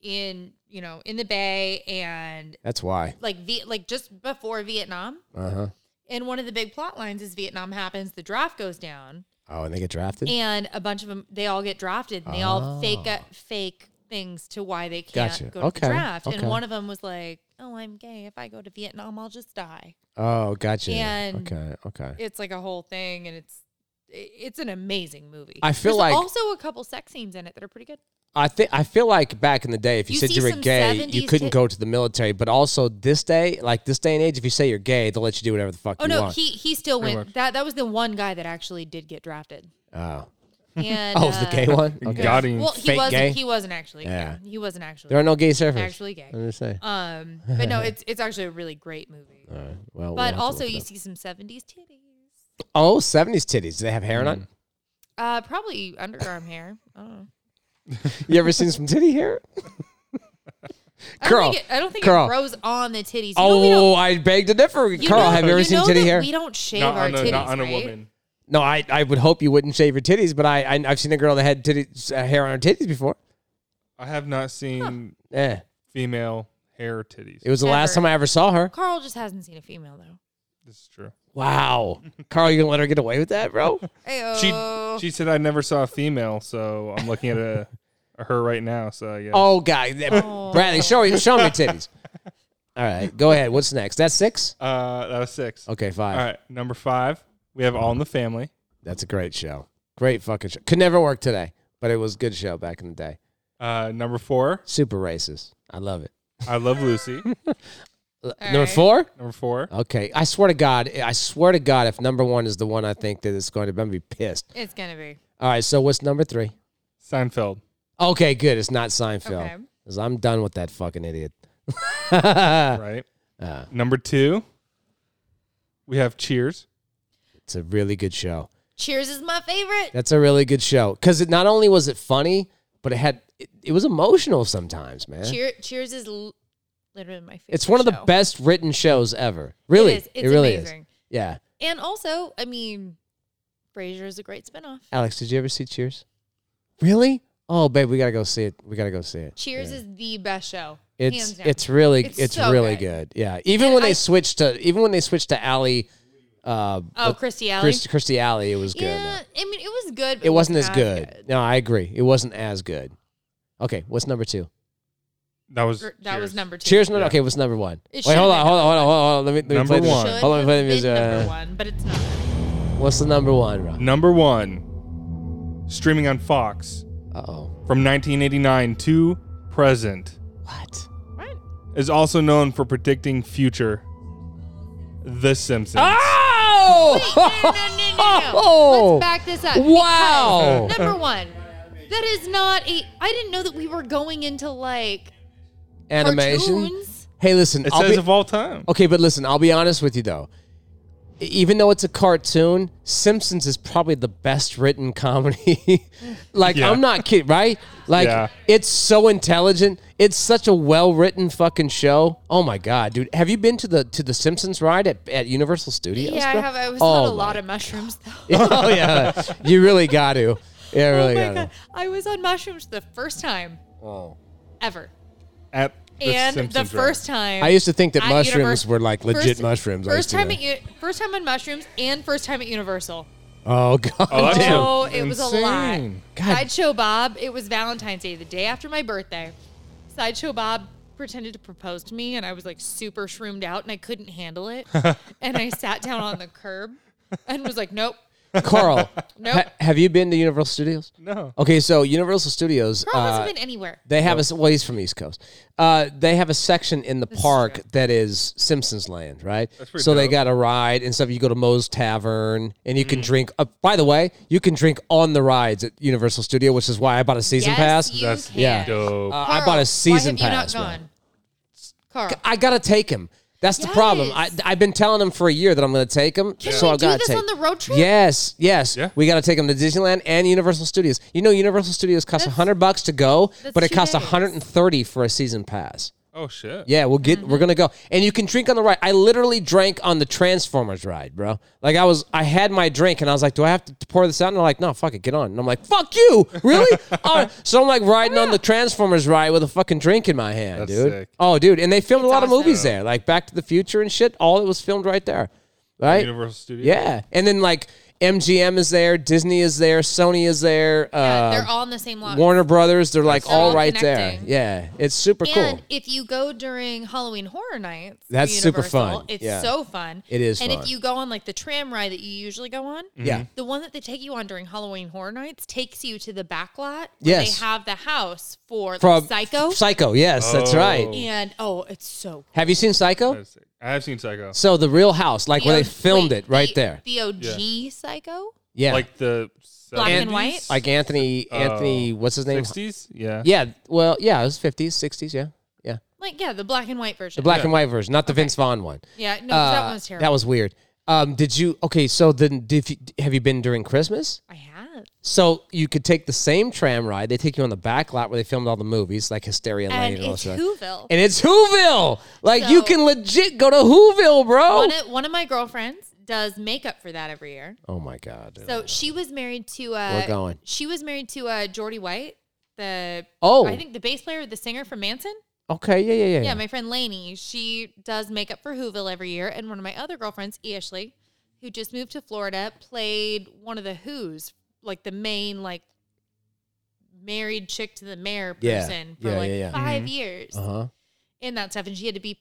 [SPEAKER 6] in you know in the bay and
[SPEAKER 1] That's why.
[SPEAKER 6] like v- like just before Vietnam.
[SPEAKER 1] Uh huh.
[SPEAKER 6] And one of the big plot lines is Vietnam happens, the draft goes down,
[SPEAKER 1] Oh, and they get drafted.
[SPEAKER 6] and a bunch of them they all get drafted and they all fake up fake things to why they
[SPEAKER 1] Oh.
[SPEAKER 6] can't
[SPEAKER 1] Gotcha.
[SPEAKER 6] go to
[SPEAKER 1] Okay.
[SPEAKER 6] the draft.
[SPEAKER 1] Okay.
[SPEAKER 6] And one of them was like, "Oh, I'm gay. If I go to Vietnam, I'll just die."
[SPEAKER 1] Oh, gotcha.
[SPEAKER 6] And-
[SPEAKER 1] okay, okay.
[SPEAKER 6] It's like a whole thing, and it's it- it's an amazing movie.
[SPEAKER 1] I feel
[SPEAKER 6] There's
[SPEAKER 1] like-
[SPEAKER 6] also a couple sex scenes in it that are pretty good.
[SPEAKER 1] I think I feel like back in the day, if you,
[SPEAKER 6] You
[SPEAKER 1] said
[SPEAKER 6] see
[SPEAKER 1] you were
[SPEAKER 6] some
[SPEAKER 1] gay,
[SPEAKER 6] 70s
[SPEAKER 1] you couldn't
[SPEAKER 6] kid-
[SPEAKER 1] go to the military. But also this day, like this day and age, if you say you're gay, they'll let you do whatever the fuck
[SPEAKER 6] Oh
[SPEAKER 1] you
[SPEAKER 6] no,
[SPEAKER 1] want.
[SPEAKER 6] he he still
[SPEAKER 3] Pretty
[SPEAKER 6] went.
[SPEAKER 3] much.
[SPEAKER 6] That that was the one guy that actually did get drafted.
[SPEAKER 1] oh,
[SPEAKER 6] And
[SPEAKER 1] oh, it's the
[SPEAKER 6] uh,
[SPEAKER 1] gay one. Okay.
[SPEAKER 3] Got him.
[SPEAKER 6] Well, he
[SPEAKER 1] Fake
[SPEAKER 6] wasn't.
[SPEAKER 1] gay?
[SPEAKER 6] He wasn't actually. Yeah. he wasn't actually.
[SPEAKER 1] There are no gay surfers.
[SPEAKER 6] actually gay.
[SPEAKER 1] I'm just saying.
[SPEAKER 6] Um, but no, it's it's actually a really great movie.
[SPEAKER 1] All right. Well, we'll have
[SPEAKER 6] But
[SPEAKER 1] to
[SPEAKER 6] also,
[SPEAKER 1] look it
[SPEAKER 6] you
[SPEAKER 1] up.
[SPEAKER 6] see some '70s titties.
[SPEAKER 1] oh, seventies titties. Do they have hair on it?
[SPEAKER 6] Uh, probably underarm hair. I don't know.
[SPEAKER 1] You ever seen some titty hair?
[SPEAKER 6] I
[SPEAKER 1] Curl.
[SPEAKER 6] don't think, it, I don't think
[SPEAKER 1] Curl.
[SPEAKER 6] it grows on the titties. You know we don't-
[SPEAKER 1] oh, I beg to differ.
[SPEAKER 6] you
[SPEAKER 1] Carl,
[SPEAKER 6] know-
[SPEAKER 1] have you ever seen
[SPEAKER 6] know
[SPEAKER 1] titty
[SPEAKER 6] that
[SPEAKER 1] hair?
[SPEAKER 6] We don't shave
[SPEAKER 3] not
[SPEAKER 6] our
[SPEAKER 3] on,
[SPEAKER 6] titties.
[SPEAKER 3] a, not on a
[SPEAKER 6] right?
[SPEAKER 3] woman.
[SPEAKER 1] No, I, I would hope you wouldn't shave your titties, but I, I I've seen a girl that had titties uh, hair on her titties before.
[SPEAKER 3] I have not seen
[SPEAKER 1] Eh.
[SPEAKER 3] female hair titties.
[SPEAKER 1] It was the last
[SPEAKER 6] Never.
[SPEAKER 1] time I ever saw her.
[SPEAKER 6] Carl just hasn't seen a female though.
[SPEAKER 3] this is true.
[SPEAKER 1] Wow. Carl, you gonna let her get away with that, bro?
[SPEAKER 3] She
[SPEAKER 6] Ayo.
[SPEAKER 3] she said I never saw a female, so I'm looking at a, a her right now. So yeah,
[SPEAKER 1] oh god. that- Bradley, show me show me your titties. All right. Go ahead. What's next? That's six?
[SPEAKER 3] uh, that was six.
[SPEAKER 1] Okay, five.
[SPEAKER 3] All right, number five, we have All in the Family.
[SPEAKER 1] That's a great show. Great fucking show. Could never work today, but it was a good show back in the day.
[SPEAKER 3] Uh, number four,
[SPEAKER 1] Super racist. I love it.
[SPEAKER 3] I Love Lucy.
[SPEAKER 1] L- Number four?
[SPEAKER 3] number four,
[SPEAKER 1] Okay. I swear to God, I swear to God, if number one is the one I think that it's going to be, I'm gonna be pissed.
[SPEAKER 6] it's gonna be.
[SPEAKER 1] All right, so what's number three?
[SPEAKER 3] Seinfeld.
[SPEAKER 1] Okay, good. It's not Seinfeld.
[SPEAKER 6] Okay.
[SPEAKER 1] 'Cause I'm done with that fucking idiot.
[SPEAKER 3] Right. number two, we have Cheers.
[SPEAKER 1] It's a really good show.
[SPEAKER 6] Cheers is my favorite.
[SPEAKER 1] That's a really good show because it not only was it funny, but it had it, it was emotional sometimes, man.
[SPEAKER 6] Cheer, Cheers is l- literally my favorite.
[SPEAKER 1] It's one of the
[SPEAKER 6] show.
[SPEAKER 1] best written shows ever. Really,
[SPEAKER 6] is. It's
[SPEAKER 1] really is.
[SPEAKER 6] amazing.
[SPEAKER 1] Yeah,
[SPEAKER 6] And also, I mean, Frasier is a great spinoff.
[SPEAKER 1] Alex, did you ever see Cheers? Really? Oh, babe, we gotta go see it. We gotta go see it.
[SPEAKER 6] Cheers
[SPEAKER 1] Yeah.
[SPEAKER 6] is the best show.
[SPEAKER 1] It's
[SPEAKER 6] hands down.
[SPEAKER 1] it's really it's,
[SPEAKER 6] It's so
[SPEAKER 1] really good.
[SPEAKER 6] good.
[SPEAKER 1] Yeah, even
[SPEAKER 6] And
[SPEAKER 1] when
[SPEAKER 6] I-
[SPEAKER 1] they switched to even when they switched to Allie, uh,
[SPEAKER 6] oh,
[SPEAKER 1] what-
[SPEAKER 6] Christy Alley.
[SPEAKER 1] Christ- Christy Alley, it was good.
[SPEAKER 6] yeah, I mean, it was good. But
[SPEAKER 1] It wasn't as
[SPEAKER 6] not
[SPEAKER 1] good. No, I agree. It wasn't as good. Okay, what's number two?
[SPEAKER 3] That was
[SPEAKER 6] Gr- That was
[SPEAKER 3] Cheers.
[SPEAKER 6] number two.
[SPEAKER 1] Cheers. No,
[SPEAKER 3] Yeah.
[SPEAKER 1] okay, what's number one?
[SPEAKER 6] It
[SPEAKER 1] Wait, hold on,
[SPEAKER 6] should've been
[SPEAKER 1] hold on, hold on, hold on. Let me, let me
[SPEAKER 3] Number
[SPEAKER 1] play this.
[SPEAKER 3] one.
[SPEAKER 6] Should
[SPEAKER 1] Hold on, let me play the
[SPEAKER 6] have
[SPEAKER 1] music.
[SPEAKER 6] been number
[SPEAKER 1] Uh,
[SPEAKER 6] one, but it's not.
[SPEAKER 1] What's the number one, Rob?
[SPEAKER 3] Number one, streaming on Fox
[SPEAKER 1] Uh oh.
[SPEAKER 3] from 1989 to present,
[SPEAKER 1] What?
[SPEAKER 3] is also known for predicting future. The Simpsons.
[SPEAKER 6] Ah! No,
[SPEAKER 1] Oh!
[SPEAKER 6] no, no, no, no.
[SPEAKER 1] Oh!
[SPEAKER 6] Let's back this up.
[SPEAKER 1] Wow.
[SPEAKER 6] Because, uh, number one, that is not a. I didn't know that we were going into like
[SPEAKER 1] Animation.
[SPEAKER 6] cartoons.
[SPEAKER 1] Hey, listen.
[SPEAKER 3] It
[SPEAKER 1] I'll
[SPEAKER 3] says
[SPEAKER 1] be,
[SPEAKER 3] of all time.
[SPEAKER 1] okay, but listen. I'll be honest with you though. E- Even though it's a cartoon, Simpsons is probably the best written comedy. like
[SPEAKER 3] Yeah.
[SPEAKER 1] I'm not kidding, right? Like
[SPEAKER 3] Yeah.
[SPEAKER 1] it's so intelligent. It's such a well written fucking show. Oh my god, dude! Have you been to the to the Simpsons ride at, at Universal Studios?
[SPEAKER 6] Yeah, I
[SPEAKER 1] bro?
[SPEAKER 6] have. I was
[SPEAKER 1] Oh
[SPEAKER 6] on a
[SPEAKER 1] my
[SPEAKER 6] lot of mushrooms though.
[SPEAKER 1] oh yeah, you really got to. Yeah,
[SPEAKER 6] oh
[SPEAKER 1] really
[SPEAKER 6] my
[SPEAKER 1] got
[SPEAKER 6] god, I was on mushrooms the first time
[SPEAKER 1] to. Oh.
[SPEAKER 6] ever,
[SPEAKER 3] At the
[SPEAKER 6] and
[SPEAKER 3] Simpsons
[SPEAKER 6] the first time
[SPEAKER 1] I used to think that
[SPEAKER 6] at
[SPEAKER 1] mushrooms
[SPEAKER 6] Univers-
[SPEAKER 1] were like legit
[SPEAKER 6] first-
[SPEAKER 1] mushrooms. I
[SPEAKER 6] First
[SPEAKER 1] used to
[SPEAKER 6] time
[SPEAKER 1] know.
[SPEAKER 6] at U- first time on mushrooms and first time at Universal.
[SPEAKER 1] Oh god.
[SPEAKER 3] ride. that's
[SPEAKER 1] damn.
[SPEAKER 6] Oh, it was a lot.
[SPEAKER 3] insane.
[SPEAKER 1] God.
[SPEAKER 6] Sideshow Bob. It was Valentine's Day, the day after my birthday. Sideshow Bob pretended to propose to me, and I was like super shroomed out, and I couldn't handle it. and I sat down on the curb and was like, "Nope."
[SPEAKER 1] Carl,
[SPEAKER 6] Nope.
[SPEAKER 1] ha- have you been to Universal Studios?
[SPEAKER 3] No.
[SPEAKER 1] Okay, so Universal Studios.
[SPEAKER 6] Carl
[SPEAKER 1] uh,
[SPEAKER 6] hasn't been anywhere.
[SPEAKER 1] They have a s- well. He's from East Coast. Uh, they have a section in the park that is Simpsons Land, right?
[SPEAKER 3] pretty
[SPEAKER 1] so they
[SPEAKER 3] dope. Mm.
[SPEAKER 1] got a ride and stuff. You go to Moe's Tavern, and you can drink. Uh, by the way, you can drink on the rides at Universal Studio, which is why I bought a season
[SPEAKER 6] yes,
[SPEAKER 1] pass.
[SPEAKER 6] You
[SPEAKER 3] That's
[SPEAKER 6] can.
[SPEAKER 1] yeah.
[SPEAKER 3] Dope.
[SPEAKER 1] Uh, I
[SPEAKER 6] Carl,
[SPEAKER 1] bought a season
[SPEAKER 6] Oh, why have
[SPEAKER 1] pass.
[SPEAKER 6] You
[SPEAKER 1] man.
[SPEAKER 6] not gone? Carl,
[SPEAKER 1] I gotta take him. That's the problem. I,
[SPEAKER 6] Yes.
[SPEAKER 1] I've been telling him for a year that I'm gonna take him.
[SPEAKER 6] Can
[SPEAKER 1] so
[SPEAKER 6] we
[SPEAKER 1] I've
[SPEAKER 6] do
[SPEAKER 1] gotta
[SPEAKER 6] this
[SPEAKER 1] take.
[SPEAKER 6] on the road trip?
[SPEAKER 1] Yes, yes.
[SPEAKER 3] Yeah.
[SPEAKER 1] We gotta take him to Disneyland and Universal Studios. You know, Universal Studios costs
[SPEAKER 6] That's-
[SPEAKER 1] hundred bucks to go,
[SPEAKER 6] that's
[SPEAKER 1] but it
[SPEAKER 6] two
[SPEAKER 1] costs
[SPEAKER 6] days.
[SPEAKER 1] 130 for a season pass.
[SPEAKER 3] Oh shit.
[SPEAKER 1] Yeah, we'll get.
[SPEAKER 6] Mm-hmm.
[SPEAKER 1] We're gonna go, and you can drink on the ride. I literally drank on the Transformers ride, bro. Like I was, I had my drink, and I was like, "Do I have to pour this out?" And they're like, "No, fuck it, get on." And I'm like, "Fuck you, really?" All right. So I'm like riding on the Transformers ride with a fucking drink in my hand,
[SPEAKER 3] That's
[SPEAKER 1] dude.
[SPEAKER 3] sick.
[SPEAKER 1] Oh, dude, and they filmed a lot of
[SPEAKER 6] awesome.
[SPEAKER 1] movies there, like Back to the Future and shit. All it was filmed right there, right?
[SPEAKER 3] Universal Studios.
[SPEAKER 1] Yeah, and then like MGM is there, Disney is there, Sony is there,
[SPEAKER 6] Yeah,
[SPEAKER 1] uh,
[SPEAKER 6] they're all in the same lot.
[SPEAKER 1] Warner Brothers. They're like
[SPEAKER 6] They're
[SPEAKER 1] all
[SPEAKER 6] all
[SPEAKER 1] right
[SPEAKER 6] connecting.
[SPEAKER 1] there. Yeah, it's super
[SPEAKER 6] And
[SPEAKER 1] cool.
[SPEAKER 6] if you go during Halloween Horror Nights, for
[SPEAKER 1] That's super
[SPEAKER 6] Universal,
[SPEAKER 1] fun.
[SPEAKER 6] It's
[SPEAKER 1] Yeah.
[SPEAKER 6] so fun.
[SPEAKER 1] It is
[SPEAKER 6] And
[SPEAKER 1] fun. Mm-hmm.
[SPEAKER 6] if you go on like the tram ride that you usually go on,
[SPEAKER 1] Yeah.
[SPEAKER 6] the one that they take you on during Halloween Horror Nights takes you to the back lot. Where
[SPEAKER 1] Yes.
[SPEAKER 6] they have the house for
[SPEAKER 1] From
[SPEAKER 6] like, Psycho.
[SPEAKER 1] Psycho, yes, that's
[SPEAKER 3] Oh.
[SPEAKER 1] right.
[SPEAKER 6] and oh, it's so.
[SPEAKER 1] Have you seen Psycho?
[SPEAKER 3] That's sick. I have seen Psycho.
[SPEAKER 1] So the Real House, like
[SPEAKER 6] cool.
[SPEAKER 1] where they
[SPEAKER 6] The O-
[SPEAKER 1] filmed
[SPEAKER 6] wait,
[SPEAKER 1] it, right
[SPEAKER 6] the-
[SPEAKER 1] there.
[SPEAKER 6] The OG Psycho.
[SPEAKER 1] Yeah, like,
[SPEAKER 3] Like the
[SPEAKER 6] Black and
[SPEAKER 3] 70s?
[SPEAKER 6] white?
[SPEAKER 1] Anthony, Anthony, what's his name?
[SPEAKER 3] 60s? Yeah.
[SPEAKER 1] Yeah, well, yeah, it was fifties, sixties, yeah, yeah.
[SPEAKER 6] Like yeah, the black and white version.
[SPEAKER 1] The black and white version, not the Vince Vaughn one.
[SPEAKER 6] Yeah, no, 'cause
[SPEAKER 1] Uh,
[SPEAKER 6] that one's terrible.
[SPEAKER 1] That was weird. Um, did you? Okay, so then did you, have you been during Christmas?
[SPEAKER 6] I have.
[SPEAKER 1] So you could take the same tram ride. They take you on the back lot where they filmed all the movies, like Hysteria Lane
[SPEAKER 6] And
[SPEAKER 1] and, all
[SPEAKER 6] it's
[SPEAKER 1] that stuff.
[SPEAKER 6] Whoville.
[SPEAKER 1] And it's Whoville. Like you
[SPEAKER 6] So-
[SPEAKER 1] can legit go to Whoville, bro.
[SPEAKER 6] One of, one of my girlfriends does makeup for that every year.
[SPEAKER 1] oh my god.
[SPEAKER 6] So she was married to. Uh,
[SPEAKER 1] We're going.
[SPEAKER 6] She was married to uh, Jordy White, the
[SPEAKER 1] Oh.
[SPEAKER 6] I think the bass player, the singer from Manson.
[SPEAKER 1] Okay, yeah, yeah, yeah.
[SPEAKER 6] Yeah, my friend Lainey, she does makeup for Whoville every year, and one of my other girlfriends, Ashley, who just moved to Florida, played one of the Who's, like the main like married chick to the mayor
[SPEAKER 1] Yeah.
[SPEAKER 6] person for
[SPEAKER 1] Yeah,
[SPEAKER 6] like
[SPEAKER 1] yeah, yeah.
[SPEAKER 6] 5 years
[SPEAKER 1] uh
[SPEAKER 3] Uh-huh.
[SPEAKER 1] huh.
[SPEAKER 6] in that stuff, and she had to be,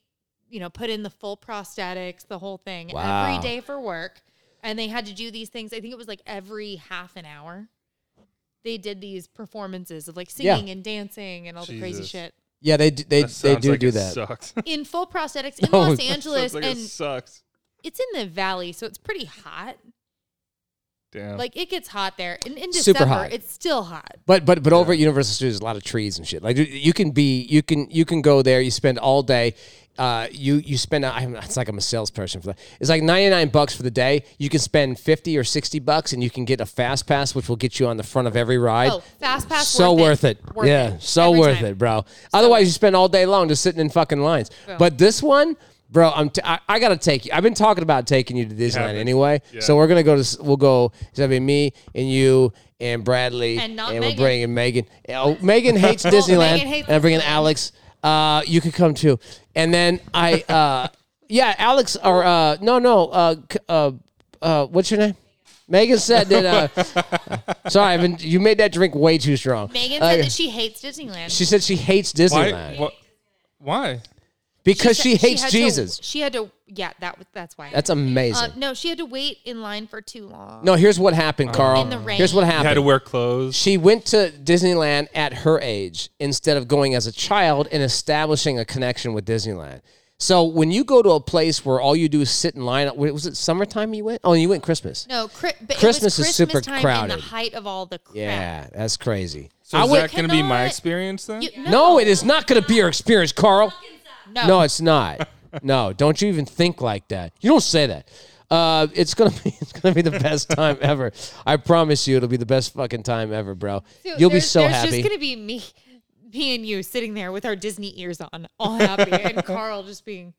[SPEAKER 6] you know, put in the full prosthetics, the whole thing
[SPEAKER 1] Wow.
[SPEAKER 6] every day for work, and they had to do these things. I think it was like every half an hour. They did these performances of like
[SPEAKER 1] Yeah.
[SPEAKER 6] singing and dancing and all the crazy
[SPEAKER 3] Jesus.
[SPEAKER 6] shit
[SPEAKER 1] Yeah, they d- they
[SPEAKER 3] That
[SPEAKER 1] they
[SPEAKER 3] sounds
[SPEAKER 1] do
[SPEAKER 3] like
[SPEAKER 1] do
[SPEAKER 3] it
[SPEAKER 1] that.
[SPEAKER 3] Sucks.
[SPEAKER 6] in full prosthetics in
[SPEAKER 1] No,
[SPEAKER 6] Los
[SPEAKER 1] that
[SPEAKER 6] Angeles,
[SPEAKER 3] sounds like
[SPEAKER 6] and
[SPEAKER 3] it sucks.
[SPEAKER 6] it's in the valley, so it's pretty hot.
[SPEAKER 3] Damn.
[SPEAKER 6] Like it gets hot there, and in
[SPEAKER 1] Super
[SPEAKER 6] December
[SPEAKER 1] hot.
[SPEAKER 6] it's still hot.
[SPEAKER 1] But but but over at Universal Studios, there's a lot of trees and shit. Like you- you can be, you can you can go there. You spend all day. Uh, you you spend. I'm, it's like I'm a salesperson for that. It's like 99 bucks for the day. You can spend 50 or 60 bucks, and you can get a fast pass, which will get you on the front of every ride.
[SPEAKER 6] Oh, fast pass,
[SPEAKER 1] so worth it.
[SPEAKER 6] Worth
[SPEAKER 1] yeah, so
[SPEAKER 6] Every
[SPEAKER 1] worth
[SPEAKER 6] time.
[SPEAKER 1] it, bro. Otherwise, you spend all day long just sitting in fucking lines. But this one, bro, I'm t- I, I gotta take you. I've been talking about taking you to Disneyland
[SPEAKER 3] been.
[SPEAKER 1] anyway. So we're gonna go to s- we'll go. It's gonna be me and you and Bradley
[SPEAKER 6] And not
[SPEAKER 1] we're
[SPEAKER 6] Megan.
[SPEAKER 1] bringing Megan. Oh, Megan hates Disneyland.
[SPEAKER 6] Megan hates
[SPEAKER 1] and I'm bringing
[SPEAKER 6] Disneyland.
[SPEAKER 1] Alex. Uh, you could come too. And then I, uh, yeah, Alex or uh, no, no, uh, c- uh, uh, what's your name? Megan said that. Uh, sorry, I've been, you made that drink way too strong.
[SPEAKER 6] Megan
[SPEAKER 1] Uh,
[SPEAKER 6] said that she hates Disneyland.
[SPEAKER 1] she said she hates Disneyland
[SPEAKER 3] why? What, why?
[SPEAKER 1] because
[SPEAKER 6] said
[SPEAKER 1] she, hates
[SPEAKER 6] had to-
[SPEAKER 1] Jesus.
[SPEAKER 6] she had to, yeah, that was that's why.
[SPEAKER 1] That's amazing.
[SPEAKER 6] uh, no, she had to wait in line for too long.
[SPEAKER 1] no, here's what happened, Carl.
[SPEAKER 6] In the rain.
[SPEAKER 1] Here's what
[SPEAKER 3] Oh. You had to
[SPEAKER 1] happened.
[SPEAKER 3] wear clothes.
[SPEAKER 1] She went to Disneyland at her age instead of going as a child and establishing a connection with Disneyland. So when you go to a place where all you do is sit in line, wait, was it summertime you went? Oh, you went Christmas.
[SPEAKER 6] No, cri- but
[SPEAKER 1] Christmas
[SPEAKER 6] it was
[SPEAKER 1] is super
[SPEAKER 6] time
[SPEAKER 1] crowded.
[SPEAKER 6] In the height of all the crap.
[SPEAKER 1] Yeah, that's crazy.
[SPEAKER 3] So
[SPEAKER 1] I
[SPEAKER 3] is
[SPEAKER 1] went.
[SPEAKER 3] that going to be my
[SPEAKER 6] cannot-
[SPEAKER 3] experience then?
[SPEAKER 6] You-
[SPEAKER 1] no, it is not going to be your experience, Carl.
[SPEAKER 6] No,
[SPEAKER 1] No, it's not. No, don't you even think like that. You don't say that. Uh, it's gonna be it's gonna be the best time ever. I promise you, it'll be the best fucking time ever, bro.
[SPEAKER 6] Dude,
[SPEAKER 1] You'll be
[SPEAKER 6] there's-
[SPEAKER 1] so
[SPEAKER 6] there's
[SPEAKER 1] happy.
[SPEAKER 6] just gonna be me, me and you sitting there with our Disney ears on, all happy, and Carl just being.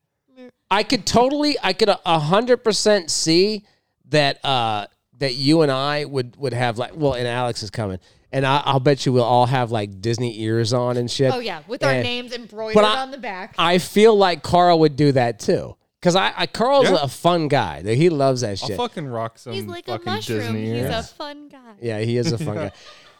[SPEAKER 1] I could totally, I could a a hundred percent see that uh that you and I would would have like, well, and Alex is coming, and I, I'll bet you we'll all have like Disney ears on and shit.
[SPEAKER 6] Oh yeah, with our
[SPEAKER 1] And-
[SPEAKER 6] names embroidered
[SPEAKER 1] but I-
[SPEAKER 6] on the back.
[SPEAKER 1] I feel like Carl would do that too, because I, I Carl's
[SPEAKER 3] Yeah.
[SPEAKER 1] a fun guy. That he loves that
[SPEAKER 3] I'll
[SPEAKER 1] shit.
[SPEAKER 3] fucking rock some
[SPEAKER 6] He's like a
[SPEAKER 3] fucking
[SPEAKER 6] mushroom.
[SPEAKER 3] Disney
[SPEAKER 6] He's a
[SPEAKER 3] ears.
[SPEAKER 6] fun guy.
[SPEAKER 1] Yeah, he is a fun guy.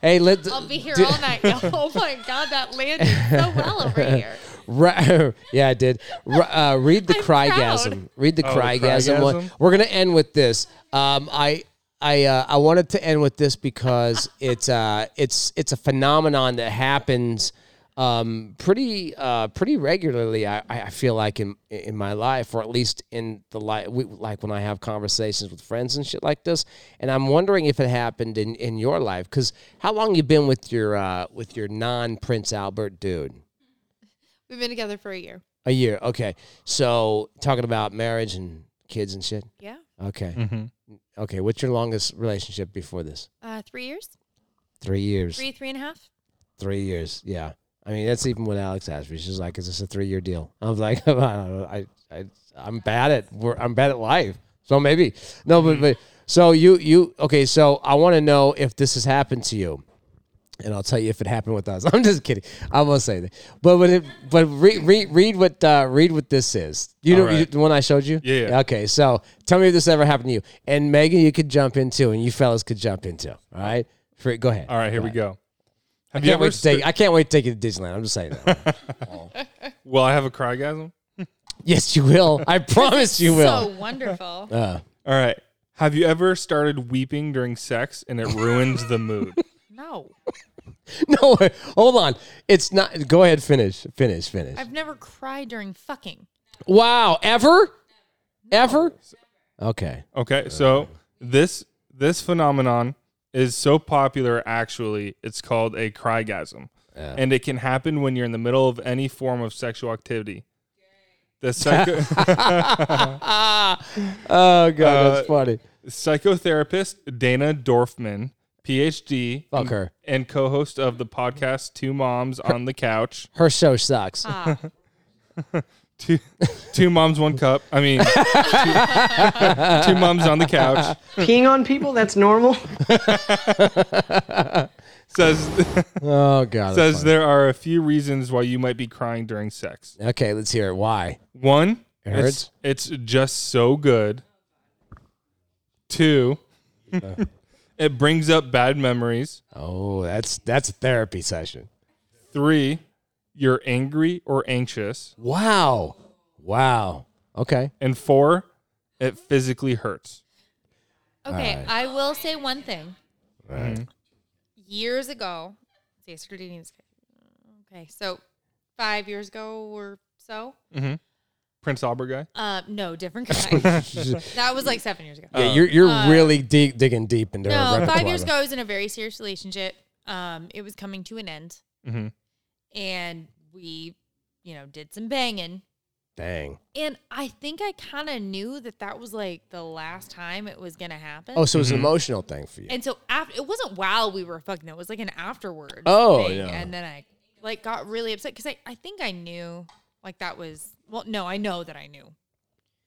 [SPEAKER 1] Hey, let
[SPEAKER 6] I'll be here
[SPEAKER 1] do-
[SPEAKER 6] all night. Oh my god, that landed so well over here.
[SPEAKER 1] Ri- yeah, I did. Ri- uh, read the
[SPEAKER 6] I'm
[SPEAKER 1] crygasm.
[SPEAKER 6] proud.
[SPEAKER 1] Read the
[SPEAKER 3] Oh, the
[SPEAKER 1] crygasm one.
[SPEAKER 3] crygasm?
[SPEAKER 1] We're gonna end with this. Um, I. I, uh, I wanted to end with this because it's uh, it's it's a phenomenon that happens um, pretty uh, pretty regularly. I, I I feel like in in my life, or at least in the life, like when I have conversations with friends and shit like this. And I'm wondering if it happened in, in your life because how long you been with your uh, with your non Prince Albert dude?
[SPEAKER 6] We've been together for a year.
[SPEAKER 1] A year. Okay. So talking about marriage and kids and shit.
[SPEAKER 6] Yeah,
[SPEAKER 1] Okay. Okay. What's your longest relationship before this?
[SPEAKER 6] uh, three years,
[SPEAKER 1] Three years.
[SPEAKER 6] three, three and a half.
[SPEAKER 1] Three years. Yeah. I mean, that's even what Alex asked me. She's like, "Is this a three-year deal?" I was like, "I, I, I I'm bad at we're, I'm bad at life." So maybe no, but, but so you you okay? So I want to know if this has happened to you, and I'll tell you if it happened with us. I'm just kidding. I won't say that. But but it, but read read read what uh, read what this is. You know
[SPEAKER 3] All right.
[SPEAKER 1] you- the one I showed you.
[SPEAKER 3] Yeah, yeah.
[SPEAKER 1] Okay. So tell me if this ever happened to you. And Megan, you could jump into, and you fellas could jump into. All right. Fre- Go ahead.
[SPEAKER 3] All right, here we go. Have
[SPEAKER 1] I can't wait to take. I can't wait to take you to Disneyland. I'm just saying that.
[SPEAKER 3] Will I have a crygasm?
[SPEAKER 1] yes, you will. I promise you
[SPEAKER 6] So
[SPEAKER 1] will. Uh.
[SPEAKER 6] wonderful.
[SPEAKER 3] All right. Have you ever started weeping during sex and it ruins the mood?
[SPEAKER 6] no,
[SPEAKER 1] no, wait, hold on. It's not. Go ahead. Finish. Finish. Finish.
[SPEAKER 6] I've never cried during fucking.
[SPEAKER 1] wow. Ever? Ever? Okay.
[SPEAKER 3] Okay, so this this phenomenon is so popular actually, it's called a crygasm. And it can happen when you're in the middle of any form of sexual activity. The psycho-
[SPEAKER 1] Oh god, that's
[SPEAKER 3] Uh,
[SPEAKER 1] funny.
[SPEAKER 3] psychotherapist Dana Dorfman, PhD,
[SPEAKER 1] Fuck her.
[SPEAKER 3] and co-host of the podcast Two Moms on the Couch.
[SPEAKER 1] Her show sucks.
[SPEAKER 6] Ah.
[SPEAKER 3] two, two moms, one cup. I mean, two, two moms on the couch.
[SPEAKER 10] peeing on people that's normal
[SPEAKER 3] says
[SPEAKER 1] Oh god. that's
[SPEAKER 3] says
[SPEAKER 1] funny.
[SPEAKER 3] there are a few reasons why you might be crying during sex.
[SPEAKER 1] okay, let's hear it. Why?
[SPEAKER 3] One,
[SPEAKER 1] It
[SPEAKER 3] it's, it's just so good. Two, it brings up bad memories.
[SPEAKER 1] Oh, that's that's a therapy session.
[SPEAKER 3] Three, you're angry or anxious.
[SPEAKER 1] Wow. Wow. Okay.
[SPEAKER 3] And four, it physically hurts.
[SPEAKER 6] Okay,
[SPEAKER 1] Alright.
[SPEAKER 6] I will say one thing.
[SPEAKER 1] All right.
[SPEAKER 6] Years ago, yesterday is- okay, so five years ago or so.
[SPEAKER 3] Prince Albert guy?
[SPEAKER 6] Uh, no, different guy. that was like seven years ago.
[SPEAKER 1] Yeah, you're you're really deep digging deep into her
[SPEAKER 6] Uh, No,
[SPEAKER 1] repertoire.
[SPEAKER 6] five years ago, I was in a very serious relationship. Um, it was coming to an end,
[SPEAKER 3] Mhm.
[SPEAKER 6] and we, you know, did some banging.
[SPEAKER 1] Dang.
[SPEAKER 6] And I think I kind of knew that that was like the last time it was gonna happen.
[SPEAKER 1] Oh, so it's an emotional thing for you.
[SPEAKER 6] And so after Mm-hmm. it wasn't while we were fucking, it was like an afterward.
[SPEAKER 1] Oh,
[SPEAKER 6] thing.
[SPEAKER 1] yeah.
[SPEAKER 6] And then I like got really upset because I, I think I knew like that was well no I know that I knew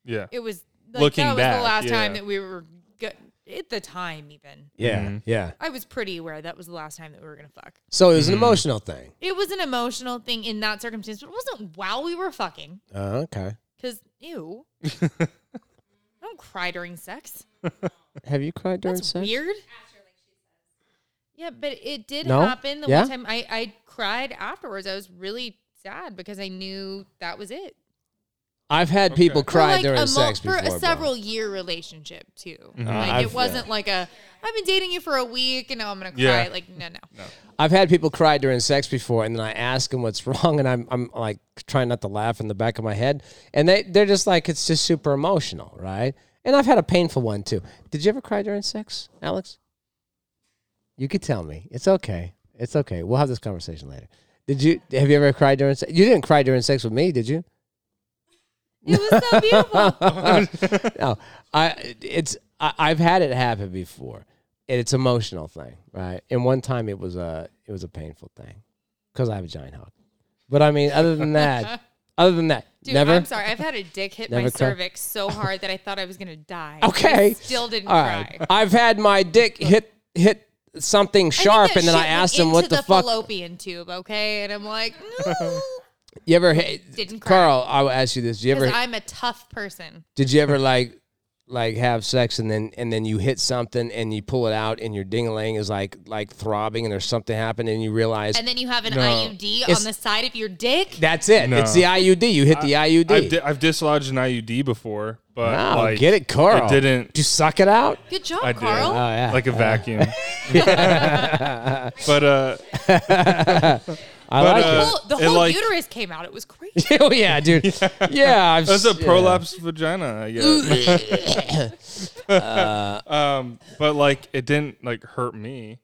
[SPEAKER 3] Yeah.
[SPEAKER 6] it was like
[SPEAKER 3] Looking
[SPEAKER 6] that was
[SPEAKER 3] back,
[SPEAKER 6] the last time
[SPEAKER 3] yeah.
[SPEAKER 6] that we were go- at the time even
[SPEAKER 1] yeah. Yeah.
[SPEAKER 6] I was pretty aware that was the last time that we were gonna fuck.
[SPEAKER 1] So it was an
[SPEAKER 6] Mm-hmm.
[SPEAKER 1] emotional thing.
[SPEAKER 6] It was an emotional thing in that circumstance, but it wasn't while we were fucking
[SPEAKER 1] Uh, okay.
[SPEAKER 6] because ew. I don't cry during sex.
[SPEAKER 1] Have you cried during
[SPEAKER 6] That's
[SPEAKER 1] sex?
[SPEAKER 6] weird. Yeah, but it did
[SPEAKER 1] No?
[SPEAKER 6] happen. The
[SPEAKER 1] Yeah?
[SPEAKER 6] one time I, I cried afterwards, I was really sad because I knew that was it.
[SPEAKER 1] I've had people
[SPEAKER 6] For
[SPEAKER 1] cry
[SPEAKER 6] like
[SPEAKER 1] during
[SPEAKER 6] a mo-
[SPEAKER 1] sex
[SPEAKER 6] for
[SPEAKER 1] before.
[SPEAKER 6] a
[SPEAKER 1] bro. Mm-hmm.
[SPEAKER 6] several year relationship too. Like
[SPEAKER 1] I've-
[SPEAKER 6] it wasn't like a I've been dating you for a week and now I'm gonna cry.
[SPEAKER 3] Yeah.
[SPEAKER 6] Like no, no,
[SPEAKER 1] I've had people cry during sex before, and then I ask them what's wrong, and I'm I'm like trying not to laugh in the back of my head, and they they're just like it's just super emotional, right? And I've had a painful one too. Did you ever cry during sex, Alex? You could tell me. It's okay. It's okay. We'll have this conversation later. Did you have you ever cried during sex? You didn't cry during sex with me, did you?
[SPEAKER 6] It was so beautiful.
[SPEAKER 1] no, I it's I, I've had it happen before, and it's an emotional thing, right? And one time it was a it was a painful thing because I have a giant hog. But I mean, other than that, other than that,
[SPEAKER 6] Dude,
[SPEAKER 1] never.
[SPEAKER 6] I'm sorry. I've had a dick hit my
[SPEAKER 1] Never cry?
[SPEAKER 6] cervix so hard that I thought I was gonna die.
[SPEAKER 1] Okay,
[SPEAKER 6] I still didn't
[SPEAKER 1] All
[SPEAKER 6] cry.
[SPEAKER 1] right. I've had my dick hit hit something
[SPEAKER 6] I think
[SPEAKER 1] sharp,
[SPEAKER 6] that
[SPEAKER 1] and then
[SPEAKER 6] shit
[SPEAKER 1] I
[SPEAKER 6] went
[SPEAKER 1] asked him
[SPEAKER 6] into
[SPEAKER 1] what the,
[SPEAKER 6] the
[SPEAKER 1] fuck.
[SPEAKER 6] fallopian tube, okay? And I'm like, no,
[SPEAKER 1] You ever hit?
[SPEAKER 6] Didn't cry.
[SPEAKER 1] Carl, I will ask you this: Do you ever
[SPEAKER 6] because I'm a tough person.
[SPEAKER 1] Did you ever like like have sex and then and then you hit something and you pull it out and your ding ling is like like throbbing and there's something happened and you realize
[SPEAKER 6] And then you have an
[SPEAKER 3] No.
[SPEAKER 6] IUD
[SPEAKER 1] It's-
[SPEAKER 6] on the side of your dick.
[SPEAKER 1] that's it.
[SPEAKER 3] No.
[SPEAKER 1] It's the IUD. You hit the IUD.
[SPEAKER 3] I've, di- I've dislodged an IUD before, but
[SPEAKER 1] Wow,
[SPEAKER 3] like,
[SPEAKER 1] get it, Carl.
[SPEAKER 3] It didn't.
[SPEAKER 1] Did you suck it out?
[SPEAKER 6] Good job,
[SPEAKER 3] I did.
[SPEAKER 6] Carl.
[SPEAKER 1] Oh yeah.
[SPEAKER 3] like a vacuum. but uh,
[SPEAKER 1] I
[SPEAKER 3] but,
[SPEAKER 1] like
[SPEAKER 3] uh,
[SPEAKER 6] Well, the
[SPEAKER 3] it,
[SPEAKER 6] whole
[SPEAKER 3] like-
[SPEAKER 6] uterus came out. It was crazy.
[SPEAKER 1] it. oh yeah, dude. Yeah. I've
[SPEAKER 3] that's a
[SPEAKER 1] s- yeah.
[SPEAKER 3] prolapse vagina, I guess.
[SPEAKER 1] Uh,
[SPEAKER 3] um, but like, it didn't like hurt me.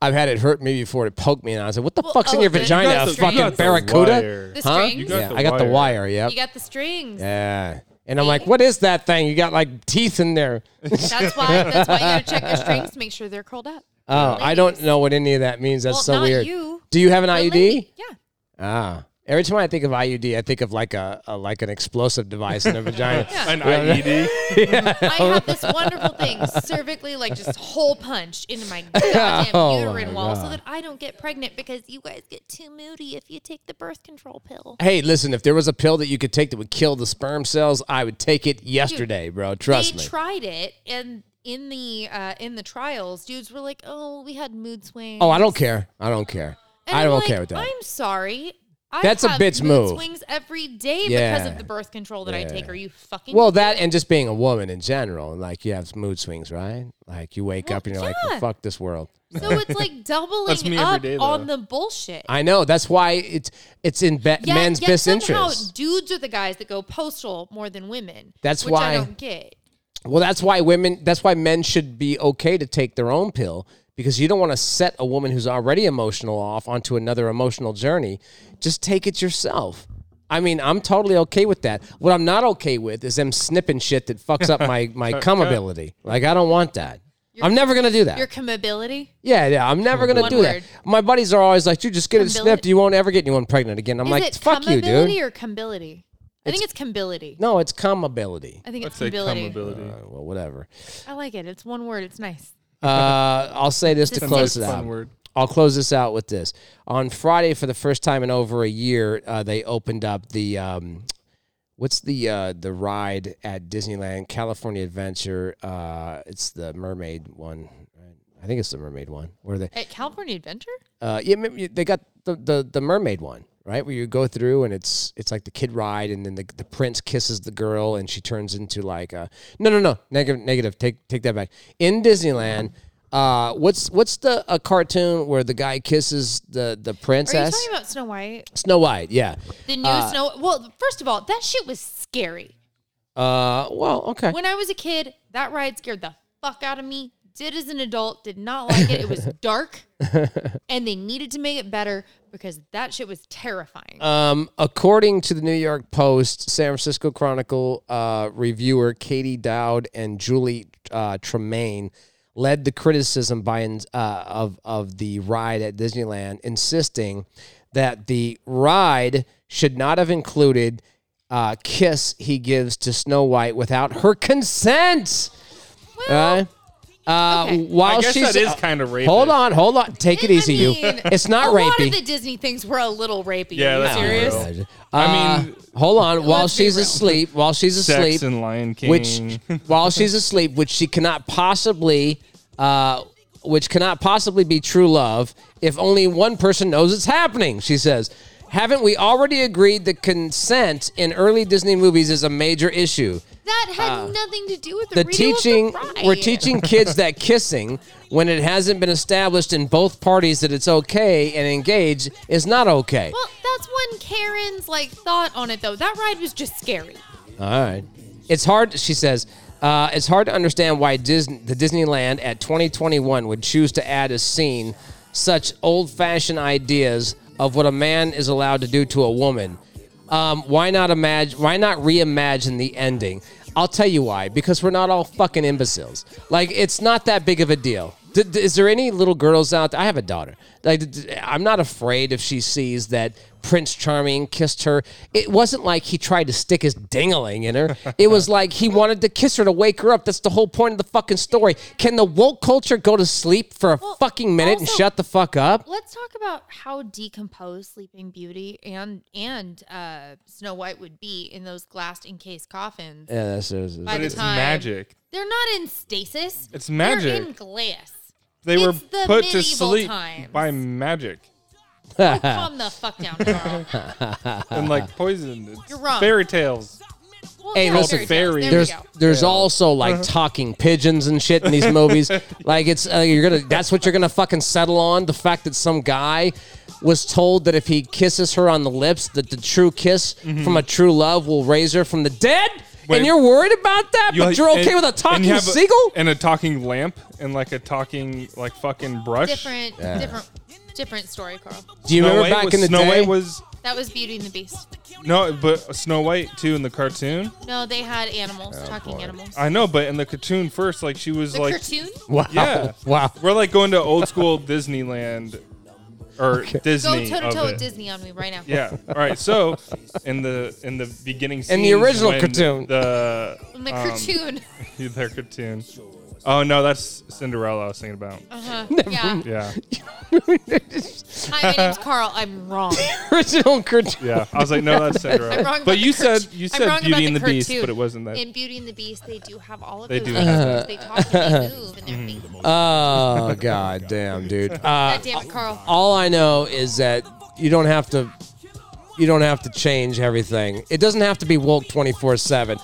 [SPEAKER 1] I've had it hurt me before. It poked me and I was like, "What the
[SPEAKER 6] Well,
[SPEAKER 1] fuck's in
[SPEAKER 6] oh,
[SPEAKER 1] your
[SPEAKER 6] the-
[SPEAKER 1] vagina?
[SPEAKER 6] You got
[SPEAKER 1] A
[SPEAKER 6] the- you
[SPEAKER 1] fucking
[SPEAKER 6] got the
[SPEAKER 1] barracuda?"
[SPEAKER 6] The
[SPEAKER 1] Huh?
[SPEAKER 6] strings.
[SPEAKER 3] You got
[SPEAKER 1] Yeah,
[SPEAKER 3] the
[SPEAKER 1] I got the
[SPEAKER 3] wire.
[SPEAKER 1] wire. Yep.
[SPEAKER 6] You got the strings.
[SPEAKER 1] yeah. And I'm like, "What is that thing? You got like teeth in there?"
[SPEAKER 6] That's why. That's why you gotta check your strings to make sure they're curled up.
[SPEAKER 1] Oh, I don't know what any of that means. That's
[SPEAKER 6] Well,
[SPEAKER 1] so
[SPEAKER 6] not
[SPEAKER 1] weird.
[SPEAKER 6] you.
[SPEAKER 1] Do you have an
[SPEAKER 6] The
[SPEAKER 1] IUD?
[SPEAKER 6] lady- Yeah.
[SPEAKER 1] Ah. Every time I think of IUD, I think of like a, a like an explosive device in a vagina.
[SPEAKER 3] An E IED.
[SPEAKER 6] I have this wonderful thing, cervically, like just hole punched into my goddamn
[SPEAKER 1] Oh,
[SPEAKER 6] uterine
[SPEAKER 1] my
[SPEAKER 6] wall, so
[SPEAKER 1] God.
[SPEAKER 6] that I don't get pregnant because you guys get too moody if you take the birth control pill.
[SPEAKER 1] Hey, listen, if there was a pill that you could take that would kill the sperm cells, I would take it yesterday, bro. Trust
[SPEAKER 6] they
[SPEAKER 1] me.
[SPEAKER 6] tried it and in the uh, in the trials dudes were like oh we had mood swings
[SPEAKER 1] oh, I don't care. I don't care.
[SPEAKER 6] And
[SPEAKER 1] I
[SPEAKER 6] I'm
[SPEAKER 1] don't
[SPEAKER 6] like,
[SPEAKER 1] care with that.
[SPEAKER 6] i'm sorry I
[SPEAKER 1] That's a
[SPEAKER 6] have
[SPEAKER 1] bitch
[SPEAKER 6] mood
[SPEAKER 1] move.
[SPEAKER 6] swings every day because
[SPEAKER 1] Yeah.
[SPEAKER 6] of the birth control that i take are you fucking
[SPEAKER 1] well, that and just being a woman in general, like you have mood swings, right? Like you wake
[SPEAKER 6] Well,
[SPEAKER 1] up and you're like, well,
[SPEAKER 6] yeah.
[SPEAKER 1] fuck this world.
[SPEAKER 6] so it's like
[SPEAKER 3] That's
[SPEAKER 6] doubling
[SPEAKER 3] me every
[SPEAKER 6] up
[SPEAKER 3] day, though.
[SPEAKER 6] on the bullshit
[SPEAKER 1] I know. That's why it's it's in be-
[SPEAKER 6] Yet-
[SPEAKER 1] men's
[SPEAKER 6] yet
[SPEAKER 1] best
[SPEAKER 6] somehow
[SPEAKER 1] interest.
[SPEAKER 6] dudes are the guys that go postal more than women
[SPEAKER 1] That's
[SPEAKER 6] which
[SPEAKER 1] why-
[SPEAKER 6] i don't get
[SPEAKER 1] Well, that's why women. That's why men should be okay to take their own pill because you don't want to set a woman who's already emotional off onto another emotional journey. Just take it yourself. I mean, I'm totally okay with that. What I'm not okay with is them snipping shit that fucks up my my cum ability. Like I don't want that. I'm never gonna do that.
[SPEAKER 6] your commability
[SPEAKER 1] Yeah, yeah. I'm never gonna
[SPEAKER 6] One
[SPEAKER 1] do that.
[SPEAKER 6] word.
[SPEAKER 1] My buddies are always like, "Dude, just get it
[SPEAKER 6] Combili-
[SPEAKER 1] snipped. You won't ever get anyone pregnant again." I'm
[SPEAKER 6] is
[SPEAKER 1] like,
[SPEAKER 6] it
[SPEAKER 1] "Fuck you,
[SPEAKER 6] commability
[SPEAKER 1] dude."
[SPEAKER 6] or combility i think it's combility
[SPEAKER 1] No, it's cum ability.
[SPEAKER 6] i think it's
[SPEAKER 3] Say
[SPEAKER 6] combility
[SPEAKER 3] comability.
[SPEAKER 1] Uh, well, whatever.
[SPEAKER 6] I like it. It's one word. It's nice.
[SPEAKER 1] Uh, I'll say this to
[SPEAKER 6] Just
[SPEAKER 1] close
[SPEAKER 3] That's a
[SPEAKER 1] it
[SPEAKER 3] fun
[SPEAKER 1] out.
[SPEAKER 3] word.
[SPEAKER 1] I'll close this out with this. On Friday, for the first time in over a year, uh, they opened up the um, what's the uh, the ride at Disneyland California Adventure? Uh, it's the mermaid one. right? I think it's the mermaid one. Where they
[SPEAKER 6] At California Adventure?
[SPEAKER 1] uh, yeah, maybe you- they got the, the the mermaid one, right? Where you go through and it's it's like the kid ride, and then the, the prince kisses the girl, and she turns into like a no, no, no, negative, negative. Take take that back. In Disneyland, uh, what's what's the a cartoon where the guy kisses the the
[SPEAKER 6] Are you
[SPEAKER 1] princess?
[SPEAKER 6] talking about Snow White?
[SPEAKER 1] Snow White, yeah.
[SPEAKER 6] The new Snow Well, first of all, that shit was scary.
[SPEAKER 1] Uh, well, okay.
[SPEAKER 6] When I was a kid, that ride scared the fuck out of me. Did as an adult, did not like it. It was dark, and they needed to make it better because that shit was terrifying.
[SPEAKER 1] Um, according to the New York Post, San Francisco Chronicle uh, reviewer Katie Dowd and Julie uh, Tremaine led the criticism by uh, of of the ride at Disneyland, insisting that the ride should not have included uh, kiss he gives to Snow White without her consent. Right? Uh,
[SPEAKER 6] okay.
[SPEAKER 1] While
[SPEAKER 3] I guess
[SPEAKER 1] she's
[SPEAKER 3] that is kind of rapey.
[SPEAKER 1] hold on, hold on, take it easy, you. It's not
[SPEAKER 6] a
[SPEAKER 1] rapey.
[SPEAKER 6] lot of the Disney things were a little rapey.
[SPEAKER 3] Yeah,
[SPEAKER 6] Are you
[SPEAKER 3] that's
[SPEAKER 6] serious?
[SPEAKER 3] real.
[SPEAKER 1] I
[SPEAKER 3] I
[SPEAKER 1] mean,
[SPEAKER 3] mean-
[SPEAKER 1] Uh, hold on. While
[SPEAKER 6] Let's be
[SPEAKER 1] she's
[SPEAKER 6] real.
[SPEAKER 1] asleep, while she's asleep,
[SPEAKER 3] Sex and Lion King.
[SPEAKER 1] which while she's asleep, which she cannot possibly, uh, which cannot possibly be true love if only one person knows it's happening. She says, "Haven't we already agreed that consent in early Disney movies is a major issue?"
[SPEAKER 6] That had nothing to do with the,
[SPEAKER 1] Uh, the
[SPEAKER 6] redo of
[SPEAKER 1] teaching
[SPEAKER 6] the ride.
[SPEAKER 1] we're teaching kids that kissing when it hasn't been established in both parties that it's okay and engage is not okay.
[SPEAKER 6] Well, that's when Karen's like thought on it though. That ride was just scary.
[SPEAKER 1] All right. It's hard, she says, uh, it's hard to understand why Disney, the Disneyland at 2021 would choose to add a scene such old fashioned ideas of what a man is allowed to do to a woman. Um, why not imagine? Why not reimagine the ending? I'll tell you why. Because we're not all fucking imbeciles. Like it's not that big of a deal. D- d- is there any little girls out there? I have a daughter. Like, d- d- I'm not afraid if she sees that Prince Charming kissed her. It wasn't like he tried to stick his dingling in her. It was like he wanted to kiss her to wake her up. That's the whole point of the fucking story. Can the woke culture go to sleep for a
[SPEAKER 6] Well,
[SPEAKER 1] fucking minute and
[SPEAKER 6] also-
[SPEAKER 1] shut the fuck up?
[SPEAKER 6] Let's talk about how decomposed Sleeping Beauty and and uh, Snow White would be in those glass encased coffins.
[SPEAKER 1] Yeah, that's, that's,
[SPEAKER 6] By
[SPEAKER 3] But
[SPEAKER 6] the
[SPEAKER 3] it's
[SPEAKER 6] time
[SPEAKER 3] magic.
[SPEAKER 6] they're not in stasis.
[SPEAKER 3] It's magic.
[SPEAKER 6] They're in glass.
[SPEAKER 3] They
[SPEAKER 6] It's
[SPEAKER 3] were
[SPEAKER 6] the
[SPEAKER 3] put to
[SPEAKER 6] medieval
[SPEAKER 3] sleep
[SPEAKER 6] times.
[SPEAKER 3] by magic
[SPEAKER 6] Calm the fuck down, Carl.
[SPEAKER 3] and like poison. It's
[SPEAKER 6] You're wrong.
[SPEAKER 3] Fairy tales.
[SPEAKER 6] Well,
[SPEAKER 1] Hey,
[SPEAKER 6] yeah,
[SPEAKER 1] listen,
[SPEAKER 6] fairy tales.
[SPEAKER 1] there's
[SPEAKER 6] There we go.
[SPEAKER 1] there's also like
[SPEAKER 3] Uh-huh.
[SPEAKER 1] talking pigeons and shit in these movies. like it's uh, you're gonna that's what you're gonna fucking settle on the fact that some guy was told that if he kisses her on the lips that the true kiss from a true love will raise her from the dead. and
[SPEAKER 3] Mm-hmm. Wait.
[SPEAKER 1] you're worried about that, but you're okay
[SPEAKER 3] and-
[SPEAKER 1] with a
[SPEAKER 3] and you
[SPEAKER 1] talking
[SPEAKER 3] have a-
[SPEAKER 1] seagull?
[SPEAKER 3] and a talking lamp and like a talking like fucking brush.
[SPEAKER 6] different, different, different story, Carl.
[SPEAKER 1] Do you
[SPEAKER 3] Snow
[SPEAKER 1] remember
[SPEAKER 3] White
[SPEAKER 1] back
[SPEAKER 3] was,
[SPEAKER 1] in the
[SPEAKER 3] Snow
[SPEAKER 1] day?
[SPEAKER 3] White was
[SPEAKER 6] That was Beauty and the Beast.
[SPEAKER 3] no, but Snow White too in the cartoon.
[SPEAKER 6] No, they had animals, talking animals.
[SPEAKER 3] I know, but in the cartoon first, like she was
[SPEAKER 6] the
[SPEAKER 3] like
[SPEAKER 6] cartoon?
[SPEAKER 1] wow,
[SPEAKER 3] Yeah.
[SPEAKER 1] wow.
[SPEAKER 3] We're like going to old school Disneyland or
[SPEAKER 6] Go
[SPEAKER 3] Disney.
[SPEAKER 6] toe to
[SPEAKER 3] of
[SPEAKER 6] toe with
[SPEAKER 3] it.
[SPEAKER 6] Disney on me right now.
[SPEAKER 3] Yeah. All right. So in the in the beginning
[SPEAKER 1] In the
[SPEAKER 3] scenes
[SPEAKER 1] original
[SPEAKER 3] when
[SPEAKER 1] cartoon.
[SPEAKER 3] the
[SPEAKER 6] In the
[SPEAKER 3] um,
[SPEAKER 6] cartoon.
[SPEAKER 3] their cartoon. Oh no, that's Cinderella I was thinking about.
[SPEAKER 6] Uh-huh. Yeah.
[SPEAKER 3] Yeah,
[SPEAKER 6] Hi, my name's Carl. I'm wrong.
[SPEAKER 1] original cartoon.
[SPEAKER 3] yeah. I was like, no, that's Cinderella.
[SPEAKER 6] I'm wrong about
[SPEAKER 3] but you
[SPEAKER 6] the
[SPEAKER 3] said
[SPEAKER 6] cartoon.
[SPEAKER 3] you
[SPEAKER 6] I'm
[SPEAKER 3] said
[SPEAKER 6] wrong
[SPEAKER 3] Beauty
[SPEAKER 6] about
[SPEAKER 3] and the
[SPEAKER 6] the
[SPEAKER 3] Beast,
[SPEAKER 6] cartoon.
[SPEAKER 3] but it wasn't that.
[SPEAKER 6] In Beauty and the Beast, they do have all of
[SPEAKER 3] They
[SPEAKER 6] those
[SPEAKER 3] do Mm-hmm.
[SPEAKER 6] things.
[SPEAKER 3] Uh, have
[SPEAKER 6] They talk and they move and they're big.
[SPEAKER 1] Oh god damn, dude. Uh,
[SPEAKER 6] God damn it, Carl.
[SPEAKER 1] all I know is that you don't have to you don't have to change everything. It doesn't have to be woke 24/7.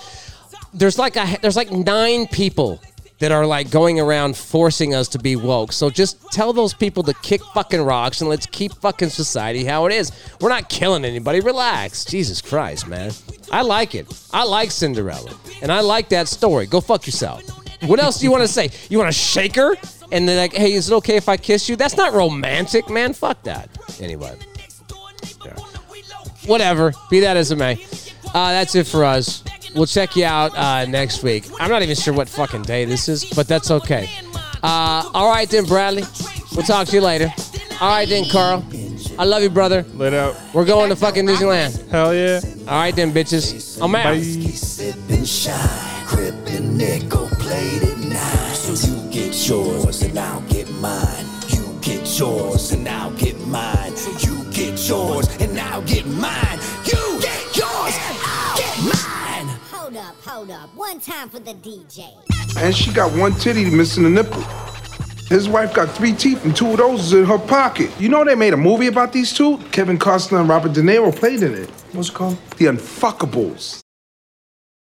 [SPEAKER 1] There's like a there's like nine people that are like going around forcing us to be woke. So just tell those people to kick fucking rocks and let's keep fucking society how it is. We're not killing anybody. Relax. Jesus Christ, man. I like it. I like Cinderella. And I like that story. Go fuck yourself. What else do you want to say? You want to shake her? And they're like, hey, is it okay if I kiss you? That's not romantic, man. Fuck that. Anyway whatever. Be that as it may. Uh, that's it for us. We'll check you out uh, next week. I'm not even sure what fucking day this is, but that's okay. Uh, all right, then, Bradley. We'll talk to you later. All right, then, Carl. I love you, brother.
[SPEAKER 3] Lit out.
[SPEAKER 1] We're going to fucking Disneyland.
[SPEAKER 3] Hell yeah.
[SPEAKER 1] All right, then, bitches. I'm out.
[SPEAKER 3] Bye.
[SPEAKER 10] sipping shine, crippin' nickel plated nine. So you get yours and I'll get mine. You get
[SPEAKER 5] yours and I'll get mine. You get yours and I'll get mine. You get yours and I'll get mine.
[SPEAKER 7] Hold up, hold up. One time for the DJ.
[SPEAKER 11] and she got one titty missing a nipple. His wife got three teeth, and two of those is in her pocket. You know they made a movie about these two? Kevin Costner and Robert De Niro played in it. What's it called? The Unfuckables.